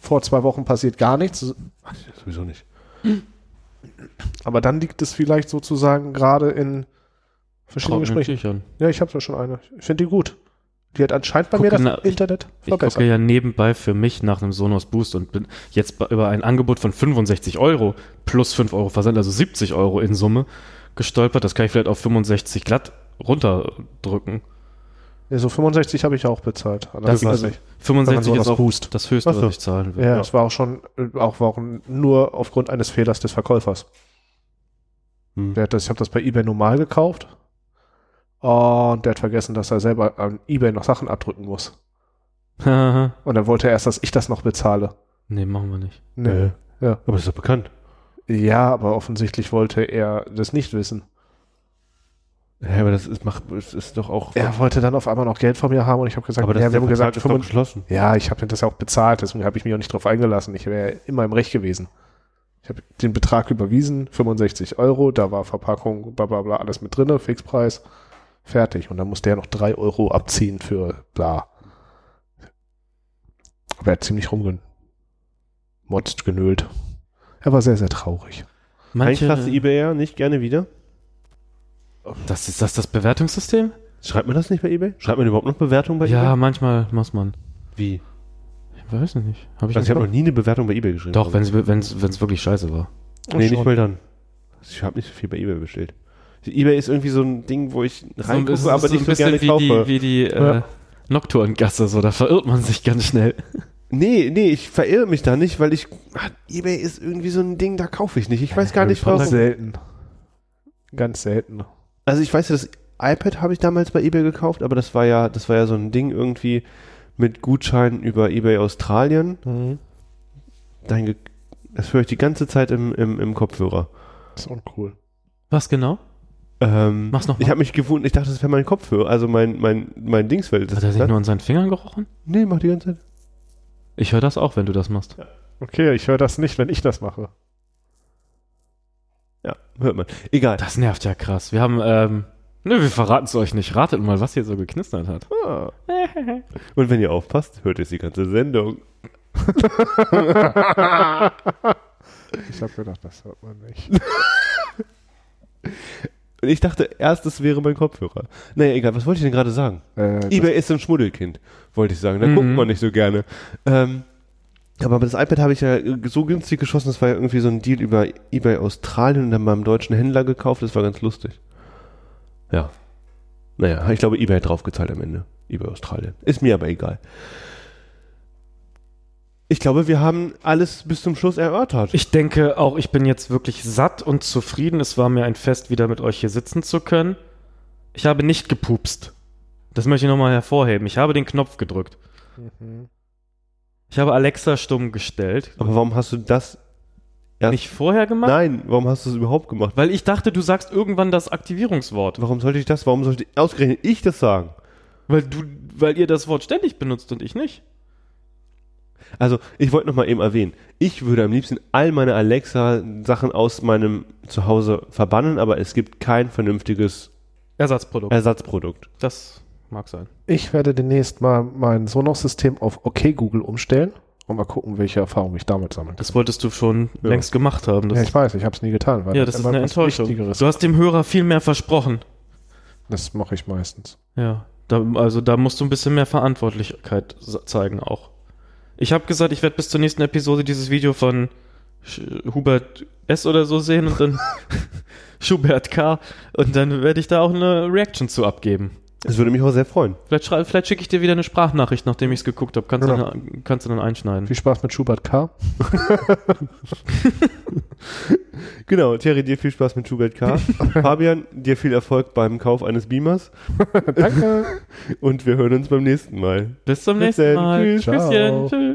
Vor zwei Wochen passiert gar nichts, Ach, sowieso nicht. aber dann liegt es vielleicht sozusagen gerade in verschiedenen trockenen Gesprächen. Tüchern. Ja, ich habe da schon eine. Ich finde die gut. Die hat anscheinend bei Guck mir das in der- ich- Internet Ich gucke verbessert. ja nebenbei für mich nach einem Sonos Boost und bin jetzt bei- über ein Angebot von 65 Euro plus 5 Euro Versand, also 70 Euro in Summe, gestolpert. Das kann ich vielleicht auf 65 glatt runterdrücken. Also Ja, so 65 habe ich auch bezahlt. Aber Das ging ist- das nicht. Wenn man 65 Sonos ist auch Boost. das Höchste, Ach so. was ich zahlen will. Ja, es war auch schon, äh, auch war auch nur aufgrund eines Fehlers des Verkäufers. Hm. Der hat das, ich habe das bei eBay normal gekauft und der hat vergessen, dass er selber an eBay noch Sachen abdrücken muss. Ja. Und dann wollte er erst, dass ich das noch bezahle. nee, machen wir nicht. Nee. Ja. Aber ist doch bekannt. ja, aber offensichtlich wollte er das nicht wissen. Ja, aber das ist, macht, es ist doch auch. Er wollte dann auf einmal noch Geld von mir haben und ich habe gesagt, aber das ja, ist wir der haben Vertrag gesagt, ist doch 25 geschlossen. Ja, ich habe das ja auch bezahlt, deswegen habe ich mich auch nicht drauf eingelassen. Ich wäre ja immer im Recht gewesen. Ich habe den Betrag überwiesen, 65 Euro, da war Verpackung, bla bla bla, alles mit drinne, Fixpreis, fertig. Und dann musste er noch 3 Euro abziehen für bla. Aber er hat ziemlich rumgemotzt, genölt. Er war sehr, sehr traurig. Eigentlich Manche, lasse eBay ja nicht gerne wieder. das ist das das Bewertungssystem? Schreibt man das nicht bei eBay? Schreibt man überhaupt noch Bewertungen bei Ja, eBay? manchmal muss man. Wie? Ich weiß nicht. Hab ich Also ich nicht habe noch nie eine Bewertung bei eBay geschrieben. Doch, wenn es wenn's, wenn's wirklich scheiße war. Nee, nicht mal dann. Ich habe nicht so viel bei eBay bestellt. eBay ist irgendwie so ein Ding, wo ich reingucke, es ist aber nicht so gerne wie kaufe. die, wie die äh, Ja. Nocturngasse, so, da verirrt man sich ganz schnell. nee, nee, ich verirre mich da nicht, weil ich ah, eBay ist irgendwie so ein Ding, da kaufe ich nicht. Ich weiß gar nicht Ganz warum. selten. Ganz selten. Also ich weiß ja, das iPad habe ich damals bei eBay gekauft, aber das war ja, das war ja so ein Ding irgendwie mit Gutschein über eBay Australien. Dahin ge- das höre ich die ganze Zeit im, im, im Kopfhörer. Ist uncool. Was genau? Ähm, Mach's noch mal. ich habe mich gewundert, ich dachte, das wäre mein Kopfhörer, also mein, mein, mein Dingsfeld. Hat er sich ne? nur an seinen Fingern gerochen? Nee, mach die ganze Zeit. Ich höre das auch, wenn du das machst. Okay, ich höre das nicht, wenn ich das mache. Ja, hört man. Egal. Das nervt ja krass. Wir haben, ähm, Ne, wir verraten es euch nicht. Ratet mal, was hier so geknistert hat. Ah. Und wenn ihr aufpasst, hört ihr die ganze Sendung. Ich habe gedacht, das hört man nicht. Und ich dachte erst, das wäre mein Kopfhörer. Naja, egal, was wollte ich denn gerade sagen? Äh, das, Mhm. eBay ist ein Schmuddelkind, wollte ich sagen. Da guckt man nicht so gerne. Ähm, aber das iPad habe ich ja äh, so günstig geschossen, das war ja irgendwie so ein Deal über eBay Australien und dann beim deutschen Händler gekauft, das war ganz lustig. Ja. Naja, ich glaube, eBay hat draufgezahlt am Ende. eBay Australien. Ist mir aber egal. Ich glaube, wir haben alles bis zum Schluss erörtert. Ich denke auch, ich bin jetzt wirklich satt und zufrieden. Es war mir ein Fest, wieder mit euch hier sitzen zu können. Ich habe nicht gepupst. Das möchte ich nochmal hervorheben. Ich habe den Knopf gedrückt. Ich habe Alexa stumm gestellt. Aber warum hast du das? Ja. Nicht vorher gemacht? Nein, warum hast du es überhaupt gemacht? Weil ich dachte, du sagst irgendwann das Aktivierungswort. Warum sollte ich das? Warum sollte ausgerechnet ich das sagen? Weil du, weil ihr das Wort ständig benutzt und ich nicht. Also, ich wollte noch mal eben erwähnen, ich würde am liebsten all meine Alexa-Sachen aus meinem Zuhause verbannen, aber es gibt kein vernünftiges Ersatzprodukt. Ersatzprodukt. das mag sein. ich werde demnächst mal mein Sonos-System auf OK Google umstellen und mal gucken, welche Erfahrungen ich damit sammeln kann. Das wolltest du schon längst gemacht haben. Das Ja, ich weiß, ich habe es nie getan. Weil ja, das ist immer eine was Enttäuschung. Wichtigeres- Du hast dem Hörer viel mehr versprochen. Das mache ich meistens. Ja, da, also da musst du ein bisschen mehr Verantwortlichkeit s- zeigen auch. Ich habe gesagt, ich werde bis zur nächsten Episode dieses Video von Sch Hubert S. oder so sehen und dann Schubert K. Und dann werde ich da auch eine Reaction zu abgeben. Das würde mich auch sehr freuen. Vielleicht, schrei- vielleicht schicke ich dir wieder eine Sprachnachricht, nachdem ich es geguckt habe. Kannst, du Genau. dann- kannst du dann einschneiden. Viel Spaß mit Schubert K. Genau, Thierry, dir viel Spaß mit Schubert K. Fabian, dir viel Erfolg beim Kauf eines Beamers. Danke. Und wir hören uns beim nächsten Mal. Bis zum Bis nächsten dann. Mal. Tschüss. Tschüsschen. Ciao. Tschüss.